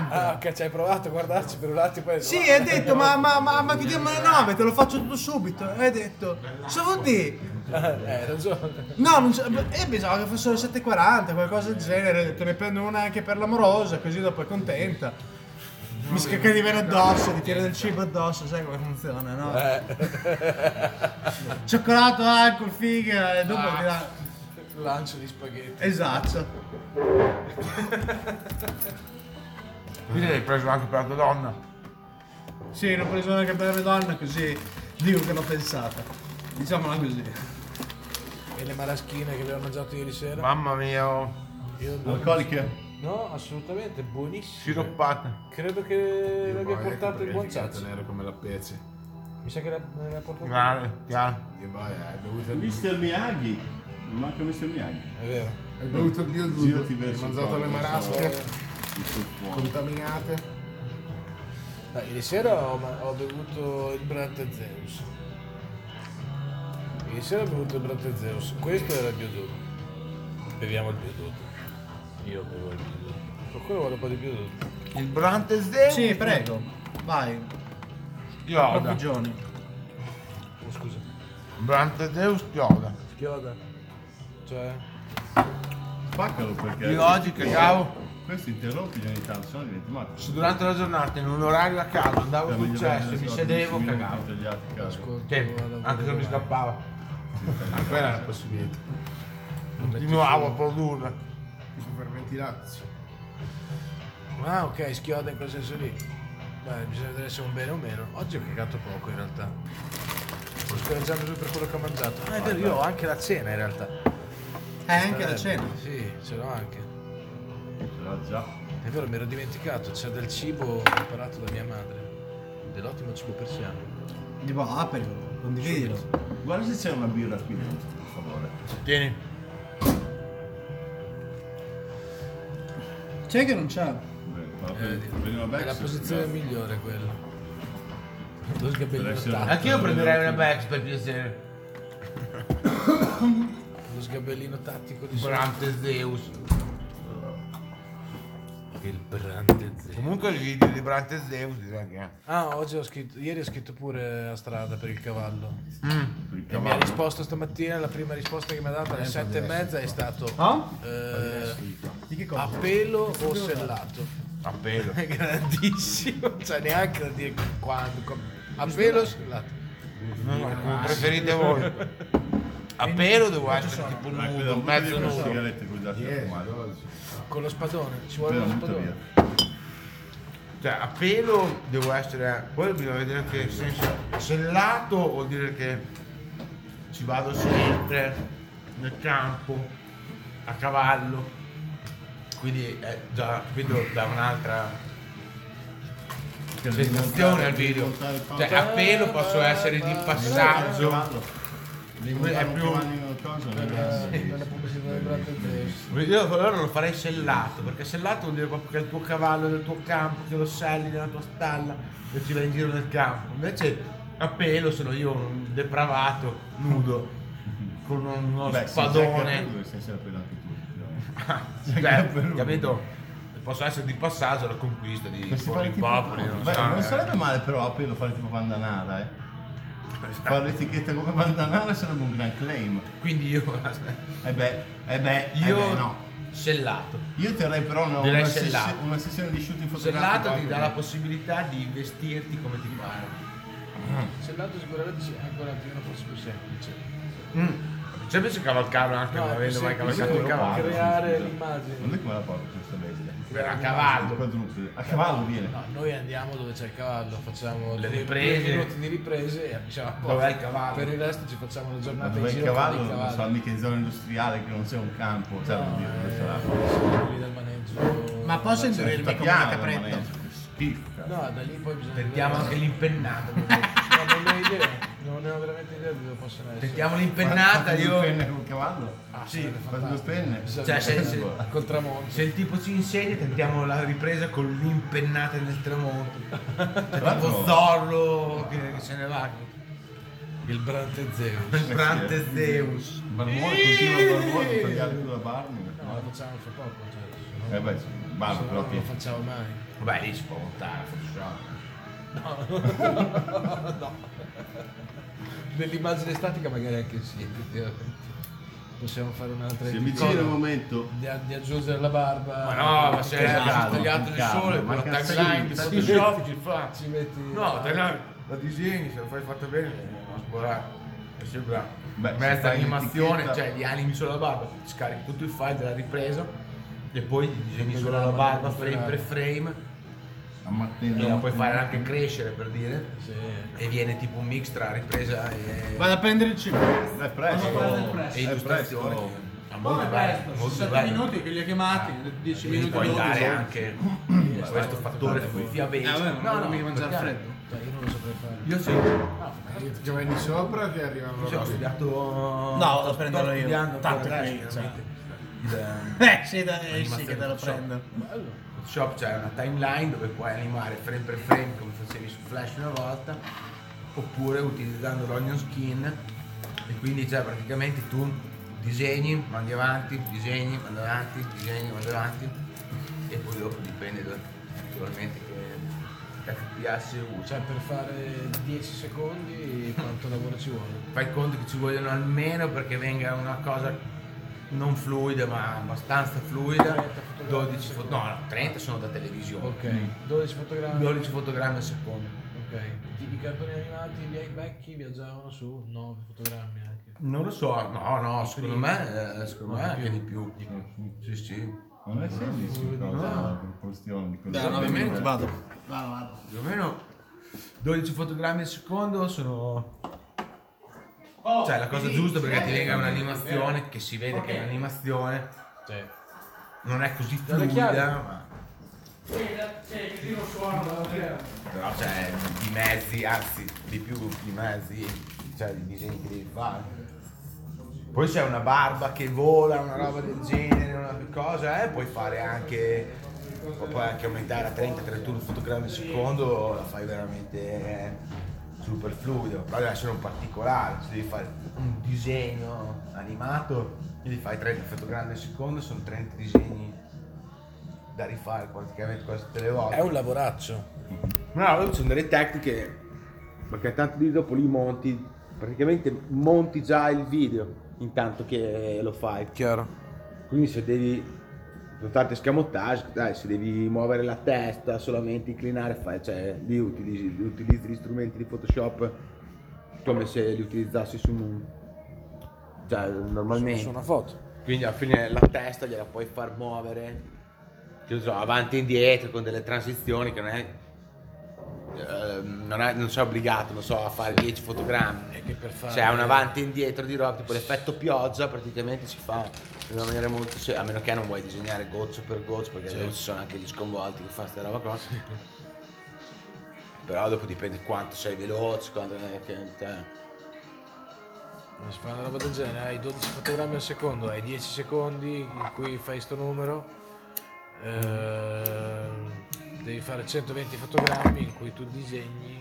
[SPEAKER 3] Ah, ok, ci hai provato a guardarci per un attimo e
[SPEAKER 4] Sì, hai detto, ma, ma, ma, ma chiudiamo alle 9, te lo faccio tutto subito. E Hai detto, se vuol dire.
[SPEAKER 3] (laughs) Eh, hai ragione.
[SPEAKER 4] No, non c'è, eh, pensavo che fossero 7,40, qualcosa del genere. Te ne prendo una anche per l'amorosa, così dopo è contenta.
[SPEAKER 20] Mi scacca di meno addosso, ti tira del cibo addosso, sai come funziona, no? Cioccolato, alcol, figa, e dopo ti dà...
[SPEAKER 3] Lancio di spaghetti.
[SPEAKER 20] Esatto.
[SPEAKER 8] Quindi l'hai preso anche per la donna.
[SPEAKER 20] Sì, l'ho preso anche per le donne così dico che l'ho pensata. Diciamola così.
[SPEAKER 3] E le maraschine che abbiamo mangiato ieri sera?
[SPEAKER 8] Mamma mia, oh,
[SPEAKER 3] Io no,
[SPEAKER 5] Alcoliche?
[SPEAKER 3] no, assolutamente, buonissime.
[SPEAKER 8] siroppata.
[SPEAKER 3] Credo che l'abbia
[SPEAKER 2] ecco
[SPEAKER 3] portato il buon
[SPEAKER 2] cazzo.
[SPEAKER 3] Ciaccio.
[SPEAKER 2] nero come la pece.
[SPEAKER 3] Mi sa che l'ha- l'ha portato.
[SPEAKER 8] Grande, chiaro.
[SPEAKER 2] E vai, eh, hai bevuto il
[SPEAKER 5] Mister Miyagi. Non manca Mister Miyagi.
[SPEAKER 3] È vero.
[SPEAKER 2] Hai bevuto il
[SPEAKER 5] Io
[SPEAKER 2] dioduto.
[SPEAKER 5] ti
[SPEAKER 2] Hai
[SPEAKER 5] verso il
[SPEAKER 2] mangiato
[SPEAKER 5] corpo,
[SPEAKER 2] le marasche
[SPEAKER 5] Il suo fuoco.
[SPEAKER 2] contaminate. Eh,
[SPEAKER 3] No, ieri sera ho, ma- ho bevuto il Brante Zeus. Ieri sera ho bevuto il Brante Zeus. Questo era il biododo. Beviamo il biododo. Io bevo il biododo. Qualcuno vuole un po' di biododo?
[SPEAKER 8] Il Brante Zeus.
[SPEAKER 20] Sì, prego. Vai.
[SPEAKER 8] Chioda.
[SPEAKER 20] Giorni.
[SPEAKER 3] Oh, scusa.
[SPEAKER 8] Brante Zeus chioda.
[SPEAKER 3] Schioda. Cioè...
[SPEAKER 5] Spaccalo perché.
[SPEAKER 8] Io oggi cagavo.
[SPEAKER 5] Questo interrompi ogni tanto, sennò diventi matto.
[SPEAKER 8] su- Durante la giornata in un orario a caso andavo
[SPEAKER 5] Per
[SPEAKER 8] sul
[SPEAKER 5] migliorare
[SPEAKER 8] cesso,
[SPEAKER 5] Cioè, la
[SPEAKER 8] mi
[SPEAKER 5] sua
[SPEAKER 8] sedevo e
[SPEAKER 5] autonomia,
[SPEAKER 8] cagavo.
[SPEAKER 5] tutti gli altri cagano.
[SPEAKER 8] Sì, anche se mi scappava. Ah, Quella era una possibilità. Continuavo a produrre.
[SPEAKER 2] Fermenti lazzi.
[SPEAKER 3] Ah ok, schioda in quel senso lì. Beh, bisogna vedere se è un bene o meno. Oggi ho cagato poco in realtà. Sto scoraggiando su per quello che ho mangiato. Ah, è vero, io ho anche la cena in realtà.
[SPEAKER 20] Eh, anche la cena.
[SPEAKER 3] Sì, ce l'ho anche.
[SPEAKER 5] C'era già.
[SPEAKER 3] È vero, mi ero dimenticato, c'è del cibo preparato da mia madre. Dell'ottimo cibo persiano.
[SPEAKER 20] Tipo,
[SPEAKER 4] ah,
[SPEAKER 20] aprilo, condividilo.
[SPEAKER 5] Guarda se c'è una birra qui dentro, per favore.
[SPEAKER 8] Tieni.
[SPEAKER 20] C'è che non c'è?
[SPEAKER 8] Eh,
[SPEAKER 5] Veniva
[SPEAKER 3] È la posizione migliore quella. Lo sgabellino
[SPEAKER 5] Deve essere-
[SPEAKER 3] tattico.
[SPEAKER 8] Anche io prenderei una Bex per piacere.
[SPEAKER 3] Lo sgabellino tattico di
[SPEAKER 8] Brante Zeus.
[SPEAKER 3] Il brante zero.
[SPEAKER 8] Comunque il video di Brante Zeus direi che è.
[SPEAKER 3] Ah, oggi ho scritto, ieri ho scritto pure a strada per il cavallo. E mi ha risposto stamattina, la prima risposta che mi ha dato alle sette e mezza è stato
[SPEAKER 20] No?
[SPEAKER 3] eh,
[SPEAKER 20] Di che cosa?
[SPEAKER 3] a pelo o sellato. (laughs)
[SPEAKER 8] A (laughs) pelo.
[SPEAKER 3] È grandissimo, cioè neanche da dire quando. com- A pelo o sellato.
[SPEAKER 8] No, no, come preferite voi. A pelo devo essere tipo nudo, mezzo nudo.
[SPEAKER 5] sigarette con gli altri fumati.
[SPEAKER 3] Con lo spadone, ci vuole
[SPEAKER 5] Però
[SPEAKER 3] lo
[SPEAKER 5] butta
[SPEAKER 3] spadone.
[SPEAKER 5] via.
[SPEAKER 8] Cioè a pelo devo essere. Poi bisogna vedere che senso. Sellato vuol dire che ci vado sempre nel campo, a cavallo. Quindi è già vedo da un'altra sensazione al video. Cioè a pelo posso essere di passaggio. È più. eh,
[SPEAKER 3] Nella pubblicità del brante zero.
[SPEAKER 8] Io allora lo farei sellato, perché sellato vuol dire proprio che è il tuo cavallo del tuo campo, che lo selli nella tua stalla e ci vai in giro nel campo. Invece a pelo sono io un depravato, nudo, con uno
[SPEAKER 5] Beh, se c'è
[SPEAKER 8] spadone.
[SPEAKER 5] Capello, sei sempre anche tu. diciamo. effettivamente.
[SPEAKER 8] Cioè, capito? Posso essere di passaggio alla conquista di
[SPEAKER 5] Dovresti fare
[SPEAKER 8] popoli,
[SPEAKER 5] tipo-
[SPEAKER 8] popoli, non
[SPEAKER 5] Beh,
[SPEAKER 8] so.
[SPEAKER 5] non
[SPEAKER 8] eh.
[SPEAKER 5] sarebbe male però a pelo fare tipo bandanara, eh. Fare l'etichetta come bandanara sarebbe un gran claim.
[SPEAKER 8] Quindi io, (laughs)
[SPEAKER 5] Eh beh, eh beh, eh
[SPEAKER 8] io
[SPEAKER 5] beh, no.
[SPEAKER 8] sellato.
[SPEAKER 5] Io terrei però una,
[SPEAKER 8] Direi
[SPEAKER 5] una, sessi-
[SPEAKER 8] sellato.
[SPEAKER 5] una sessione di shooting fotografico.
[SPEAKER 8] Sellato ti
[SPEAKER 5] anche
[SPEAKER 8] dà la
[SPEAKER 5] perché-
[SPEAKER 8] possibilità di vestirti come ti pare.
[SPEAKER 3] Sellato sicuramente c'è ancora più, forse più semplice.
[SPEAKER 5] Mm.
[SPEAKER 8] C'è invece cavalcarlo anche, non avendo mai cavalcato il cavallo.
[SPEAKER 3] creare
[SPEAKER 5] scusa.
[SPEAKER 3] l'immagine.
[SPEAKER 5] Non è come la porta questa bestia.
[SPEAKER 8] A
[SPEAKER 5] Un
[SPEAKER 8] cavallo.
[SPEAKER 5] quadrupede. A cavallo viene.
[SPEAKER 3] No, noi andiamo dove c'è il cavallo, facciamo
[SPEAKER 8] Le
[SPEAKER 3] due-
[SPEAKER 8] riprese.
[SPEAKER 3] due minuti di riprese e siamo a posto.
[SPEAKER 8] Dov'è il cavallo?
[SPEAKER 3] Per il resto ci facciamo la
[SPEAKER 5] Ma
[SPEAKER 3] giornata in
[SPEAKER 5] dove il
[SPEAKER 3] giro
[SPEAKER 5] cavallo?
[SPEAKER 3] con il
[SPEAKER 5] Non so,
[SPEAKER 3] cavallo.
[SPEAKER 5] mica in zona industriale che non c'è un campo. Cioè,
[SPEAKER 3] No,
[SPEAKER 5] voglio dire, questo là.
[SPEAKER 3] eh, sono lì dal maneggio.
[SPEAKER 20] Ma posso
[SPEAKER 5] Sta
[SPEAKER 20] inserirmi come una
[SPEAKER 5] Cioè, piano, ma
[SPEAKER 20] capretta?
[SPEAKER 5] ne- Schifo, cazzo.
[SPEAKER 3] No, da lì poi bisogna...
[SPEAKER 8] Tentiamo anche l'impennata.
[SPEAKER 3] No, non ne ho idea, non ne ho veramente idea di dove possono essere.
[SPEAKER 8] Tentiamo
[SPEAKER 5] Fate
[SPEAKER 8] l'impennata,
[SPEAKER 5] due
[SPEAKER 8] io.
[SPEAKER 5] penne col cavallo?
[SPEAKER 3] Ah,
[SPEAKER 5] sì,
[SPEAKER 3] sarebbe
[SPEAKER 5] fate due penne.
[SPEAKER 3] Bisogna
[SPEAKER 8] Cioè, se-
[SPEAKER 3] vedere
[SPEAKER 8] se-
[SPEAKER 3] col tramonto.
[SPEAKER 8] Se il tipo ci insegna, tentiamo la ripresa con l'impennata nel tramonto. Cioè,
[SPEAKER 5] Tra
[SPEAKER 8] Tipo
[SPEAKER 5] l'altro-
[SPEAKER 8] Zorro che, che se ne va.
[SPEAKER 3] Il Brante Zeus.
[SPEAKER 8] Il Brante Zeus.
[SPEAKER 5] Barbuone, continua Barbuone, tagliare tu la Barney.
[SPEAKER 3] No, lo facciamo fra poco, cioè, se no-
[SPEAKER 5] Eh beh, sì, Barney
[SPEAKER 3] se no
[SPEAKER 5] però
[SPEAKER 3] non lo
[SPEAKER 5] ti...
[SPEAKER 3] facciamo mai.
[SPEAKER 8] Vabbè, lì si può montare, Photoshop.
[SPEAKER 3] Nell'immagine statica magari anche sì, effettivamente. possiamo fare un'altra
[SPEAKER 5] Si
[SPEAKER 3] edizione.
[SPEAKER 5] avvicina il momento.
[SPEAKER 3] di, di aggiungere la barba.
[SPEAKER 8] Ma no, ma se
[SPEAKER 3] Calma,
[SPEAKER 5] Esatto,
[SPEAKER 8] ha tagliato il
[SPEAKER 3] calma.
[SPEAKER 8] sole con la
[SPEAKER 3] cazzo,
[SPEAKER 8] tagline di
[SPEAKER 3] ci
[SPEAKER 8] Photoshop
[SPEAKER 3] metti-
[SPEAKER 8] ci fa.
[SPEAKER 3] Ci metti.
[SPEAKER 8] No, te la, Ah, la disegni, se lo fai fatto bene, non sborare. Mi sembra
[SPEAKER 5] Beh, se
[SPEAKER 8] mezza
[SPEAKER 5] fai
[SPEAKER 8] animazione,
[SPEAKER 5] un'etichetta-
[SPEAKER 8] cioè gli animi sulla barba, ti scarichi tutto il file della ripresa e poi gli disegni solo la
[SPEAKER 3] Programma,
[SPEAKER 8] barba
[SPEAKER 3] funzionale.
[SPEAKER 8] frame per frame
[SPEAKER 5] La mattina.
[SPEAKER 8] e la puoi fare anche crescere per dire
[SPEAKER 3] Sì.
[SPEAKER 8] e viene tipo un mix tra ripresa e,
[SPEAKER 4] Vado a prendere il cibo.
[SPEAKER 5] È presto.
[SPEAKER 8] e
[SPEAKER 5] È
[SPEAKER 8] illustrazione.
[SPEAKER 5] presto.
[SPEAKER 8] Ma molto bello, molto
[SPEAKER 4] 60
[SPEAKER 8] bello.
[SPEAKER 4] minuti che li ha chiamati, 10
[SPEAKER 8] Ah, Quindi
[SPEAKER 4] minuti
[SPEAKER 8] puoi
[SPEAKER 4] dopo,
[SPEAKER 8] dare
[SPEAKER 4] esatto.
[SPEAKER 8] anche questo fattore fiabeggio.
[SPEAKER 4] Eh, vabbè, ma non devo mica mangiare
[SPEAKER 8] perché-
[SPEAKER 4] freddo.
[SPEAKER 3] Cioè, io non lo saprei fare.
[SPEAKER 8] Io sì.
[SPEAKER 2] Giovanni sopra ti arrivano
[SPEAKER 8] Sì, Cioè, ho studiato.
[SPEAKER 4] vado a
[SPEAKER 8] sto
[SPEAKER 4] prenderlo io.
[SPEAKER 8] studiando
[SPEAKER 4] Tanto
[SPEAKER 8] ancora
[SPEAKER 4] che-
[SPEAKER 8] adesso,
[SPEAKER 4] cioè.
[SPEAKER 8] veramente.
[SPEAKER 4] (laughs)
[SPEAKER 8] Il-
[SPEAKER 4] Eh, sì, dai, sì che
[SPEAKER 8] Animazione
[SPEAKER 4] te lo
[SPEAKER 8] Photoshop.
[SPEAKER 4] prendo.
[SPEAKER 8] Photoshop c'è una timeline dove puoi animare frame per frame come facevi su Flash una volta, oppure utilizzando l'onion skin. E quindi cioè, praticamente tu disegni, mandi avanti, disegni, mandi avanti, disegni, mandi avanti, e poi dopo dipende da naturalmente che FPS usi.
[SPEAKER 3] Cioè, per fare 10 secondi, quanto lavoro ci vuole?
[SPEAKER 8] fai conto che ci vogliono almeno perché venga una cosa non fluida ma abbastanza fluida
[SPEAKER 3] 30 fotogrammi
[SPEAKER 8] 12
[SPEAKER 3] al
[SPEAKER 8] fo-
[SPEAKER 3] secondo.
[SPEAKER 8] no, no 30 sono da televisione Mm.
[SPEAKER 3] Ok, 12 fotogrammi.
[SPEAKER 8] 12 fotogrammi al secondo
[SPEAKER 3] Ok, Ti- i cartoni animati via- vecchi viaggiavano su 9 fotogrammi anche.
[SPEAKER 8] non lo so no no secondo me eh, secondo me
[SPEAKER 3] Di
[SPEAKER 8] anche
[SPEAKER 3] più.
[SPEAKER 8] di più sì sì
[SPEAKER 5] Non è semplice cosa la questione di Eh.
[SPEAKER 20] Dai,
[SPEAKER 5] cosa.
[SPEAKER 20] nove
[SPEAKER 8] ovviamente.
[SPEAKER 20] minuti, vado. Vado, vado.
[SPEAKER 8] più o meno 12 fotogrammi al secondo sono cioè la cosa giusta perché ti venga un'animazione che si vede che è un'animazione
[SPEAKER 3] Sì.
[SPEAKER 8] non è così
[SPEAKER 3] Dalle
[SPEAKER 8] fluida
[SPEAKER 3] chiavi.
[SPEAKER 8] ma però cioè i mezzi anzi di più i mezzi cioè i disegni che devi fare poi c'è una barba che vola una roba del genere una cosa eh puoi fare anche puoi anche aumentare a 30 31 fotogrammi al secondo la fai veramente eh, super fluido però deve essere un particolare se devi fare un disegno animato quindi fai 30 fotogrammi al secondo sono 30 disegni da rifare praticamente quasi tutte le volte
[SPEAKER 3] È un lavoraccio.
[SPEAKER 8] No, poi ci sono delle tecniche, perché tanto lì dopo li monti, praticamente monti già il video intanto che lo fai.
[SPEAKER 3] Chiaro.
[SPEAKER 8] Quindi se devi, con tanti scamotage, dai, se devi muovere la testa, solamente inclinare, fai, cioè lì utilizzi, utilizzi gli strumenti di Photoshop come se li utilizzassi su un... cioè normalmente.
[SPEAKER 3] Su una foto.
[SPEAKER 8] Quindi alla fine la testa gliela puoi far muovere che ne so, avanti e indietro con delle transizioni che non è. eh, non, è, non sei obbligato, non so, a fare 10 fotogrammi.
[SPEAKER 3] E che per fare.
[SPEAKER 8] C'è Cioè, un avanti e indietro di roba, tipo l'effetto pioggia praticamente si fa in una maniera molto se- a meno che non vuoi disegnare goccia per goccia, perché adesso ci sono anche gli sconvolti che fanno questa roba qua. Però dopo dipende quanto sei veloce, quanto. che- cioè.
[SPEAKER 3] Se fai una roba del genere, hai 12 fotogrammi al secondo, hai 10 secondi in cui fai sto numero, ehm, devi fare 120 fotogrammi in cui tu disegni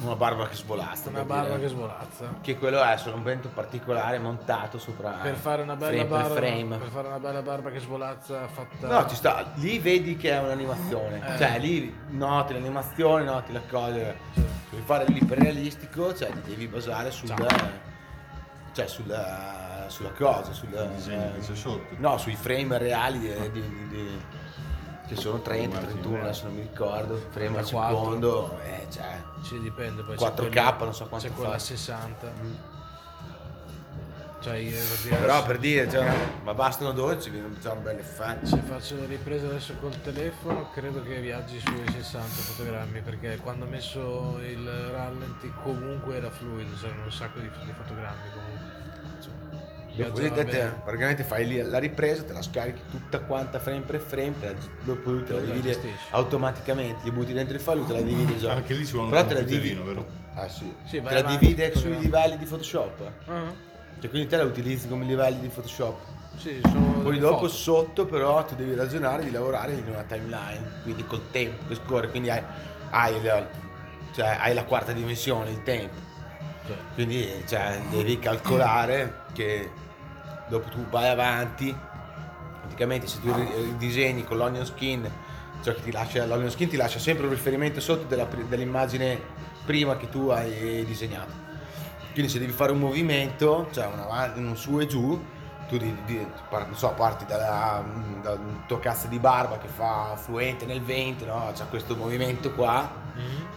[SPEAKER 8] Una barba che svolasta.
[SPEAKER 3] una
[SPEAKER 8] per
[SPEAKER 3] barba
[SPEAKER 8] dire.
[SPEAKER 3] che svolazza.
[SPEAKER 8] Che quello è strumento particolare montato sopra
[SPEAKER 3] Per fare una bella
[SPEAKER 8] Ah, frame per
[SPEAKER 3] barba,
[SPEAKER 8] frame.
[SPEAKER 3] per fare una bella barba che svolazza fatta
[SPEAKER 8] No, ci sta, lì vedi che è un'animazione,
[SPEAKER 3] Eh.
[SPEAKER 8] cioè lì noti l'animazione, noti la cosa. Per fare l'iperrealistico, cioè ti devi basare sul cioè sulla sulla cosa, sul eh,
[SPEAKER 5] disegno che c'è sotto.
[SPEAKER 8] No, sui frame reali di- di- di- che sono 30, 31, adesso non mi ricordo, frame al
[SPEAKER 3] 34.
[SPEAKER 8] secondo, eh, cioè
[SPEAKER 3] Sì, dipende. Poi
[SPEAKER 8] 4K,
[SPEAKER 3] c'è quella,
[SPEAKER 8] non so quanto
[SPEAKER 3] C'è quella
[SPEAKER 8] fa. Mm.
[SPEAKER 3] a 60. Cioè, io per dire,
[SPEAKER 8] Però
[SPEAKER 3] adesso-
[SPEAKER 8] per dire, cioè, ma bastano 12, viene già un bel effetto.
[SPEAKER 3] se faccio le riprese adesso col telefono, credo che viaggi sui 60 fotogrammi. Perché quando ho messo il rallenti, comunque era fluido. C'erano un sacco di, di fotogrammi. Comunque. Cioè,
[SPEAKER 8] Dopo
[SPEAKER 3] viaggiava
[SPEAKER 8] te, te,
[SPEAKER 3] bene.
[SPEAKER 8] praticamente fai lì la ripresa, te la scarichi tutta quanta frame per frame, te la, dopo te la
[SPEAKER 3] Te la
[SPEAKER 8] divide
[SPEAKER 3] gestisci.
[SPEAKER 8] automaticamente, li butti dentro il file,
[SPEAKER 5] (laughs)
[SPEAKER 8] lui te la divide già.
[SPEAKER 5] Anche lì ci vuole un
[SPEAKER 8] Però te la
[SPEAKER 5] computerino,
[SPEAKER 8] divide-
[SPEAKER 5] vero?
[SPEAKER 8] Ah sì.
[SPEAKER 3] Sì, vai
[SPEAKER 8] te la
[SPEAKER 3] avanti,
[SPEAKER 8] divide
[SPEAKER 3] con
[SPEAKER 8] sui
[SPEAKER 3] la-
[SPEAKER 8] livelli di Photoshop.
[SPEAKER 3] Ah,
[SPEAKER 8] Cioè quindi te la utilizzi come livelli di Photoshop.
[SPEAKER 3] Sì, sono
[SPEAKER 8] Poi
[SPEAKER 3] delle
[SPEAKER 8] dopo
[SPEAKER 3] foto.
[SPEAKER 8] sotto però tu devi ragionare di lavorare in una timeline, quindi col tempo che scorre, quindi hai, hai la, cioè, hai la quarta dimensione, il tempo.
[SPEAKER 3] Cioè,
[SPEAKER 8] Quindi cioè, devi calcolare che dopo tu vai avanti, praticamente se tu ri- disegni con l'onion skin, cioè che ti lascia, l'onion skin ti lascia sempre un riferimento sotto della pri- dell'immagine prima che tu hai disegnato. Quindi se devi fare un movimento, cioè un avanti, uno su e giù, tu di- di- par- non so, parti dalla, da tua cassa di barba che fa fluente nel vento, no? C'è questo movimento qua.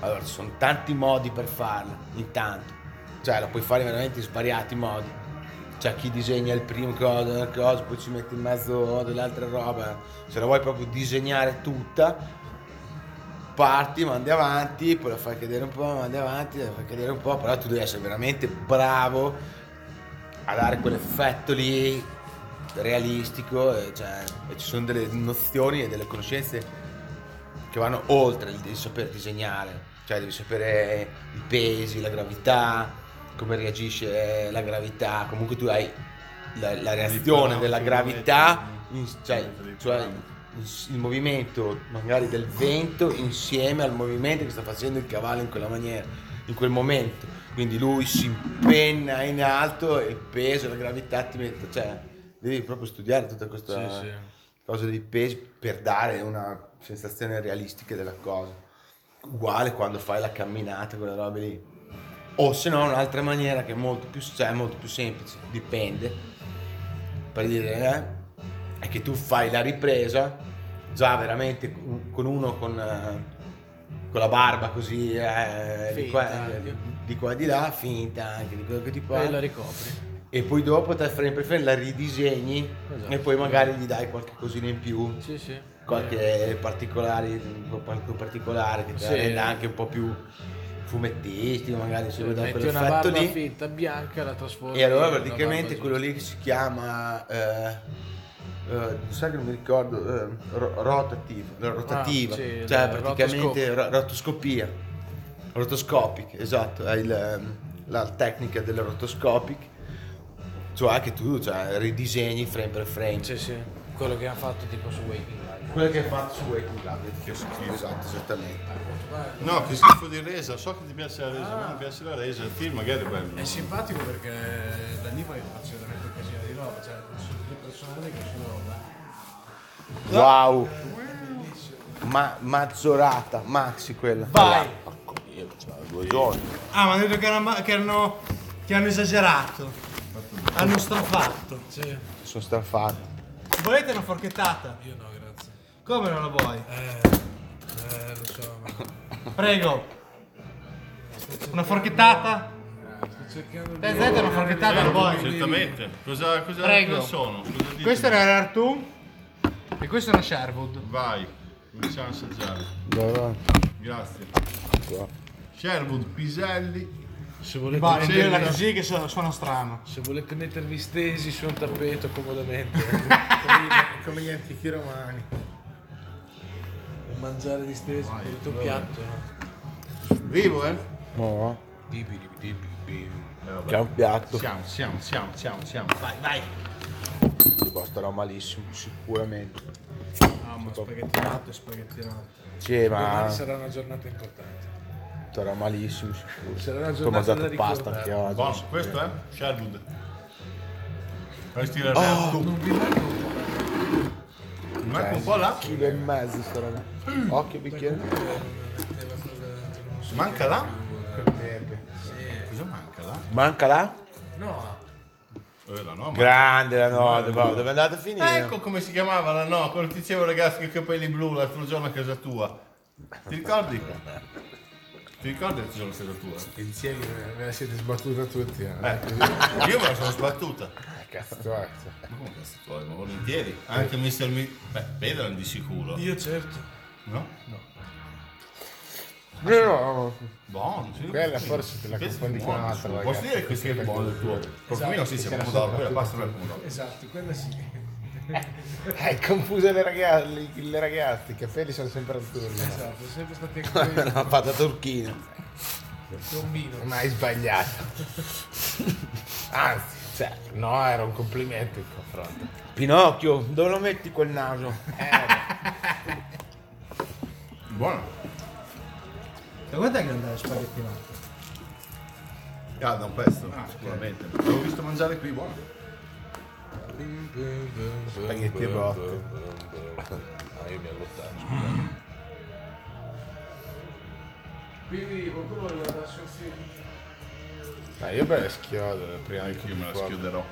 [SPEAKER 8] Allora, ci sono tanti modi per farlo, intanto. Cioè, la puoi fare veramente in svariati modi. C'è chi disegna il primo cosa, una cosa, poi ci mette in mezzo dell'altra roba. Se la vuoi proprio disegnare tutta, parti, mandi avanti, poi la fai cadere un po', mandi avanti, la fai cadere un po', però tu devi essere veramente bravo a dare quell'effetto lì realistico, e, cioè, e ci sono delle nozioni e delle conoscenze che vanno oltre il di saper disegnare, cioè devi sapere i pesi, la gravità, come reagisce eh, la gravità, comunque tu hai la, la reazione
[SPEAKER 5] parametri,
[SPEAKER 8] della
[SPEAKER 5] i
[SPEAKER 8] gravità,
[SPEAKER 5] metri,
[SPEAKER 8] in- cioè,
[SPEAKER 5] dei
[SPEAKER 8] cioè
[SPEAKER 5] parametri.
[SPEAKER 8] il, il movimento magari del vento insieme al movimento che sta facendo il cavallo in quella maniera, in quel momento. Quindi lui si impenna in alto e il peso, la gravità ti mette, cioè devi proprio studiare tutta questa
[SPEAKER 3] Sì, sì.
[SPEAKER 8] cosa dei pesi per dare una sensazione realistica della cosa. Uguale quando fai la camminata, quella roba lì. O se no un'altra maniera che è molto più, cioè, è molto più semplice, dipende, per dire eh, è che tu fai la ripresa già veramente con- con uno con, eh, con la barba così eh, di, qua,
[SPEAKER 3] Finta anche.
[SPEAKER 8] di qua e di là, finta anche di quello che ti
[SPEAKER 3] Poi la
[SPEAKER 8] pare.
[SPEAKER 3] ricopri.
[SPEAKER 8] E poi dopo te frame per frame la ridisegni
[SPEAKER 3] Esatto.
[SPEAKER 8] e poi magari gli dai qualche cosina in più,
[SPEAKER 3] Sì, sì. Eh,
[SPEAKER 8] qualche particolare, qualche particolare che ti
[SPEAKER 3] Sì.
[SPEAKER 8] renda anche un po' più fumettisti, magari se vuoi dare
[SPEAKER 3] Metti una
[SPEAKER 8] quell'effetto
[SPEAKER 3] barba
[SPEAKER 8] lì.
[SPEAKER 3] finta bianca e la trasformi
[SPEAKER 8] E allora
[SPEAKER 3] in una
[SPEAKER 8] praticamente
[SPEAKER 3] barba
[SPEAKER 8] quello
[SPEAKER 3] giusta.
[SPEAKER 8] lì che si chiama, eh, eh, sai che non mi ricordo, eh, ro- rotative, no, rotativa,
[SPEAKER 3] Ah, sì,
[SPEAKER 8] cioè
[SPEAKER 3] il
[SPEAKER 8] praticamente ro- rotoscopia, rotoscopic, esatto, è il, ehm, la tecnica del rotoscopic, cioè che tu cioè, ridisegni frame per frame.
[SPEAKER 3] Sì, sì. Quello che ha fatto tipo su Waking Live.
[SPEAKER 8] Quello che hai fatto su Waking Live. Che schifo. Esatto, esattamente.
[SPEAKER 5] No, che schifo di resa. So che ti piace la resa, ma non piace la resa. Il film magari è bello.
[SPEAKER 8] Eh
[SPEAKER 4] È simpatico perché da lì poi faccio veramente un casino di roba, cioè sono due personaggi che sono eh. roba.
[SPEAKER 8] Wow. Ma, mazzorata, maxi quella.
[SPEAKER 4] Vai!
[SPEAKER 8] Porco Dio, cioè, due giorni.
[SPEAKER 4] Ah, mi hanno detto che, era ma- che erano. che hanno esagerato. Hanno strafatto.
[SPEAKER 8] Sono strafatto.
[SPEAKER 4] Volete una forchettata?
[SPEAKER 3] Io no, grazie.
[SPEAKER 4] Come non la vuoi?
[SPEAKER 3] Eh, eh, lo so, ma
[SPEAKER 4] Prego. Una forchettata?
[SPEAKER 3] sto cercando di...
[SPEAKER 4] Dai, dai, una forchettata la vuoi?
[SPEAKER 5] Certamente. Cosa, cosa
[SPEAKER 4] Prego.
[SPEAKER 5] cosa sono? Cosa dite?
[SPEAKER 4] Questo era l'Artu e questo è una Sherwood.
[SPEAKER 5] Vai, cominciamo a assaggiare. Grazie. Sherwood, Piselli.
[SPEAKER 3] Se volete,
[SPEAKER 4] Vai,
[SPEAKER 5] Sì,
[SPEAKER 4] dire la
[SPEAKER 5] no.
[SPEAKER 4] così che su- suona strano.
[SPEAKER 3] se volete mettervi stesi su un tappeto
[SPEAKER 2] (laughs)
[SPEAKER 3] comodamente, eh.
[SPEAKER 2] come, come gli antichi romani.
[SPEAKER 3] e mangiare di stesi con il tuo piatto, no?
[SPEAKER 5] Vivo, eh?
[SPEAKER 8] C'è un piatto.
[SPEAKER 5] Siamo, siamo, siamo, siamo, siamo.
[SPEAKER 8] Ti costerà malissimo, sicuramente.
[SPEAKER 3] Ah, ma spaghettinato e spaghettinato.
[SPEAKER 8] Sì, Cioè, ma
[SPEAKER 3] Domani sarà una giornata importante.
[SPEAKER 8] sarà malissimo, sicuro.
[SPEAKER 3] Sarà una
[SPEAKER 8] Ho
[SPEAKER 3] giornata da
[SPEAKER 8] mangiato
[SPEAKER 3] ricordare.
[SPEAKER 8] pasta anche oggi.
[SPEAKER 5] Buono, questo è Sherwood. Questi la oh, Manca un po' l'acqua.
[SPEAKER 8] Chilo e mezzo sarà. Occhio bicchiere.
[SPEAKER 5] Manca là? Cosa manca là?
[SPEAKER 8] Manca là?
[SPEAKER 5] Eh, la no, ma-
[SPEAKER 8] Grande la notte, bravo. Dove è andata a finire?
[SPEAKER 5] Ecco come si chiamava la no, quello che ti dicevo ragazzi con i capelli blu l'altro giorno a casa tua. Ti ricordi? Ti ricordi l'altro giorno a casa tua?
[SPEAKER 2] E dicevi, me me la siete sbattuta tutti. Eh.
[SPEAKER 5] Eh, io me la sono sbattuta.
[SPEAKER 8] (laughs)
[SPEAKER 2] Cazzo.
[SPEAKER 5] Ma come cazzo tuoi, ma volentieri. Ah, Anche Mr. Mi... Beh, Pedran di sicuro.
[SPEAKER 3] Io certo.
[SPEAKER 5] No?
[SPEAKER 2] No,
[SPEAKER 5] Buono, sì.
[SPEAKER 2] Quella forse te la
[SPEAKER 5] Questo
[SPEAKER 2] confondi
[SPEAKER 5] è
[SPEAKER 2] con
[SPEAKER 5] buono,
[SPEAKER 2] un'altra,
[SPEAKER 5] scusa.
[SPEAKER 2] ragazzi.
[SPEAKER 5] Posso dire che questo è il buono del tuo? Profumino sì, c'è pomodoro, quella pasta non è pomodoro.
[SPEAKER 2] Eh,
[SPEAKER 3] Esatto, quella sì.
[SPEAKER 2] Hai Eh, confuso le ragazze, le, le ragazze, i capelli sono sempre al turno.
[SPEAKER 3] Esatto, sono sempre stati
[SPEAKER 8] Una
[SPEAKER 3] anche
[SPEAKER 8] fatta turchina.
[SPEAKER 3] tombino.
[SPEAKER 2] Non hai sbagliato. Anzi, cioè, no, era un complimento il confronto.
[SPEAKER 8] Pinocchio, dove lo metti quel naso?
[SPEAKER 5] Buono.
[SPEAKER 20] Ma guarda che andava spaghettinato.
[SPEAKER 5] Ah, da un pezzo, sicuramente. L'ho visto mangiare qui, buono.
[SPEAKER 2] Spaghetti e botte.
[SPEAKER 8] Ah, io mi allontano.
[SPEAKER 3] Quindi qualcuno vuole guardarsi un film?
[SPEAKER 2] Ah, io beh schiodo prima che
[SPEAKER 5] Io me la
[SPEAKER 2] chiuda.
[SPEAKER 5] schioderò.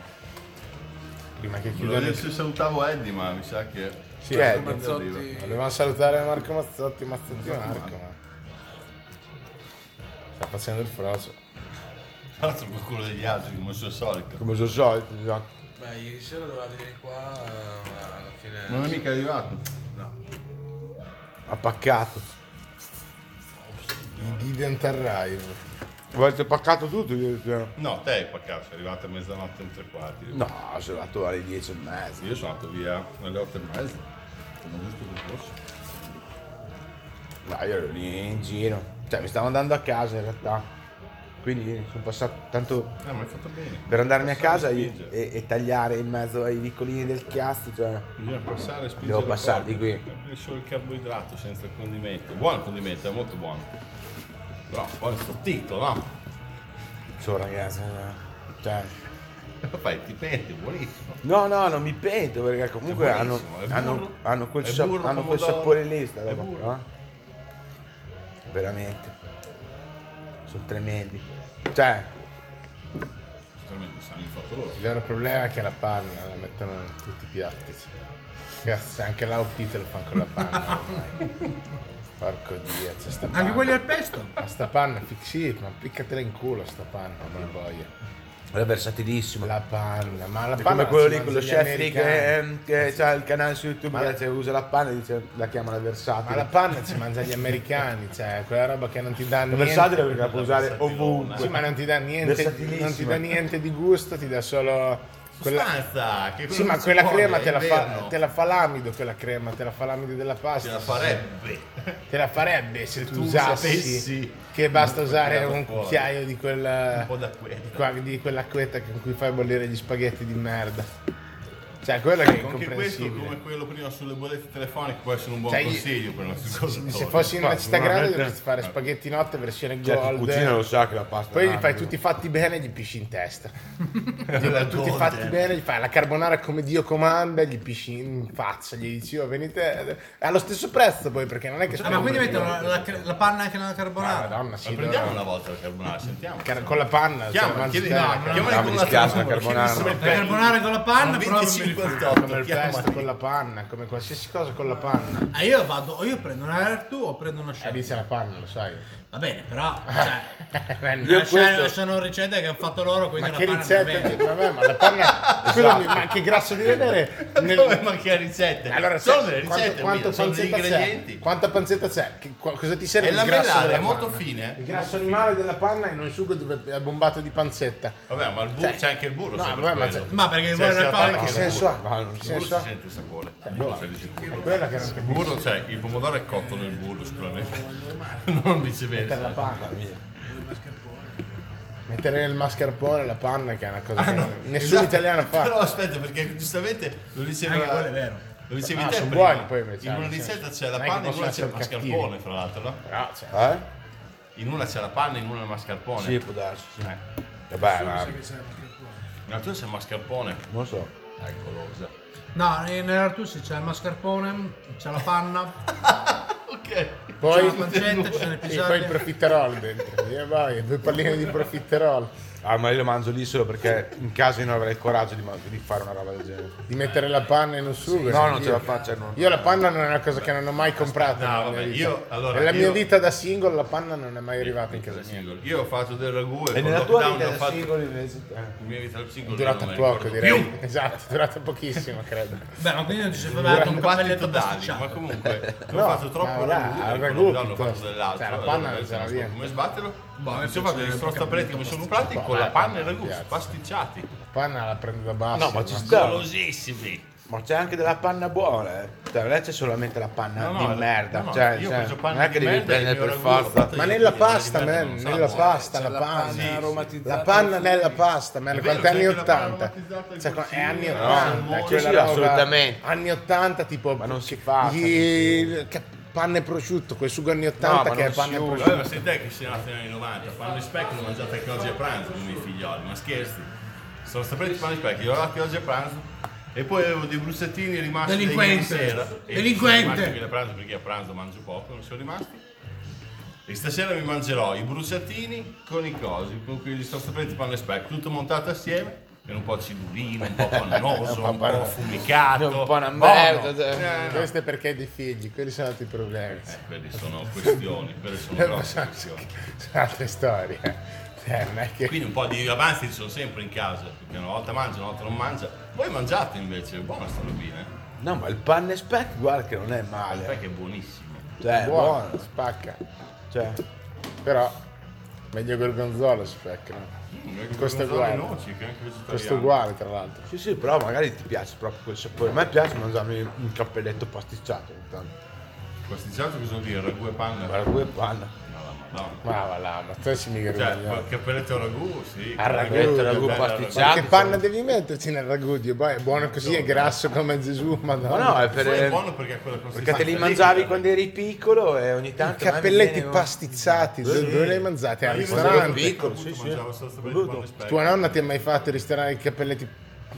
[SPEAKER 2] Prima che chiuda.
[SPEAKER 5] Volevo dire
[SPEAKER 2] le-
[SPEAKER 5] se salutavo Eddie, ma mi sa che.
[SPEAKER 2] Sì,
[SPEAKER 5] Eddie,
[SPEAKER 2] Eddie.
[SPEAKER 5] arriva.
[SPEAKER 2] Volevamo salutare Marco Mazzotti, Mazzotti Marco, ma... Sta facendo il froso.
[SPEAKER 5] Tra l'altro col culo degli altri, come al suo solito.
[SPEAKER 2] Come sono solito, già.
[SPEAKER 3] Beh, ieri sera doveva venire qua, ma alla fine...
[SPEAKER 5] Non è mica arrivato.
[SPEAKER 2] Appaccato. He didn't arrive. Avete paccato tutto ieri sera?
[SPEAKER 5] No, te hai paccato, sei arrivato a mezzanotte e un tre quarti.
[SPEAKER 2] No, sono andato alle 10 e mezza.
[SPEAKER 5] Io sono andato via alle otto e mezza. Sono giusto che fosse.
[SPEAKER 2] No, io ero lì in giro. Cioè, mi stavo andando a casa in realtà. Quindi sono passato tanto
[SPEAKER 5] Eh, ma hai fatto bene.
[SPEAKER 2] per andarmi a casa
[SPEAKER 5] Passare e
[SPEAKER 2] e,
[SPEAKER 5] spingere.
[SPEAKER 2] e- e tagliare in mezzo ai vicolini del chiasto, cioè.
[SPEAKER 5] Bisogna passare e spingere.
[SPEAKER 2] Devo
[SPEAKER 5] le
[SPEAKER 2] passare
[SPEAKER 5] corde.
[SPEAKER 2] di qui.
[SPEAKER 5] Prendere solo il carboidrato senza il condimento. Buon il condimento, è molto buono. Però poi è sottito, no? (laughs)
[SPEAKER 2] Ciao ragazzi, eh, cioè.
[SPEAKER 5] Fai, ti penti, è buonissimo.
[SPEAKER 2] No, no, non mi pento perché comunque
[SPEAKER 5] È
[SPEAKER 2] hanno,
[SPEAKER 5] buonissimo, è burro,
[SPEAKER 2] hanno, hanno quel,
[SPEAKER 5] è
[SPEAKER 2] sa-
[SPEAKER 5] burro,
[SPEAKER 2] hanno quel
[SPEAKER 5] pomodoro,
[SPEAKER 2] sapore lì, sta
[SPEAKER 5] è
[SPEAKER 2] roba,
[SPEAKER 5] burro.
[SPEAKER 2] no? Veramente. Sono tremendi. Cioè.
[SPEAKER 5] Sicuramente stanno in fatto loro.
[SPEAKER 2] Il vero problema è che la panna la mettono in tutti i piatti. Cazzo, anche l'AOP te lo fa con la panna ormai. Porco dio,
[SPEAKER 21] cioè.
[SPEAKER 2] c'è sta panna.
[SPEAKER 4] Anche quelli al pesto?
[SPEAKER 2] Ma sta panna, fi- sì, ma piccatela in culo sta panna, non la voglia.
[SPEAKER 21] È versatilissimo.
[SPEAKER 2] La panna, ma la
[SPEAKER 21] È
[SPEAKER 2] panna
[SPEAKER 21] come quello
[SPEAKER 2] ci
[SPEAKER 21] lì, quello
[SPEAKER 2] mangiano gli
[SPEAKER 21] chef lì
[SPEAKER 2] americani.
[SPEAKER 21] che, che ha il canale su YouTube,
[SPEAKER 2] Ma-
[SPEAKER 21] che dice, usa la panna e dice, la chiama la versatile.
[SPEAKER 2] Ma la panna ci mangia gli americani, cioè quella roba che non ti dà
[SPEAKER 21] La
[SPEAKER 2] niente.
[SPEAKER 21] versatile perché la puoi usare ovunque.
[SPEAKER 2] Sì, ma non ti dà niente,
[SPEAKER 21] Versatilissima.
[SPEAKER 2] non ti dà niente di gusto, ti dà solo quella,
[SPEAKER 5] Stanza, che
[SPEAKER 2] Sì,
[SPEAKER 5] quello
[SPEAKER 2] ma
[SPEAKER 5] non si
[SPEAKER 2] quella
[SPEAKER 5] può,
[SPEAKER 2] crema
[SPEAKER 5] è
[SPEAKER 2] te la, fa,
[SPEAKER 5] inverno.
[SPEAKER 2] te la fa l'amido, quella crema, te la fa l'amido della
[SPEAKER 5] Ce
[SPEAKER 2] pasta.
[SPEAKER 5] la
[SPEAKER 2] (laughs)
[SPEAKER 5] farebbe.
[SPEAKER 2] Te la farebbe se tu
[SPEAKER 5] tu
[SPEAKER 2] usassi
[SPEAKER 5] sapessi.
[SPEAKER 2] che basta
[SPEAKER 5] Non
[SPEAKER 2] usare
[SPEAKER 5] tirata
[SPEAKER 2] un
[SPEAKER 5] fuori.
[SPEAKER 2] cucchiaio di
[SPEAKER 5] Un po'
[SPEAKER 2] quella
[SPEAKER 5] da
[SPEAKER 2] di,
[SPEAKER 5] quello.
[SPEAKER 2] qua- di quell'acquetta con cui fai bollire gli spaghetti di merda. Cioè, quella che è
[SPEAKER 5] Anche questo, come
[SPEAKER 2] incomprensibile.
[SPEAKER 5] quello prima sulle bollette telefoniche, può essere un buon
[SPEAKER 2] Cioè, io-
[SPEAKER 5] consiglio per i nostri ascoltatori. (laughs)
[SPEAKER 2] Se fossi in una
[SPEAKER 21] Infatti,
[SPEAKER 2] città grande
[SPEAKER 21] veramente-
[SPEAKER 2] dovresti fare spaghetti notte versione
[SPEAKER 21] Cioè, chi cucina lo
[SPEAKER 2] gold.
[SPEAKER 21] sa che la pasta
[SPEAKER 2] Poi
[SPEAKER 21] è
[SPEAKER 2] li fai
[SPEAKER 21] un'amido.
[SPEAKER 2] tutti fatti bene e gli pisci in testa. Dico, tutti fatti bene, gli fai la carbonara come Dio comanda, gli pisci in faccia, gli dici, "Oh, venite allo stesso prezzo poi, perché non è che...
[SPEAKER 4] Ah, ma quindi mettono la,
[SPEAKER 2] mettono
[SPEAKER 4] la- la panna anche nella carbonara?
[SPEAKER 2] Madonna,
[SPEAKER 5] Ma
[SPEAKER 2] sì,
[SPEAKER 5] prendiamo
[SPEAKER 2] no.
[SPEAKER 5] una volta la carbonara, sentiamo.
[SPEAKER 2] Car- con la panna,
[SPEAKER 5] Chiama,
[SPEAKER 2] cioè, mangi
[SPEAKER 5] chiedi-
[SPEAKER 2] te la
[SPEAKER 5] no,
[SPEAKER 2] carbonara.
[SPEAKER 5] chiamali
[SPEAKER 2] No,
[SPEAKER 5] con
[SPEAKER 2] mi
[SPEAKER 5] un altro
[SPEAKER 2] dispiace la
[SPEAKER 5] nome, chiedi
[SPEAKER 2] carbonara,
[SPEAKER 5] solo
[SPEAKER 2] no.
[SPEAKER 5] il
[SPEAKER 4] La
[SPEAKER 5] pesto.
[SPEAKER 4] carbonara con la panna, però non mi ricordo.
[SPEAKER 5] 25
[SPEAKER 2] come il pesto con la panna, come qualsiasi cosa con la panna.
[SPEAKER 4] Ah, io vado, o io prendo una Vertù o prendo una
[SPEAKER 2] Eh, lì
[SPEAKER 4] Chef.
[SPEAKER 2] c'è la panna, lo sai. (laughs) Eh,
[SPEAKER 4] Va bene, però,
[SPEAKER 5] Eh,
[SPEAKER 4] cioè,
[SPEAKER 2] Ma
[SPEAKER 4] lasciano, lasciano ricette che hanno fatto loro, quindi
[SPEAKER 2] che
[SPEAKER 4] la panna va
[SPEAKER 2] ricetta?
[SPEAKER 4] bene.
[SPEAKER 2] Vabbè, ma la panna, scusami, ma che grasso
[SPEAKER 5] (laughs)
[SPEAKER 2] di
[SPEAKER 5] (laughs)
[SPEAKER 2] vedere.
[SPEAKER 5] Dove manca le ricette?
[SPEAKER 2] Allora,
[SPEAKER 5] Esatto. sono
[SPEAKER 2] se-
[SPEAKER 5] delle
[SPEAKER 2] quanto-
[SPEAKER 5] ricette,
[SPEAKER 2] quanto,
[SPEAKER 5] Emilio, sono degli
[SPEAKER 2] panzetta c'è?
[SPEAKER 5] ingredienti.
[SPEAKER 2] Quanta panzetta c'è? Che- qua- cosa ti serve
[SPEAKER 5] E
[SPEAKER 2] il
[SPEAKER 5] la
[SPEAKER 2] grasso
[SPEAKER 5] mellata
[SPEAKER 2] della
[SPEAKER 5] è molto
[SPEAKER 2] panna?
[SPEAKER 5] fine.
[SPEAKER 2] Il grasso animale della panna è in un sugo dove è bombato di panzetta.
[SPEAKER 5] Vabbè, ma il burro, c'è anche il burro.
[SPEAKER 2] Cioè, No,
[SPEAKER 5] sempre
[SPEAKER 2] vabbè, ma
[SPEAKER 5] quello.
[SPEAKER 2] c'è-
[SPEAKER 4] Ma perché
[SPEAKER 5] Cioè,
[SPEAKER 4] vuoi
[SPEAKER 5] sia la
[SPEAKER 4] fare
[SPEAKER 5] panna
[SPEAKER 2] Che
[SPEAKER 5] che il
[SPEAKER 2] senso
[SPEAKER 5] burro.
[SPEAKER 2] ha? Che
[SPEAKER 5] Il burro
[SPEAKER 2] senso
[SPEAKER 5] si
[SPEAKER 2] ha?
[SPEAKER 5] sente il sapore.
[SPEAKER 2] Eh,
[SPEAKER 5] Quello sei di sicuro.
[SPEAKER 2] Quella che era anche
[SPEAKER 5] Il burro c'è, il pomodoro è cotto nel burro sicuramente. (laughs) Non (laughs) viceversa.
[SPEAKER 2] mettere la panna. Mettere nel mascarpone la panna che è una cosa che nessun
[SPEAKER 5] Esatto.
[SPEAKER 2] italiano fa.
[SPEAKER 5] Però aspetta, perché giustamente lo diceva.
[SPEAKER 4] Anche quello è vero.
[SPEAKER 5] Lo dicevi
[SPEAKER 2] Ah,
[SPEAKER 5] te
[SPEAKER 2] sono
[SPEAKER 5] prima.
[SPEAKER 2] buoni poi invece,
[SPEAKER 5] in una
[SPEAKER 2] nel senso.
[SPEAKER 5] ricetta c'è la
[SPEAKER 2] Non è che
[SPEAKER 5] panna, in una c'è
[SPEAKER 2] possono
[SPEAKER 5] il
[SPEAKER 2] essere
[SPEAKER 5] mascarpone,
[SPEAKER 2] cattivi.
[SPEAKER 5] fra l'altro, no?
[SPEAKER 2] No, cioè,
[SPEAKER 21] Eh?
[SPEAKER 5] In una c'è la panna, in una il mascarpone.
[SPEAKER 21] Sì, può darsi. sì.
[SPEAKER 5] Eh.
[SPEAKER 21] Vabbè, ma
[SPEAKER 5] Ma tu sei mascarpone.
[SPEAKER 21] non so.
[SPEAKER 5] Eccolo.
[SPEAKER 4] No, nell'Artù sì, c'è il mascarpone, c'è la panna,
[SPEAKER 5] Ok.
[SPEAKER 4] c'è la
[SPEAKER 2] poi,
[SPEAKER 4] pancetta, c'è le
[SPEAKER 2] (laughs) e poi il
[SPEAKER 4] pisate.
[SPEAKER 2] profiterol dentro. E vai, due palline di profiterol.
[SPEAKER 21] Ah, ma io lo mangio lì solo perché in casa io non avrei il coraggio di, man- di fare una roba del genere.
[SPEAKER 2] Di mettere la panna in un sugo.
[SPEAKER 21] No, non ce la faccio. Non...
[SPEAKER 2] Io la panna non è una cosa che non ho mai comprato.
[SPEAKER 5] No,
[SPEAKER 2] nella
[SPEAKER 5] vabbè,
[SPEAKER 2] mia vita.
[SPEAKER 5] io- allora,
[SPEAKER 2] Nella mia
[SPEAKER 5] io-
[SPEAKER 2] vita da single la panna non è mai arrivata in casa mia.
[SPEAKER 5] Single. Io ho fatto del ragù e,
[SPEAKER 21] E
[SPEAKER 5] con
[SPEAKER 21] nella tua
[SPEAKER 5] lockdown
[SPEAKER 21] vita
[SPEAKER 5] ho
[SPEAKER 21] da
[SPEAKER 5] fatto
[SPEAKER 21] singolo invece? eh.
[SPEAKER 5] la mia vita al single.
[SPEAKER 2] È durata
[SPEAKER 5] non me la
[SPEAKER 2] poco,
[SPEAKER 5] ricordo
[SPEAKER 2] direi.
[SPEAKER 5] più.
[SPEAKER 2] Esatto, è durata pochissimo, credo.
[SPEAKER 4] Beh, ma quindi non ci sarebbe dato un
[SPEAKER 5] Un battito
[SPEAKER 4] cappelletto
[SPEAKER 5] d'ali, ma
[SPEAKER 4] pasticciato.
[SPEAKER 21] (laughs)
[SPEAKER 5] comunque
[SPEAKER 2] No,
[SPEAKER 5] ho fatto troppo
[SPEAKER 2] ma
[SPEAKER 5] ragù,
[SPEAKER 2] là, al
[SPEAKER 5] e con
[SPEAKER 2] ragù
[SPEAKER 5] lockdown ho fatto
[SPEAKER 2] piuttosto.
[SPEAKER 5] dell'altro. eh,
[SPEAKER 2] Cioè, la
[SPEAKER 5] allora,
[SPEAKER 2] panna
[SPEAKER 5] adesso
[SPEAKER 2] c'era
[SPEAKER 5] non so
[SPEAKER 2] via.
[SPEAKER 5] Come sbatterlo?
[SPEAKER 4] Boh,
[SPEAKER 5] Mi
[SPEAKER 4] mi
[SPEAKER 5] sono fatto
[SPEAKER 4] piace
[SPEAKER 5] gli
[SPEAKER 4] il
[SPEAKER 5] strozzapelletti che mi sono comprati
[SPEAKER 2] Boh,
[SPEAKER 5] con
[SPEAKER 2] la
[SPEAKER 5] la panna e il
[SPEAKER 2] panna mi
[SPEAKER 5] ragù,
[SPEAKER 2] piace.
[SPEAKER 5] pasticciati.
[SPEAKER 2] La panna la prendo da basso.
[SPEAKER 21] No, ma ci sta.
[SPEAKER 5] Golosissimi.
[SPEAKER 21] Ma c'è anche della panna buona. eh. Cioè, lei c'è solamente la panna
[SPEAKER 5] No, no,
[SPEAKER 21] di merda.
[SPEAKER 5] no, no,
[SPEAKER 21] cioè,
[SPEAKER 5] io ho
[SPEAKER 21] cioè,
[SPEAKER 5] preso panna
[SPEAKER 21] non è che
[SPEAKER 5] di
[SPEAKER 21] devi
[SPEAKER 5] merda e
[SPEAKER 21] prendere
[SPEAKER 5] il mio
[SPEAKER 21] per
[SPEAKER 5] ragù l'ho
[SPEAKER 21] forza.
[SPEAKER 5] fatto
[SPEAKER 2] Ma
[SPEAKER 5] io,
[SPEAKER 2] nella
[SPEAKER 5] quindi non
[SPEAKER 2] pasta,
[SPEAKER 5] è di merda,
[SPEAKER 2] man,
[SPEAKER 5] non sa
[SPEAKER 2] nella
[SPEAKER 5] buono.
[SPEAKER 2] pasta, la
[SPEAKER 3] la
[SPEAKER 2] panna.
[SPEAKER 3] panna
[SPEAKER 2] Sì, sì.
[SPEAKER 3] aromatizzata.
[SPEAKER 2] La panna nella pasta, man,
[SPEAKER 5] È
[SPEAKER 2] quanti
[SPEAKER 5] vero,
[SPEAKER 2] anni
[SPEAKER 5] sai che la panna
[SPEAKER 2] 80?
[SPEAKER 5] aromatizzata è
[SPEAKER 2] Cioè, con- è
[SPEAKER 5] così,
[SPEAKER 2] anni
[SPEAKER 5] no,
[SPEAKER 2] 80,
[SPEAKER 5] salmone.
[SPEAKER 2] quella
[SPEAKER 21] Sì,
[SPEAKER 2] roba-
[SPEAKER 21] assolutamente.
[SPEAKER 2] Anni 80 tipo... Ma
[SPEAKER 21] non si fa,
[SPEAKER 2] Panna e prosciutto, quel sugo anni 80
[SPEAKER 21] ma
[SPEAKER 2] che è
[SPEAKER 21] non si
[SPEAKER 2] panna e
[SPEAKER 21] usa.
[SPEAKER 5] Vabbè,
[SPEAKER 2] prosciutto.
[SPEAKER 5] ma sei te che sei nato negli anni 90, fanno gli specchi, l'ho mangiata anche oggi a pranzo con i miei figlioli, ma scherzi. Sono sapete fanno gli specchi, l'ho mangiata oggi a pranzo e poi avevo dei bruschettini rimasti da ieri
[SPEAKER 4] Delinquente.
[SPEAKER 5] sera. E
[SPEAKER 4] Delinquente.
[SPEAKER 5] sono rimasti qui da pranzo perché a pranzo mangio poco, non sono rimasti. E stasera mi mangerò i bruciatini con i cosi, con quelli soffretti pan e specchio, tutto montato assieme, con un po' cellulino, un po'
[SPEAKER 8] (laughs)
[SPEAKER 5] pannoso, un po' affumicato.
[SPEAKER 8] Un po' una
[SPEAKER 5] buono.
[SPEAKER 8] merda, cioè.
[SPEAKER 5] Eh, no.
[SPEAKER 2] Questo è perché dei figli, quelli sono altri problemi.
[SPEAKER 5] Eh, quelle sono questioni, quelle
[SPEAKER 8] (laughs)
[SPEAKER 5] sono
[SPEAKER 8] Eh,
[SPEAKER 5] grosse
[SPEAKER 2] (laughs) sono,
[SPEAKER 5] questioni.
[SPEAKER 2] sono altre storie. Cioè, non è che...
[SPEAKER 5] Quindi un po' di avanzi ci sono sempre in casa, perché una volta mangia, una volta non mangia. Voi mangiate invece, è buona sta robina, eh?
[SPEAKER 8] No, ma il pan e spec guarda che non è male.
[SPEAKER 5] Sai che è buonissima.
[SPEAKER 8] Cioè, è buono.
[SPEAKER 2] Buono, spacca.
[SPEAKER 8] Cioè,
[SPEAKER 2] Però, meglio gorgonzola spacca. no?
[SPEAKER 8] Mm,
[SPEAKER 2] Costa uguale. Questo è uguale, tra l'altro.
[SPEAKER 8] sì, sì, però magari ti piace proprio quel sapore. A me piace mangiarmi un cappelletto pasticciato ogni tanto.
[SPEAKER 5] Pasticciato cosa vuol dire? Ragù e panna?
[SPEAKER 8] Guarda, due panna.
[SPEAKER 5] No.
[SPEAKER 2] Ma va là, ma tu sei mica
[SPEAKER 5] Cioè,
[SPEAKER 2] vergognato.
[SPEAKER 5] cappelletto al ragù, sì.
[SPEAKER 8] Al Ah, ragù, al ragù
[SPEAKER 5] bello,
[SPEAKER 8] pasticciato.
[SPEAKER 2] Ma che
[SPEAKER 8] Già,
[SPEAKER 2] panna devi metterci nel ragù, Dio, boh, è buono così, è grasso come Gesù, madonna.
[SPEAKER 8] Ma no, eh, è
[SPEAKER 5] Poi è buono
[SPEAKER 8] per...
[SPEAKER 5] perché è quella
[SPEAKER 8] Perché
[SPEAKER 5] consistenza
[SPEAKER 8] te li
[SPEAKER 5] lì,
[SPEAKER 8] mangiavi
[SPEAKER 5] quella-
[SPEAKER 8] quando eri piccolo e ogni tanto... a me mi
[SPEAKER 2] Cappelletti
[SPEAKER 8] viene un-
[SPEAKER 2] pastizzati, dove, dove li hai mangiati? Al
[SPEAKER 5] Io
[SPEAKER 8] mangiavo
[SPEAKER 2] ristorante.
[SPEAKER 8] piccolo,
[SPEAKER 5] appunto,
[SPEAKER 8] sì, sì.
[SPEAKER 5] mangiavo sto spaghetto con le
[SPEAKER 8] eh.
[SPEAKER 5] spezie.
[SPEAKER 2] Tua nonna ti ha mai fatto il ristorante i cappelletti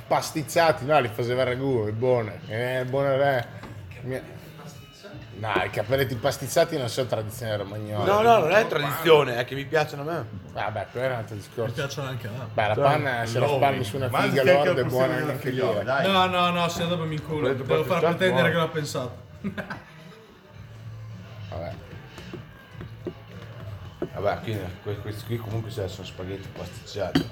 [SPEAKER 2] pastizzati? No, li faceva il ragù, è buono. Eh, buono re. Mia- No, i cappelletti pastizzati non sono tradizione romagnola.
[SPEAKER 8] No, no, non è tradizione, è che mi piacciono a me.
[SPEAKER 2] Vabbè, quello è un altro
[SPEAKER 4] Mi
[SPEAKER 2] discorso.
[SPEAKER 4] piacciono anche a me.
[SPEAKER 2] Beh, la
[SPEAKER 5] Cioè,
[SPEAKER 2] panna, se la
[SPEAKER 5] Lovi.
[SPEAKER 2] spalmi su una
[SPEAKER 5] Mangi
[SPEAKER 2] figa
[SPEAKER 5] anche la
[SPEAKER 2] lorda è buona
[SPEAKER 5] porzione della
[SPEAKER 2] anche lì.
[SPEAKER 5] figliola,
[SPEAKER 2] eh.
[SPEAKER 5] dai.
[SPEAKER 4] No, no, no, se no dopo mi inculo.
[SPEAKER 8] Quello
[SPEAKER 4] Devo far
[SPEAKER 8] pasticciato,
[SPEAKER 4] pretendere
[SPEAKER 8] buono.
[SPEAKER 4] che l'ho pensato.
[SPEAKER 2] Vabbè.
[SPEAKER 8] Vabbè, quindi que- questi qui comunque sai, sono spaghetti pasticciati.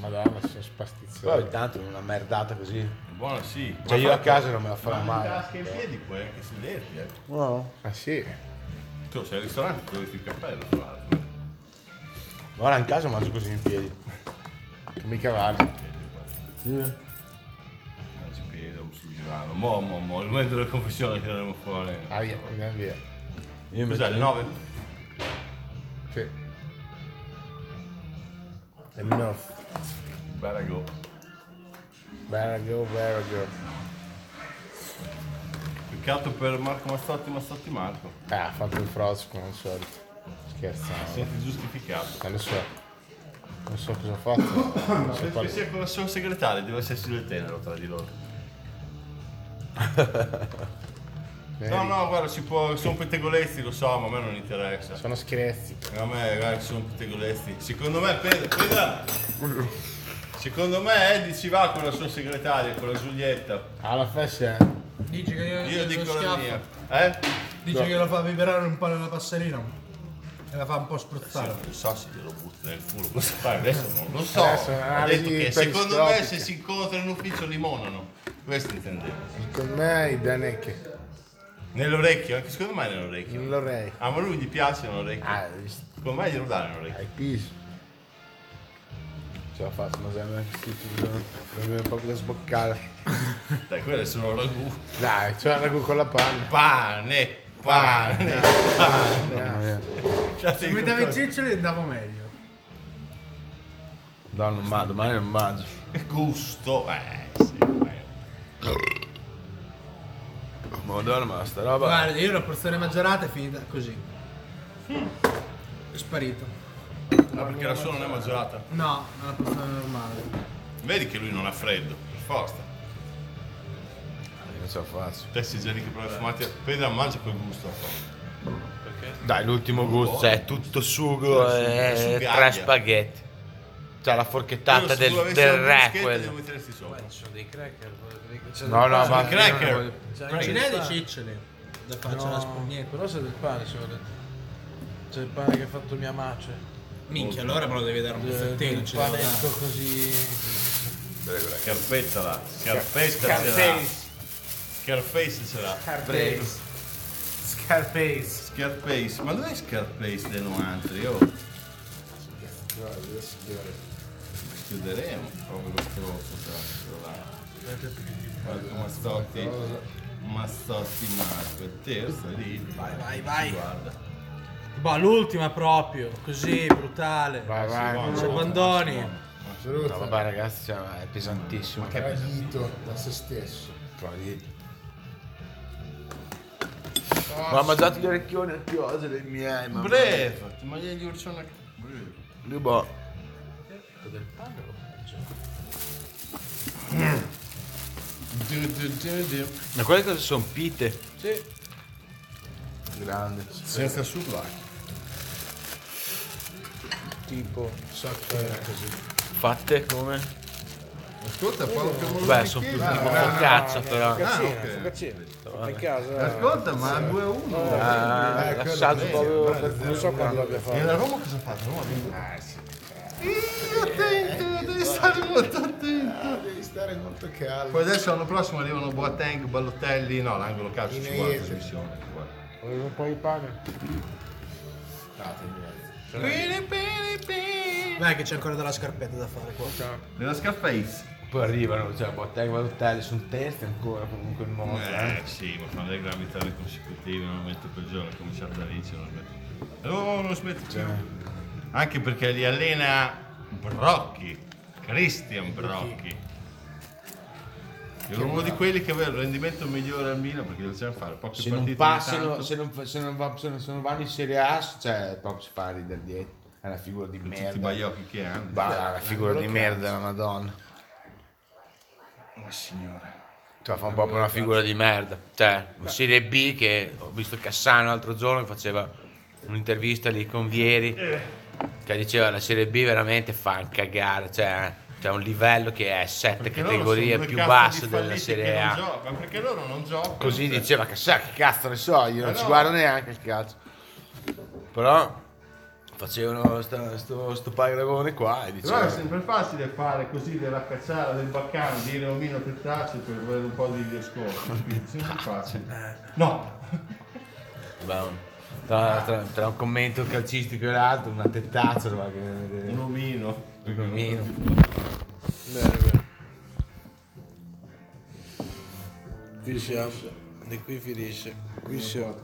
[SPEAKER 2] Madonna, sono
[SPEAKER 8] Poi
[SPEAKER 2] spastizzato.
[SPEAKER 8] ogni tanto una merdata così.
[SPEAKER 5] Buono, sì.
[SPEAKER 8] Cioè io a casa non me la farò
[SPEAKER 5] Ma
[SPEAKER 8] mai.
[SPEAKER 5] anche in piedi puoi anche sederti, eh.
[SPEAKER 2] Ah sì?
[SPEAKER 5] Tu sei al ristorante, ti metti il cappello, tra l'altro.
[SPEAKER 8] Ora in casa mangio così in piedi.
[SPEAKER 2] Che mica vale.
[SPEAKER 5] Non ci credo, si girava. Mo, mo, mo, il momento della confessione tireremo fuori.
[SPEAKER 2] Ah, via, andiamo via.
[SPEAKER 8] Io invece-
[SPEAKER 5] Cos'è, alle 9?
[SPEAKER 2] Sì. Enough.
[SPEAKER 5] Bella go.
[SPEAKER 2] Better go, better go.
[SPEAKER 5] Peccato per Marco Mazzotti, Mazzotti Marco.
[SPEAKER 2] Ah, ha fatto il frozzo come al solito. Scherzavo.
[SPEAKER 5] Senti giustificato.
[SPEAKER 2] Non lo so. Non so cosa ho fatto. Non
[SPEAKER 5] Penso
[SPEAKER 2] so
[SPEAKER 5] che
[SPEAKER 2] quale-
[SPEAKER 5] sia con la sua segretaria, deve essersi del tenero tra di loro. No, no, guarda, si può, sono pettegolezzi, lo so, ma a me non interessa.
[SPEAKER 2] Sono scherzi.
[SPEAKER 5] A me, guarda, sono pettegolezzi. Secondo me, Pedro, Pedro- secondo me Eddie ci va con la sua segretaria, con la Giulietta.
[SPEAKER 2] Alla festa.
[SPEAKER 4] Dici che io,
[SPEAKER 5] Io
[SPEAKER 4] lo
[SPEAKER 5] dico la
[SPEAKER 4] schiaffo.
[SPEAKER 5] mia. Eh?
[SPEAKER 4] Dici che lo fa vibrare un po' nella passerina e la fa un po' spruzzare.
[SPEAKER 5] Non so se glielo butto nel culo cosa fare, adesso non lo so.
[SPEAKER 2] Adesso è
[SPEAKER 5] Ho
[SPEAKER 2] un'analisi
[SPEAKER 5] detto che secondo me
[SPEAKER 2] periscopica.
[SPEAKER 5] se si incontrano in ufficio limonano. Questo intendevo.
[SPEAKER 2] Con me i danecche.
[SPEAKER 5] Nell'orecchio, anche secondo me è nell'orecchio.
[SPEAKER 2] Non l'orei.
[SPEAKER 5] Ah, ma lui gli piace nell'orecchio.
[SPEAKER 2] Ah, hai visto?
[SPEAKER 5] Secondo me glielo dà nell'orecchio.
[SPEAKER 2] Hai piso.
[SPEAKER 8] Ce l'ho fatta, ma sembra che tutti mi viene proprio da sboccare.
[SPEAKER 5] Dai, quello è solo ragù.
[SPEAKER 2] Dai, c'è la ragù con la panna.
[SPEAKER 5] Pane, pane, pane.
[SPEAKER 8] Mamma mia.
[SPEAKER 5] Cioè,
[SPEAKER 4] Se mettevi i ciccioli andavo meglio.
[SPEAKER 8] No, non mangio, domani non mangio.
[SPEAKER 5] gusto. Eh, sì, vai.
[SPEAKER 8] Madonna, ma sta roba.
[SPEAKER 4] Guarda, io la porzione maggiorata è finita così. È sparito.
[SPEAKER 5] Ah, perché la sua non è maggiorata.
[SPEAKER 4] No, è una porzione normale.
[SPEAKER 5] Vedi che lui non ha freddo, per forza.
[SPEAKER 8] Io non ce la faccio.
[SPEAKER 5] Te sei già lì che provi a fumarti. Pedro mangia quel gusto.
[SPEAKER 8] Dai, l'ultimo gusto, cioè tutto sugo
[SPEAKER 5] È
[SPEAKER 8] e
[SPEAKER 5] sugaglia.
[SPEAKER 8] eh, tre spaghetti. Cioè la forchettata del, del re
[SPEAKER 5] quello.
[SPEAKER 8] quella.
[SPEAKER 5] metteresti sopra.
[SPEAKER 3] Ci sono dei cracker.
[SPEAKER 8] No, no,
[SPEAKER 5] Ma
[SPEAKER 8] ma
[SPEAKER 5] cracker.
[SPEAKER 3] Non
[SPEAKER 4] Ce
[SPEAKER 3] ce
[SPEAKER 4] n'è
[SPEAKER 3] n'è
[SPEAKER 4] dei ciccioli da farci la spugnetta.
[SPEAKER 3] Però c'è del pane, ci vuole. C'è il pane che ha fatto mia mace.
[SPEAKER 4] Minchia, allora me lo devi dare un pezzettino.
[SPEAKER 3] Il
[SPEAKER 4] ce l'ho
[SPEAKER 3] panetto
[SPEAKER 4] da-
[SPEAKER 3] così.
[SPEAKER 5] Scarpezzala. Scarpezzala. Scarpezzala.
[SPEAKER 22] Scarface. Scarface.
[SPEAKER 5] Scarface, ma dov'è Scarface dei 90? Io. Chiuderemo proprio questo posto là. Marco Mastotti. Mastotti Marco, è terzo è lì. Vai, vai, vai. Guarda.
[SPEAKER 4] Boh, l'ultima proprio, così brutale. Cioè,
[SPEAKER 2] Vai, vai.
[SPEAKER 4] Ci abbandoni.
[SPEAKER 8] No, vabbè ragazzi, cioè, è pesantissimo. Ma che
[SPEAKER 2] Tradito da se stesso.
[SPEAKER 8] Ma ho mangiato gli orecchioni archiosi dei miei, ma.
[SPEAKER 5] Breve, ti mangi gli urcioni Breve.
[SPEAKER 8] Lui boh.
[SPEAKER 5] Du, du, du, du.
[SPEAKER 8] Ma quelle cose sono pite.
[SPEAKER 3] Sì.
[SPEAKER 2] Grande.
[SPEAKER 5] Senza subacqueo.
[SPEAKER 2] Tipo,
[SPEAKER 8] Fatte come?
[SPEAKER 5] Ascolta, parlo per uno
[SPEAKER 8] Beh, sono più tipo focaccia però.
[SPEAKER 5] Ah, ok.
[SPEAKER 3] Focaccino. In casa.
[SPEAKER 5] Ascolta, ma 2 a 1.
[SPEAKER 8] Ah, L'assalto proprio per
[SPEAKER 3] Non so quando abbia fatto.
[SPEAKER 5] E la Roma cosa fa? La Roma vinto. Attento, devi stare molto attento.
[SPEAKER 2] Devi stare molto calmo.
[SPEAKER 5] Poi adesso l'anno prossimo arrivano Boateng, Ballotelli, no, l'angolo calcio ci vuole la
[SPEAKER 2] Inglese.
[SPEAKER 5] trasmissione. ci vuole.
[SPEAKER 2] Volevo un po' di pane.
[SPEAKER 4] Dai che c'è ancora della scarpetta da fare qua.
[SPEAKER 5] Nella Scarface?
[SPEAKER 23] Poi arrivano, cioè, Bottega e Bottega sono testi ancora comunque il mondo.
[SPEAKER 5] Eh sì, ma fanno delle gran vittorie consecutive, non metto per giorno, come c'è da lì, ce lo metto. No, non smetti più. Anche perché li allena Brocchi, Christian Brocchi. È uno di quelli che aveva il rendimento migliore al Milan perché doveva fare poche
[SPEAKER 23] Se
[SPEAKER 5] partite
[SPEAKER 23] non
[SPEAKER 5] ogni
[SPEAKER 23] passano,
[SPEAKER 5] tanto.
[SPEAKER 23] se non, se, non va- se non- se non vanno in Serie A, cioè, proprio si fa ridere dietro. È una figura di
[SPEAKER 8] eh,
[SPEAKER 5] tutti i
[SPEAKER 23] merda.
[SPEAKER 5] baiocchi che hanno.
[SPEAKER 23] Bah, una figura di merda, la madonna.
[SPEAKER 5] Ma signore.
[SPEAKER 23] Cioè, fa un po'
[SPEAKER 8] una figura di merda. Cioè, una Serie B che ho visto Cassano l'altro giorno che faceva un'intervista lì con Vieri
[SPEAKER 23] Eh.
[SPEAKER 8] che diceva la Serie B veramente fa un cagare, cioè c'è un livello che è sette
[SPEAKER 5] Perché loro
[SPEAKER 8] categorie
[SPEAKER 5] sono due
[SPEAKER 8] più
[SPEAKER 5] cazzo
[SPEAKER 8] basse
[SPEAKER 5] di
[SPEAKER 8] della
[SPEAKER 5] falliti
[SPEAKER 8] Serie
[SPEAKER 5] che non
[SPEAKER 8] A.
[SPEAKER 5] giocano, Ma perché loro non giocano?
[SPEAKER 23] Così
[SPEAKER 5] Cioè,
[SPEAKER 23] diceva, chissà che cazzo ne so, io non
[SPEAKER 5] Ma
[SPEAKER 23] ci
[SPEAKER 5] no.
[SPEAKER 23] guardo neanche il cazzo.
[SPEAKER 8] Però facevano sta- sto, sto paragone qua
[SPEAKER 5] Però è
[SPEAKER 8] e dicevano
[SPEAKER 5] sempre facile fare così della cacciara del baccano, dire omino Petaccio per avere un po' di riascolto. Quindi sempre facile. No!
[SPEAKER 23] Bravo. Tra, tra- tra un commento calcistico e l'altro, una tettazza, ma che-
[SPEAKER 5] Un omino.
[SPEAKER 23] un omino.
[SPEAKER 3] Qui siamo. E qui finisce. Qui siamo.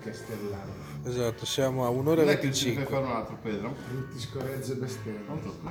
[SPEAKER 3] Esatto, siamo a un'ora e
[SPEAKER 5] Dai che ci fai
[SPEAKER 3] 25.
[SPEAKER 5] fare un altro Pedro.
[SPEAKER 2] Tutti scorregge bestemmi.
[SPEAKER 5] Pronto?